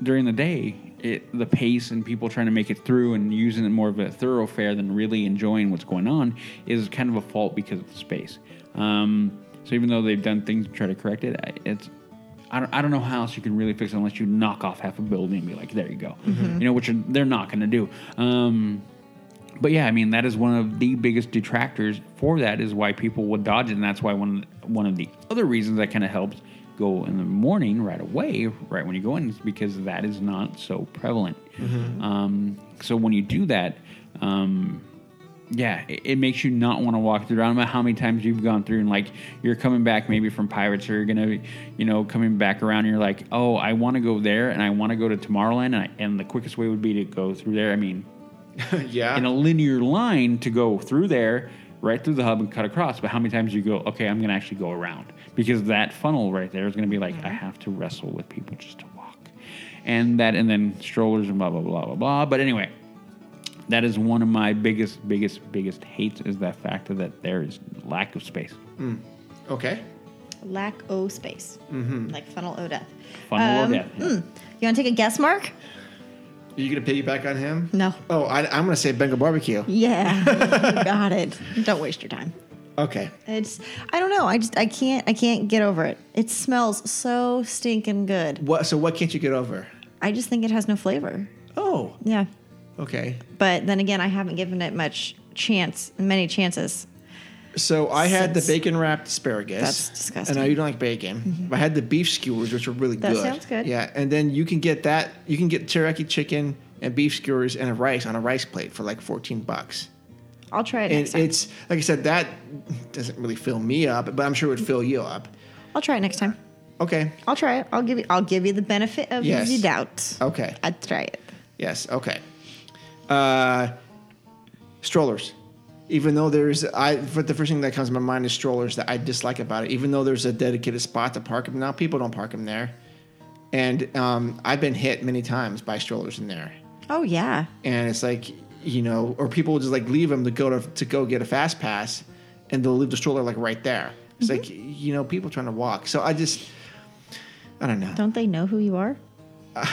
E: during the day, it, the pace and people trying to make it through and using it more of a thoroughfare than really enjoying what's going on is kind of a fault because of the space. Um, so, even though they've done things to try to correct it, I- it's I don't, I don't know how else you can really fix it unless you knock off half a building and be like, there you go. You know, which are, they're not going to do. Um, but yeah, I mean that is one of the biggest detractors for that is why people would dodge it, and that's why one one of the other reasons that kind of helps go in the morning right away, right when you go in, is because that is not so prevalent. Um, so when you do that, um, yeah, it, it makes you not want to walk through. I don't know how many times you've gone through and like you're coming back maybe from pirates or you're gonna, you know, coming back around. and You're like, oh, I want to go there and I want to go to Tomorrowland, and, I, and the quickest way would be to go through there. I mean,
A: Yeah.
E: in a linear line to go through there, right through the hub and cut across. But how many times do you go, okay, I'm going to actually go around? Because that funnel right there is going to be like, I have to wrestle with people just to walk. And that, and then strollers and blah, blah, blah, blah, blah. But anyway, that is one of my biggest, biggest, biggest hates is that factor that there is lack of space.
A: okay.
G: lack o space, like funnel o death.
E: Mm-hmm. Funnel
G: Um,
E: of death.
G: You want to take a guess, Mark?
A: Are you gonna piggyback on him?
G: No.
A: Oh, I, I'm gonna say Bengal barbecue.
G: Yeah, you got it. Don't waste your time.
A: Okay.
G: It's I don't know. I just I can't I can't get over it. It smells so stinking good.
A: What? So what can't you get over?
G: I just think it has no flavor.
A: Oh.
G: Yeah.
A: Okay.
G: But then again, I haven't given it much chance, many chances.
A: So I had the
G: Since-
A: bacon wrapped asparagus.
G: That's disgusting. Mm-hmm.
A: And I you don't like bacon. I had the beef skewers, which were really
G: That
A: good.
G: sounds good.
A: Yeah, and then you can get that. You can get teriyaki chicken and beef skewers and a rice on a rice plate for like 14 bucks.
G: I'll try it
A: And
G: next time.
A: it's like I said, that doesn't really fill me up, but I'm sure it would fill you up.
G: I'll try it next time.
A: Okay.
G: I'll try it. I'll give you I'll give you the benefit of
A: Yes.
G: the doubt.
A: Okay.
G: I'll try it.
A: Yes. Okay. Uh, strollers. Even though there's, I but the first thing that comes to my mind is strollers that I dislike about it. Even though there's a dedicated spot to park them now, people don't park them there, and um, I've been hit many times by strollers in there.
G: Oh yeah.
A: And it's like you know, or people will just like leave them to go to to go get a fast pass, and they'll leave the stroller like right there. It's
G: Mm-hmm.
A: like you know, people trying to walk. So I just, I don't know.
G: Don't they know who you are?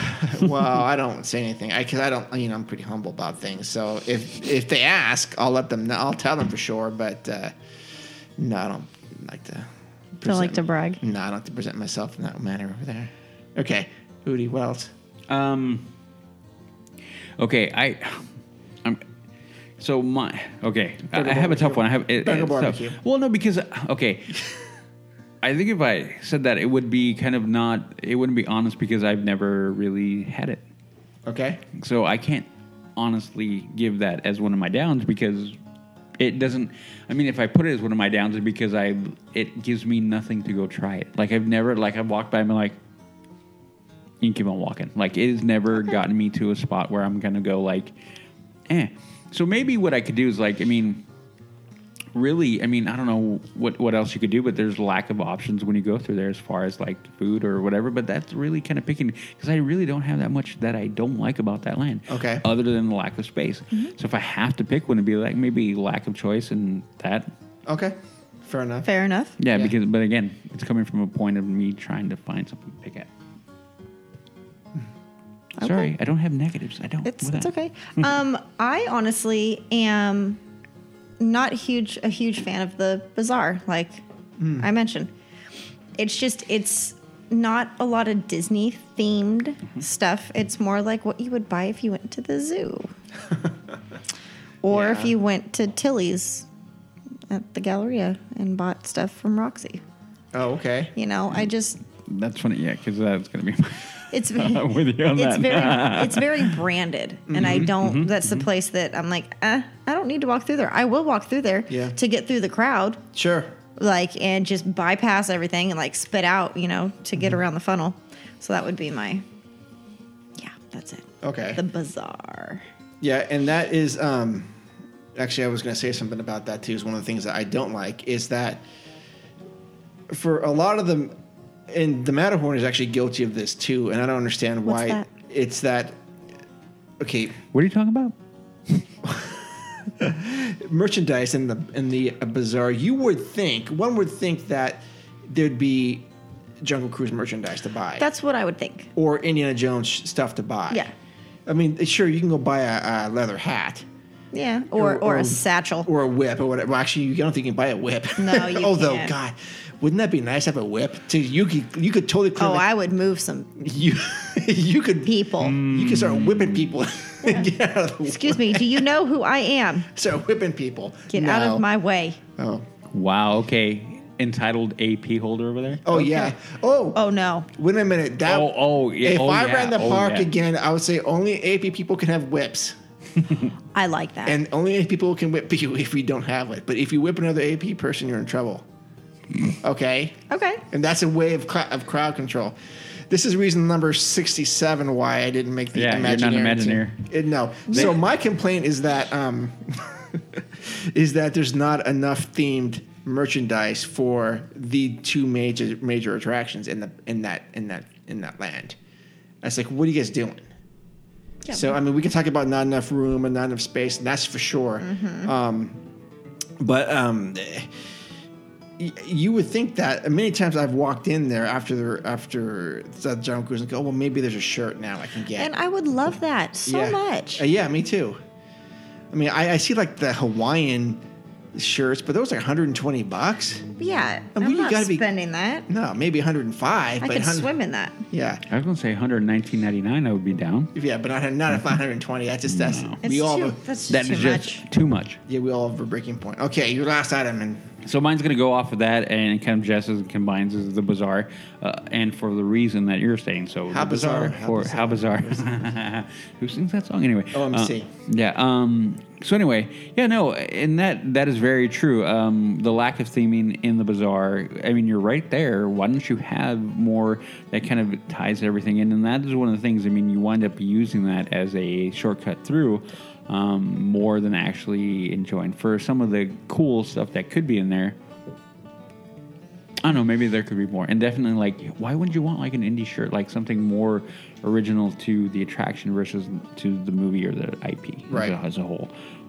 A: well, I don't say anything. I cause I don't. You know, I'm pretty humble about things. So if if they ask, I'll let them. know. I'll tell them for sure. But uh, no, I don't like to.
G: Don't like
A: present-
G: to brag.
A: No, I don't like to present myself in that manner over there. Okay, Udi, what else?
E: Um. Okay, I. I'm. So my okay, I, I have a tough one. I have it,
A: Burger
E: it's tough.
A: barbecue.
E: Well, no, because okay, I think if I said that, it would be kind of not. It wouldn't be honest because I've never really had it.
A: Okay.
E: So I can't honestly give that as one of my downs because it doesn't. I mean, if I put it as one of my downs, it's because I it gives me nothing to go try it. Like I've never like I've walked by and been like, you can keep on walking. Like it has never gotten me to a spot where I'm gonna go like, eh. So maybe what I could do is like, I mean, really, I mean, I don't know what what else you could do, but there's lack of options when you go through there as far as like food or whatever. But that's really kind of picking because I really don't have that much that I don't like about that land.
A: Okay.
E: Other than the lack of space. So if I have to pick one, it'd be like maybe lack of choice and that.
A: Okay. Fair enough.
D: Fair enough.
E: Yeah, because but again, it's coming from a point of me trying to find something to pick at. Sorry, I don't have negatives. I don't.
D: It's
E: What
D: it's
E: the-
D: okay. um, I honestly am not huge a huge fan of the bazaar, like I mentioned. It's just it's not a lot of Disney themed stuff. It's more like what you would buy if you went to the zoo, or if
A: Yeah.
D: you went to Tilly's at the Galleria and bought stuff from Roxy.
A: Oh, okay.
D: You know, I just
E: That's funny. Yeah, because that's gonna be.
D: it's
E: I'm with you on
D: it's
E: that.
D: very it's very branded, and
A: Mm-hmm.
D: I don't. that's the place that I'm like, uh, I don't need to walk through there. I will walk through there
A: Yeah.
D: to get through the crowd,
A: Sure.
D: like, and just bypass everything and like spit out, you know, to
A: Mm-hmm.
D: get around the funnel. So that would be my, yeah, that's it.
A: Okay.
D: The bazaar.
A: Yeah, and that is um actually I was going to say something about that too. Is one of the things that I don't like is that for a lot of them and the Matterhorn is actually guilty of this too, and I don't understand
D: What's
A: why
D: that?
A: it's that okay,
E: What are you talking about?
A: merchandise in the in the uh, bazaar, you would think one would think that there'd be Jungle Cruise merchandise to buy.
D: That's what I would think.
A: or Indiana Jones sh- stuff to buy.
D: Yeah.
A: I mean, sure, you can go buy a, a leather hat
D: Yeah, or or, a satchel.
A: or a whip or whatever. Well, actually, you I don't think you can buy a whip.
D: No, you
A: Although,
D: can't.
A: God, wouldn't that be nice to have a whip? To you could you could totally clear
D: oh,
A: the-
D: I would move some
A: you you could
D: people.
A: you could start whipping people. Get out of the way.
D: Excuse me. Do you know who I am?
A: Start whipping people.
D: Get out
A: No.
D: of my way.
A: Oh,
E: Wow. Okay. Entitled AP holder over there.
A: oh yeah. Oh.
D: Oh no.
A: Wait a minute. That.
E: Oh, oh, yeah,
A: If
E: oh,
A: I
E: yeah,
A: ran the
E: oh,
A: park
E: yeah.
A: again, I would say only AP people can have whips.
D: I like that.
A: And only eight people can whip you if you don't have it. But if you whip another AP person, you're in trouble. Okay?
D: okay.
A: And that's a way of, cl- of crowd control. This is reason number 67 why I didn't make the
E: Yeah, you're not an
A: Imagineering.
E: Imagineer.
A: team. It- no. so my complaint is that um, is that there's not enough themed merchandise for the two major major attractions in the in that in that in that land. I was like, what are you guys doing? So I mean, we can talk about not enough room and not enough space, and that's for sure. Um, but um, eh, y- you would think that uh, many times I've walked in there after the, after the John Cruise and go, well, maybe there's a shirt now I can get.
D: And I would love that so
A: Yeah.
D: much.
A: Uh, yeah, me too. I mean, I, I see like the Hawaiian shirts, but those are 120 bucks.
D: Yeah,
A: And
D: I'm
A: we
D: not
A: gotta be-
D: spending that.
A: No, maybe 105.
D: I
A: but
D: could
A: 100
D: swim in that.
A: Yeah.
E: I was gonna say 119.99. I would be down.
A: Yeah, but not, not at 520. That's just that's
E: No.
D: It's
A: we all
D: too,
A: have a-
D: that's
E: That
D: too
E: is
D: much.
E: just too much.
A: yeah we all have a breaking point. Okay, your last item and
E: So mine's going to go off of that and kind of Jess's and combines as the bazaar, uh, and for the reason that you're saying. So
A: How
E: the bazaar
A: bizarre, how
E: for how bizarre. Who sings that song anyway?
A: OMC.
E: Uh, yeah. Um, so anyway, yeah, no, and that that is very true. Um, the lack of theming in the bazaar. I mean, you're right there. Why don't you have more that kind of ties everything in? And that is one of the things. I mean, you wind up using that as a shortcut through um, more than actually enjoying for some of the cool stuff that could be in there. I don't know. Maybe there could be more, and definitely like, why wouldn't you want like an indie shirt, like something more original to the attraction versus to the movie or the IP as a-
A: Right.
E: as, a, whole?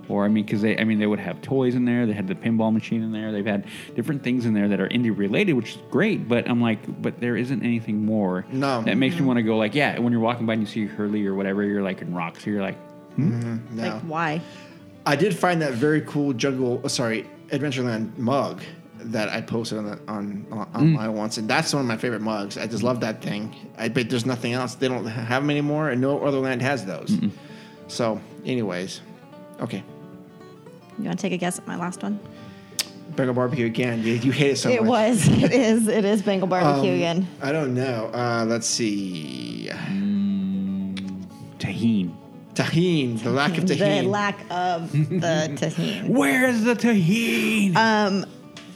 E: Or I mean, because they, I mean, they would have toys in there. They had the pinball machine in there. They've had different things in there that are indie related, which is great. But I'm like, but there isn't anything more
A: No.
E: that makes me want to go like, yeah. When you're walking by and you see Hurley or whatever, you're like in rocks. You're like,
A: no.
D: Like why?
A: I did find that very cool jungle. oh, Sorry, Adventureland mug that I posted on the, on, on online once, and that's one of my favorite mugs. I just love that thing. I but there's nothing else. They don't have them anymore, and no other land has those. So, anyways, okay.
D: You want to take a guess at my last one?
A: Bengal barbecue again. You, you hate it so
D: it
A: much.
D: was. It is. It is Bengal barbecue
A: Um,
D: again.
A: I don't know. Uh, let's see.
E: "Mm, Tahine.
A: Tahine. The lack of tahine.
D: The lack of the tahini.
E: Where's the tahine?
D: Um,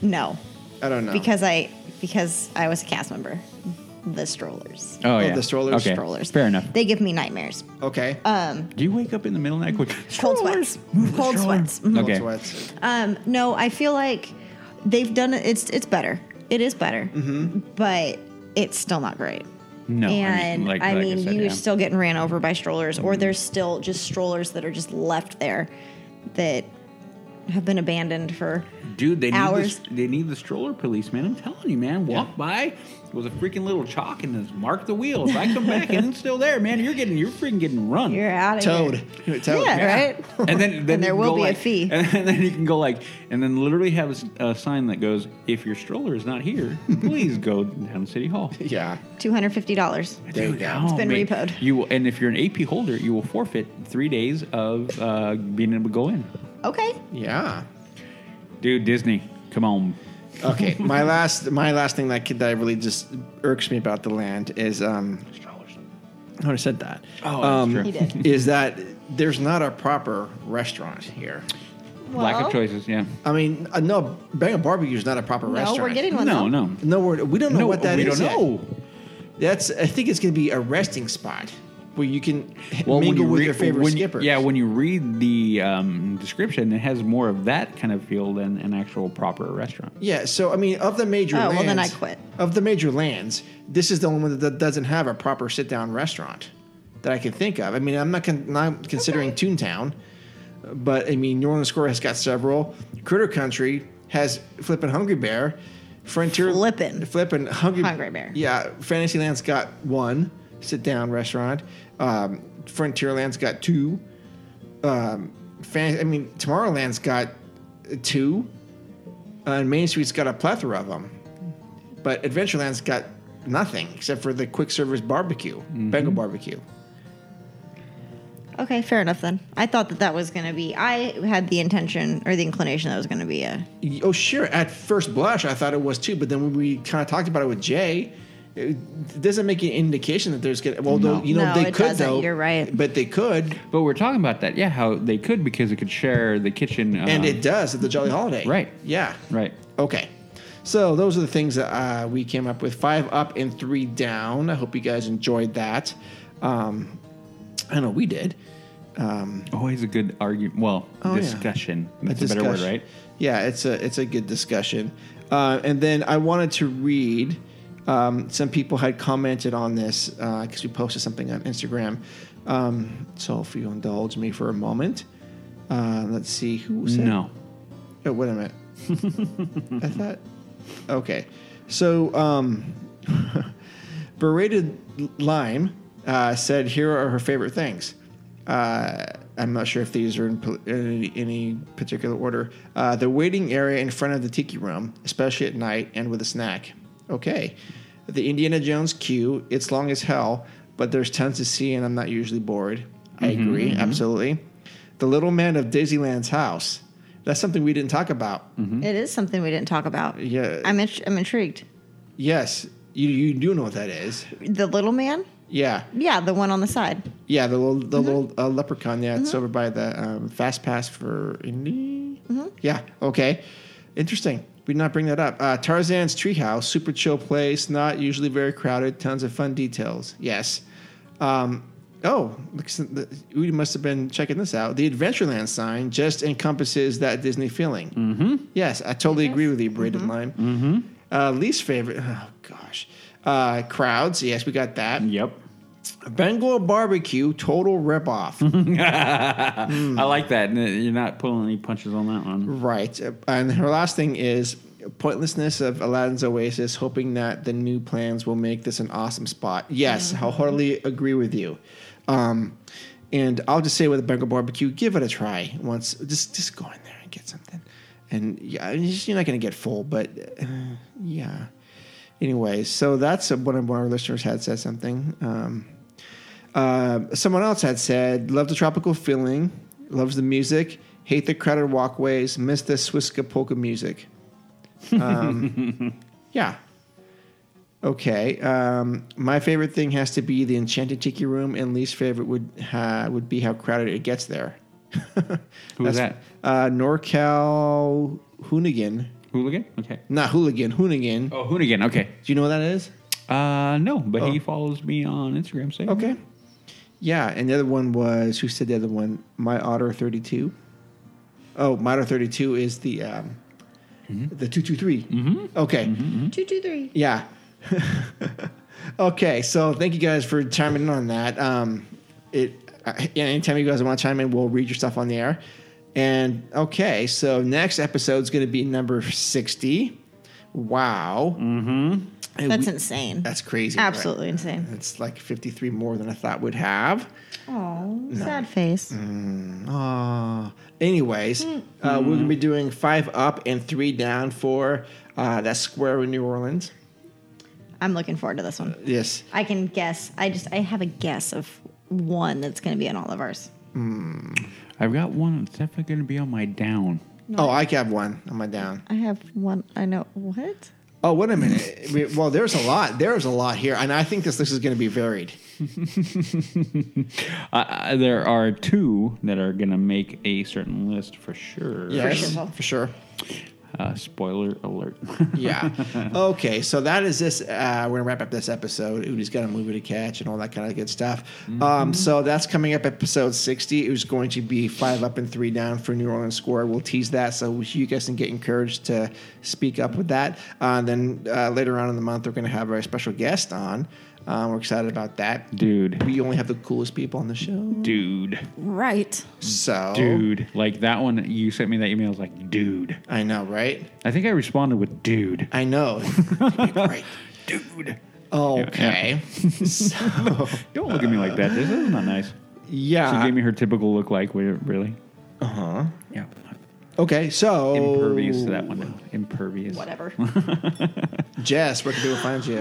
D: no,
A: I don't know.
D: because I because I was a cast member. The strollers.
E: oh,
A: oh,
E: yeah.
A: the strollers,
E: Okay.
D: strollers.
E: Fair enough.
D: They give me nightmares.
A: okay.
D: Um,
E: Do you wake up in the middle of the night going,
D: cold
E: "Strollers,
D: sweats.
E: move the
D: Cold
E: stroller."
D: sweats. Mhm.
E: Okay.
A: That's what-
D: Um, no, I feel like they've done it. It's it's better. It is better, mm-hmm. but it's still not great.
E: No.
D: and I mean,
E: I
D: you're
E: yeah. Mm-hmm.
D: still getting ran over by strollers, or there's still just strollers that are just left there that have been abandoned for.
E: Dude, they need,
D: hours.
E: The, they need the stroller police, man. I'm telling you, man. Walk by with a freaking little chalk and just mark the wheel. If I come back and it's still there, man, you're getting, you're freaking getting run.
D: You're out of
A: Toad. Toad.
D: Yeah,
E: Yeah.
D: right?
E: And then, then
D: And there
E: you can
D: will
E: go
D: be a
E: like-
D: fee.
E: And then you can go like, and then literally have a s- a sign that goes, "If your stroller is not here, please go down to City Hall."
A: Yeah.
D: Two hundred fifty dollars.
A: There you go.
E: It's
D: been repoed.
E: You will, and if you're an AP holder, you will forfeit three days of uh, being able to go in.
D: Okay.
A: Yeah.
E: Dude, Disney, come on.
A: Okay. my last my last thing that that really just irks me about the land is um I would have said that.
E: Oh, that's
A: um,
E: true. He
D: did.
A: Is that there's not a proper restaurant here?
E: Lack
D: Well,
E: of choices. Yeah.
A: I mean, uh, no, Bang Barbecue is not a proper
D: No,
A: restaurant.
D: we're getting one.
E: No,
D: though.
E: no.
A: No, we're, we don't know
E: No,
A: what that
E: we
A: is.
E: don't
A: yet.
E: know.
A: That's. I think it's going to be a resting spot where you can h-
E: Well,
A: mingle
E: when you
A: with
E: read,
A: your favorite
E: when,
A: skippers.
E: Yeah, when you read the um, description, it has more of that kind of feel than an actual proper restaurant.
A: yeah. So I mean, of the major.
D: Oh,
A: lands,
D: well, then I quit.
A: Of the major lands, this is the only one that doesn't have a proper sit-down restaurant that I can think of. I mean, I'm not, con- not considering Toontown, but I mean, New Orleans Square has got several. Critter Country has Flippin' Hungry Bear. Frontier
D: Flippin'.
A: Flippin' Hungry
D: Hungry Bear.
A: Yeah, Fantasyland's got one sit-down restaurant. Um, Frontierland's got two. Um, fan- I mean, Tomorrowland's got two, uh, and Main Street's got a plethora of them. But Adventureland's got nothing except for the quick service barbecue, Bengal barbecue.
D: Okay, fair enough then. I thought that that was going to be. I had the intention or the inclination that was going to be a.
A: Y- Oh, sure. At first blush, I thought it was too, but then when we kind of talked about it with Jay, it doesn't make any indication that there's gonna. Well, though, you know
D: No,
A: they
D: it
A: could
D: doesn't.
A: though.
D: You're right.
A: But they could,
E: But we're talking about that, yeah. How they could because it could share the kitchen. Um,
A: and it does at the Jolly Holiday.
E: Right.
A: Yeah.
E: Right.
A: Okay. So those are the things that uh, we came up with. Five up and three down. I hope you guys enjoyed that. Um, I know we did.
E: Always a good argument. Well,
A: Oh, yeah.
E: discussion. That's a, better word,
A: discussion.
E: right?
A: Yeah, it's a it's a good discussion. Uh, and then I wanted to read. Um, some people had commented on this because we posted something on Instagram. Um, so if you indulge me for a moment, uh, let's see who was it?
E: No.
A: Oh, wait a minute. I thought. Okay. So, um, berated Lime uh, said, "Here are her favorite things." Uh, I'm not sure if these are in, pol- in any- any particular order. Uh, the waiting area in front of the tiki room, especially at night, and with a snack. Okay. The Indiana Jones queue. It's long as hell, but there's tons to see, and I'm not usually bored. I agree, absolutely. The little man of Daisyland's house. That's something we didn't talk about.
E: Mm-hmm.
D: It is something we didn't talk about.
A: Yeah.
D: I'm int- I'm intrigued.
A: Yes, you you do know what that is.
D: The little man.
A: Yeah,
D: Yeah, the one on the side.
A: yeah. The little the little uh, leprechaun. Yeah, it's over by the um, fast pass for Indy. Yeah. Okay. Interesting. We did not bring that up. Uh, Tarzan's treehouse, super chill place, not usually very crowded. Tons of fun details. Yes. Um, oh, looks- the- we must have been checking this out. The Adventureland sign just encompasses that Disney feeling. Mm-hmm. Yes, I totally agree with you, Braden Lime. Mm-hmm. Uh, least favorite. Oh gosh. Uh, crowds. Yes, we got that.
E: Yep.
A: Bengal barbecue, total ripoff. Hmm.
E: I like that. and You're not pulling any punches on that one.
A: right. And her last thing is pointlessness of Aladdin's Oasis, hoping that the new plans will make this an awesome spot. Yes, I heartily agree with you. Um, and I'll just say with the Bengal barbecue, give it a try once. Just just go in there and get something. And yeah, you're not going to get full, but uh, yeah. Anyways, so that's one of our listeners had said something. Um, uh, someone else had said, "Love the tropical feeling, loves the music, hate the crowded walkways, miss the Swiss polka music." Um, yeah. Okay. Um, my favorite thing has to be the enchanted tiki room, and least favorite would ha- would be how crowded it gets there.
E: Who was
A: That's- Uh, NorCal Hoonigan.
E: Hooligan? Okay.
A: Not hooligan, Hoonigan.
E: Oh, Hoonigan. Okay.
A: Do you know what that is?
E: Uh, no, but he
A: Oh.
E: follows me on Instagram. So
A: Okay. Yeah, and the other one was who said the other one? My Otter thirty two. Oh, my Otter thirty two is the um, the two two three. Okay.
D: Mm-hmm.
G: Two, two, three.
A: Yeah. okay, so thank you guys for chiming in on that. Um, it I- yeah, anytime you guys want to chime in, we'll read your stuff on the air. And okay, so next episode's going to be number sixty. Wow, mm-hmm.
G: That's insane.
A: That's crazy. right?
G: Absolutely insane.
A: That's like fifty three more than I thought we'd have.
G: Oh, sad face.
A: Aw. Anyways, uh, we're gonna be doing five up and three down for uh, that square in New Orleans.
G: I'm looking forward to this one.
A: Yes,
G: I can guess. I just I have a guess of one that's going to be on all of ours.
E: I've got one that's definitely going to be on my down.
A: Oh, I have one on my down.
G: I have one. I know what.
A: Oh, wait a minute. We- well, there's a lot. There's a lot here, and I think this list is going to be varied.
E: Uh, Uh, there are two that are going to make a certain list for sure.
A: Yes, for sure.
E: Uh, spoiler alert.
A: Yeah. okay, so that is this. Uh, we're gonna wrap up this episode. Udi's got a movie to catch and all that kind of good stuff.
E: Mm-hmm.
A: Um, so that's coming up episode sixty. It was going to be five up and three down for New Orleans score. We'll tease that so you guys can get encouraged to speak up with that. Uh, then uh, later on in the month, we're gonna have our special guest on. Um, we're excited about that.
E: dude.
A: We only have the coolest people on the show.
E: Dude.
G: Right.
A: So,
E: Dude. Like that one, you sent me that email. I was like, dude.
A: I know, right?
E: I think I responded with dude.
A: I know. It'd be great.
E: Dude.
A: Okay. So,
E: Don't look at me like that. This is not nice.
A: yeah.
E: she gave me her typical look like, wait, really?
A: Uh huh.
E: Yeah.
A: Okay, so
E: Impervious to that one. Impervious.
G: Whatever.
A: Jess, where can people find you?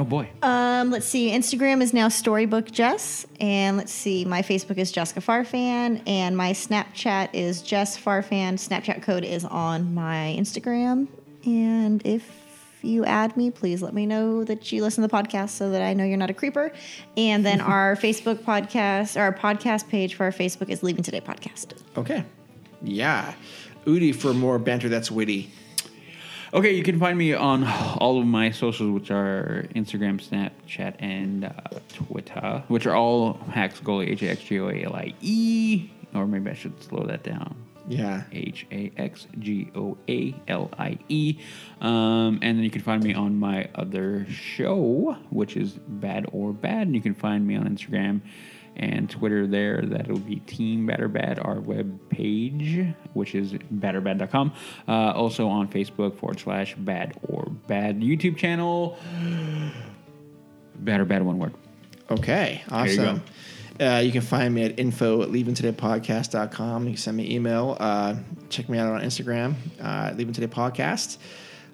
E: Oh, boy.
G: Um, let's see. Instagram is now Storybook Jess, and let's see. My Facebook is Jessica Farfan, and my Snapchat is Jess Farfan. Snapchat code is on my Instagram, and if you add me, please let me know that you listen to the podcast so that I know you're not a creeper. And then our Facebook podcast, our podcast page for our Facebook is Leaving Today Podcast.
A: Okay, yeah, Udi for more banter that's witty.
E: Okay, you can find me on all of my socials, which are Instagram, Snapchat, and uh, Twitter, which are all Hacks Goalie, H A X G O A L I E. Or maybe I should slow that down.
A: Yeah,
E: H A X G O A L I E. Um, and then you can find me on my other show, which is Bad or Bad. And you can find me on Instagram and Twitter there. That'll be Team Bad or Bad, our web page, which is batterbad.com. Uh, also on Facebook forward slash Bad or Bad YouTube channel. Bad or Bad, one word.
A: okay,
E: you go.
A: awesome. Uh, you can find me at info at leavingtodaypodcast.com. You can send me email. Uh, check me out on Instagram, uh, Leaving Today Podcast.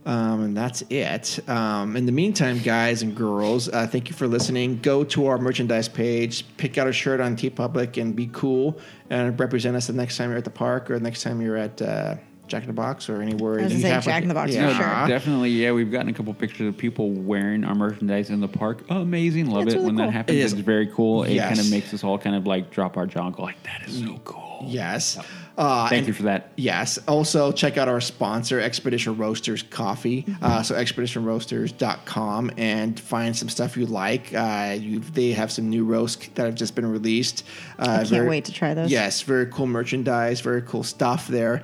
A: Um, and that's it. Um, in the meantime, guys and girls, uh, thank you for listening. Go to our merchandise page, pick out a shirt on T Public, and be cool and represent us the next time you're at the park or the next time you're at uh, Jack in the Box or anywhere.
G: I was
A: you
G: gonna say
A: have,
G: Jack in the Box for
A: yeah.
G: sure.
E: Definitely, yeah. We've gotten a couple pictures of people wearing our merchandise in the park. Amazing, love
G: it's
E: it
G: really
E: when
G: cool.
E: that happens.
A: It is-
E: it's very cool. It
A: Yes.
E: kind of makes us all kind of like drop our jaw and go like, "That is so cool."
A: Yes. Uh,
E: Thank
A: and-
E: you for that.
A: Yes. Also, check out our sponsor, Expedition Roasters Coffee.
G: Mm-hmm.
A: Uh, so, expeditionroasters.com and find some stuff you like. Uh, you, they have some new roasts that have just been released. Uh, I
G: can't wait to try those.
A: Yes, very cool merchandise, very cool stuff there.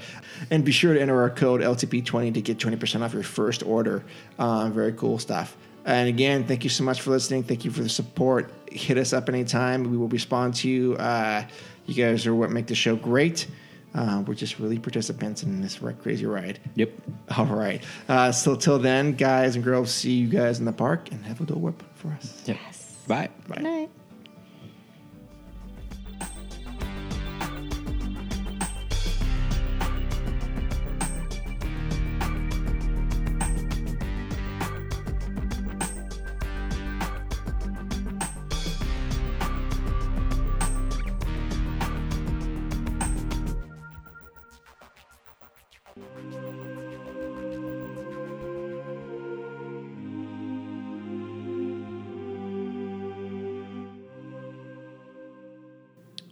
A: And be sure to enter our code LTP20 to get 20% off your first order. Uh, very cool stuff. And again, thank you so much for listening. Thank you for the support. Hit us up anytime. We will respond to you. Uh, you guys are what make the show great. Uh, we're just really participants in this r- crazy ride.
E: Yep.
A: All right. Uh, so till then, guys and girls, see you guys in the park and have a dole whip for us.
E: Yes. Bye.
A: Bye.
G: Good night.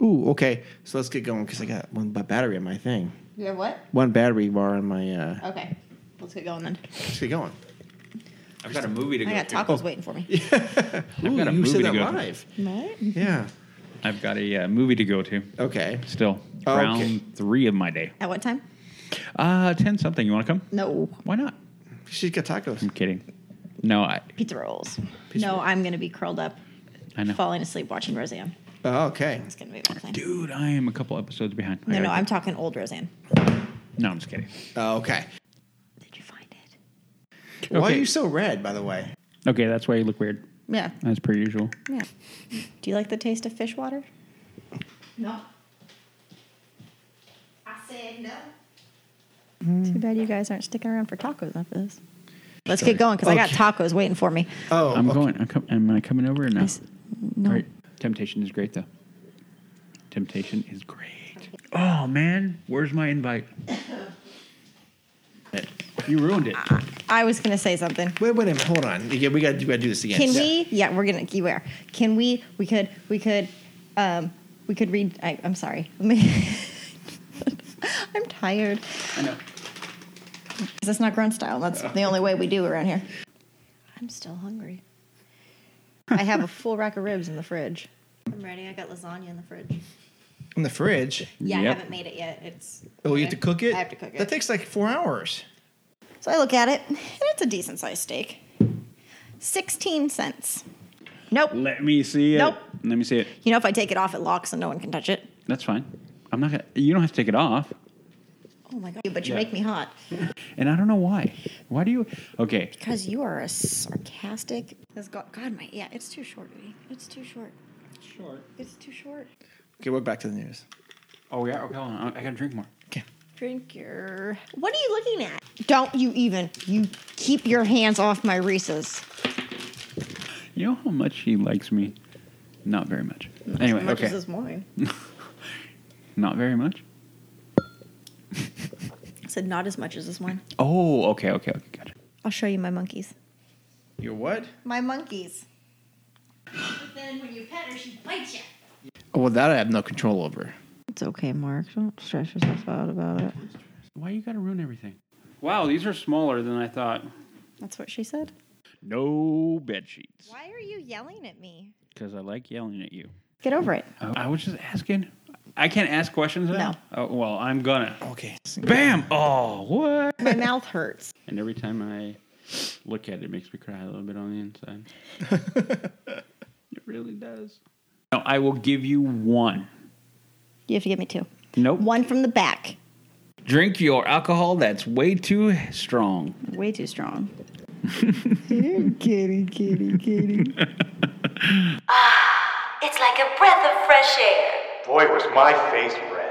A: Ooh, okay. So let's get going because I got one ba- battery in my thing.
D: You have what?
A: One battery bar in my. Uh,
D: Okay. Let's get going then.
A: Let's get going.
E: I've got a movie to go
D: I got
E: to.
D: tacos waiting for me.
E: I've
A: Ooh,
E: got a
A: you
E: movie
A: said
E: to
A: that
E: go to.
A: live.
D: What?
A: Yeah.
E: I've got a uh, movie to go to.
A: Okay.
E: Still,
A: Okay.
E: round three of my day.
D: At what time?
E: Uh, ten something. You want to come?
D: No.
E: Why not?
A: She's got tacos.
E: I'm kidding. No, I.
D: Pizza rolls. no, I'm going to be curled up,
E: I know.
D: falling asleep watching Roseanne.
A: Oh, okay.
D: That's going to be my plan.
E: Dude, I am a couple episodes behind. I
D: No, no,
E: gotta
D: I'm
E: go.
D: talking old Roseanne.
E: No, I'm just kidding.
A: Oh, okay.
D: Did you find it?
A: Why are
E: Okay.
A: you so red, by the way?
E: Okay, that's why you look weird,
D: Yeah.
E: as per usual.
D: Yeah. Do you like the taste of fish water?
L: No. I said no.
D: Too bad you guys aren't sticking around for tacos after this. Mm. Let's get going because I got
A: Okay.
D: tacos waiting for me.
A: Oh,
E: I'm
A: okay.
E: going. I'm com- am I coming over or no?
D: Yes. No.
E: All right. Temptation is great though. Temptation is great. Oh man, where's my invite? you ruined it.
D: I was going to say something.
A: Wait, wait a minute. Hold on. Yeah, we got to do this again.
D: Can we? Yeah, we're gonna keep where. Can we? We could. We could. Um, we could read. I, I'm sorry. Let me- I'm tired.
E: I know.
D: 'Cause That's not grunt style. That's the only way we do around here. I'm still hungry. I have a full rack of ribs in the fridge. I'm ready. I got lasagna in the fridge.
A: In the fridge.
D: Yeah, I
E: Yep.
D: haven't made it yet. It's.
A: Oh, you have to cook it?
D: I have to cook it.
A: That takes like four hours.
D: so I look at it, and it's a decent sized steak. Sixteen cents. Nope.
E: Let me see it.
D: Nope.
E: Let me see it.
D: You know, if I take it off, it locks and no one can touch it.
E: That's fine. I'm not gonna. You don't have to take it off.
D: Oh my god! But you
E: Yeah.
D: make me hot.
E: And I don't know why. Why do you? Okay.
D: Because you are a sarcastic. This God, God, my yeah, it's too short, Rudy. It's too short.
E: Short.
D: It's too short.
A: Okay, we're back to the news.
E: Oh yeah. Okay. Hold on. I I gotta drink more.
D: Drink your. What are you looking at? Don't you even. You keep your hands off my Reese's.
E: You know how much he likes me? Not very much. anyway.
D: As much
E: okay.
D: as this morning.
E: Not very much.
D: I said not as much as this one.
E: Oh. Okay. Okay. Okay. Gotcha.
D: I'll show you my monkeys.
A: Your what?
D: My monkeys.
L: But then when you pet her, she bites you.
A: Oh, well, that I have no control over.
D: It's okay, Mark. Don't stress yourself out about it.
E: Why you gotta ruin everything? Wow, these are smaller than I thought.
D: That's what she said.
E: No bed sheets.
D: Why are you yelling at me?
E: Because I like yelling at you.
D: Get over it.
E: Oh, I I was just asking. I can't ask questions now. Oh, well, I'm gonna.
A: Okay.
E: Bam! Oh, what?
D: My mouth hurts.
E: And every time I look at it, it makes me cry a little bit on the inside. it really does. No, I will give you one.
D: You have to give me two.
E: Nope.
D: One from the back.
E: Drink your alcohol that's way too strong.
D: Way too strong.
M: It's like a breath of fresh air.
N: Boy, was my face red.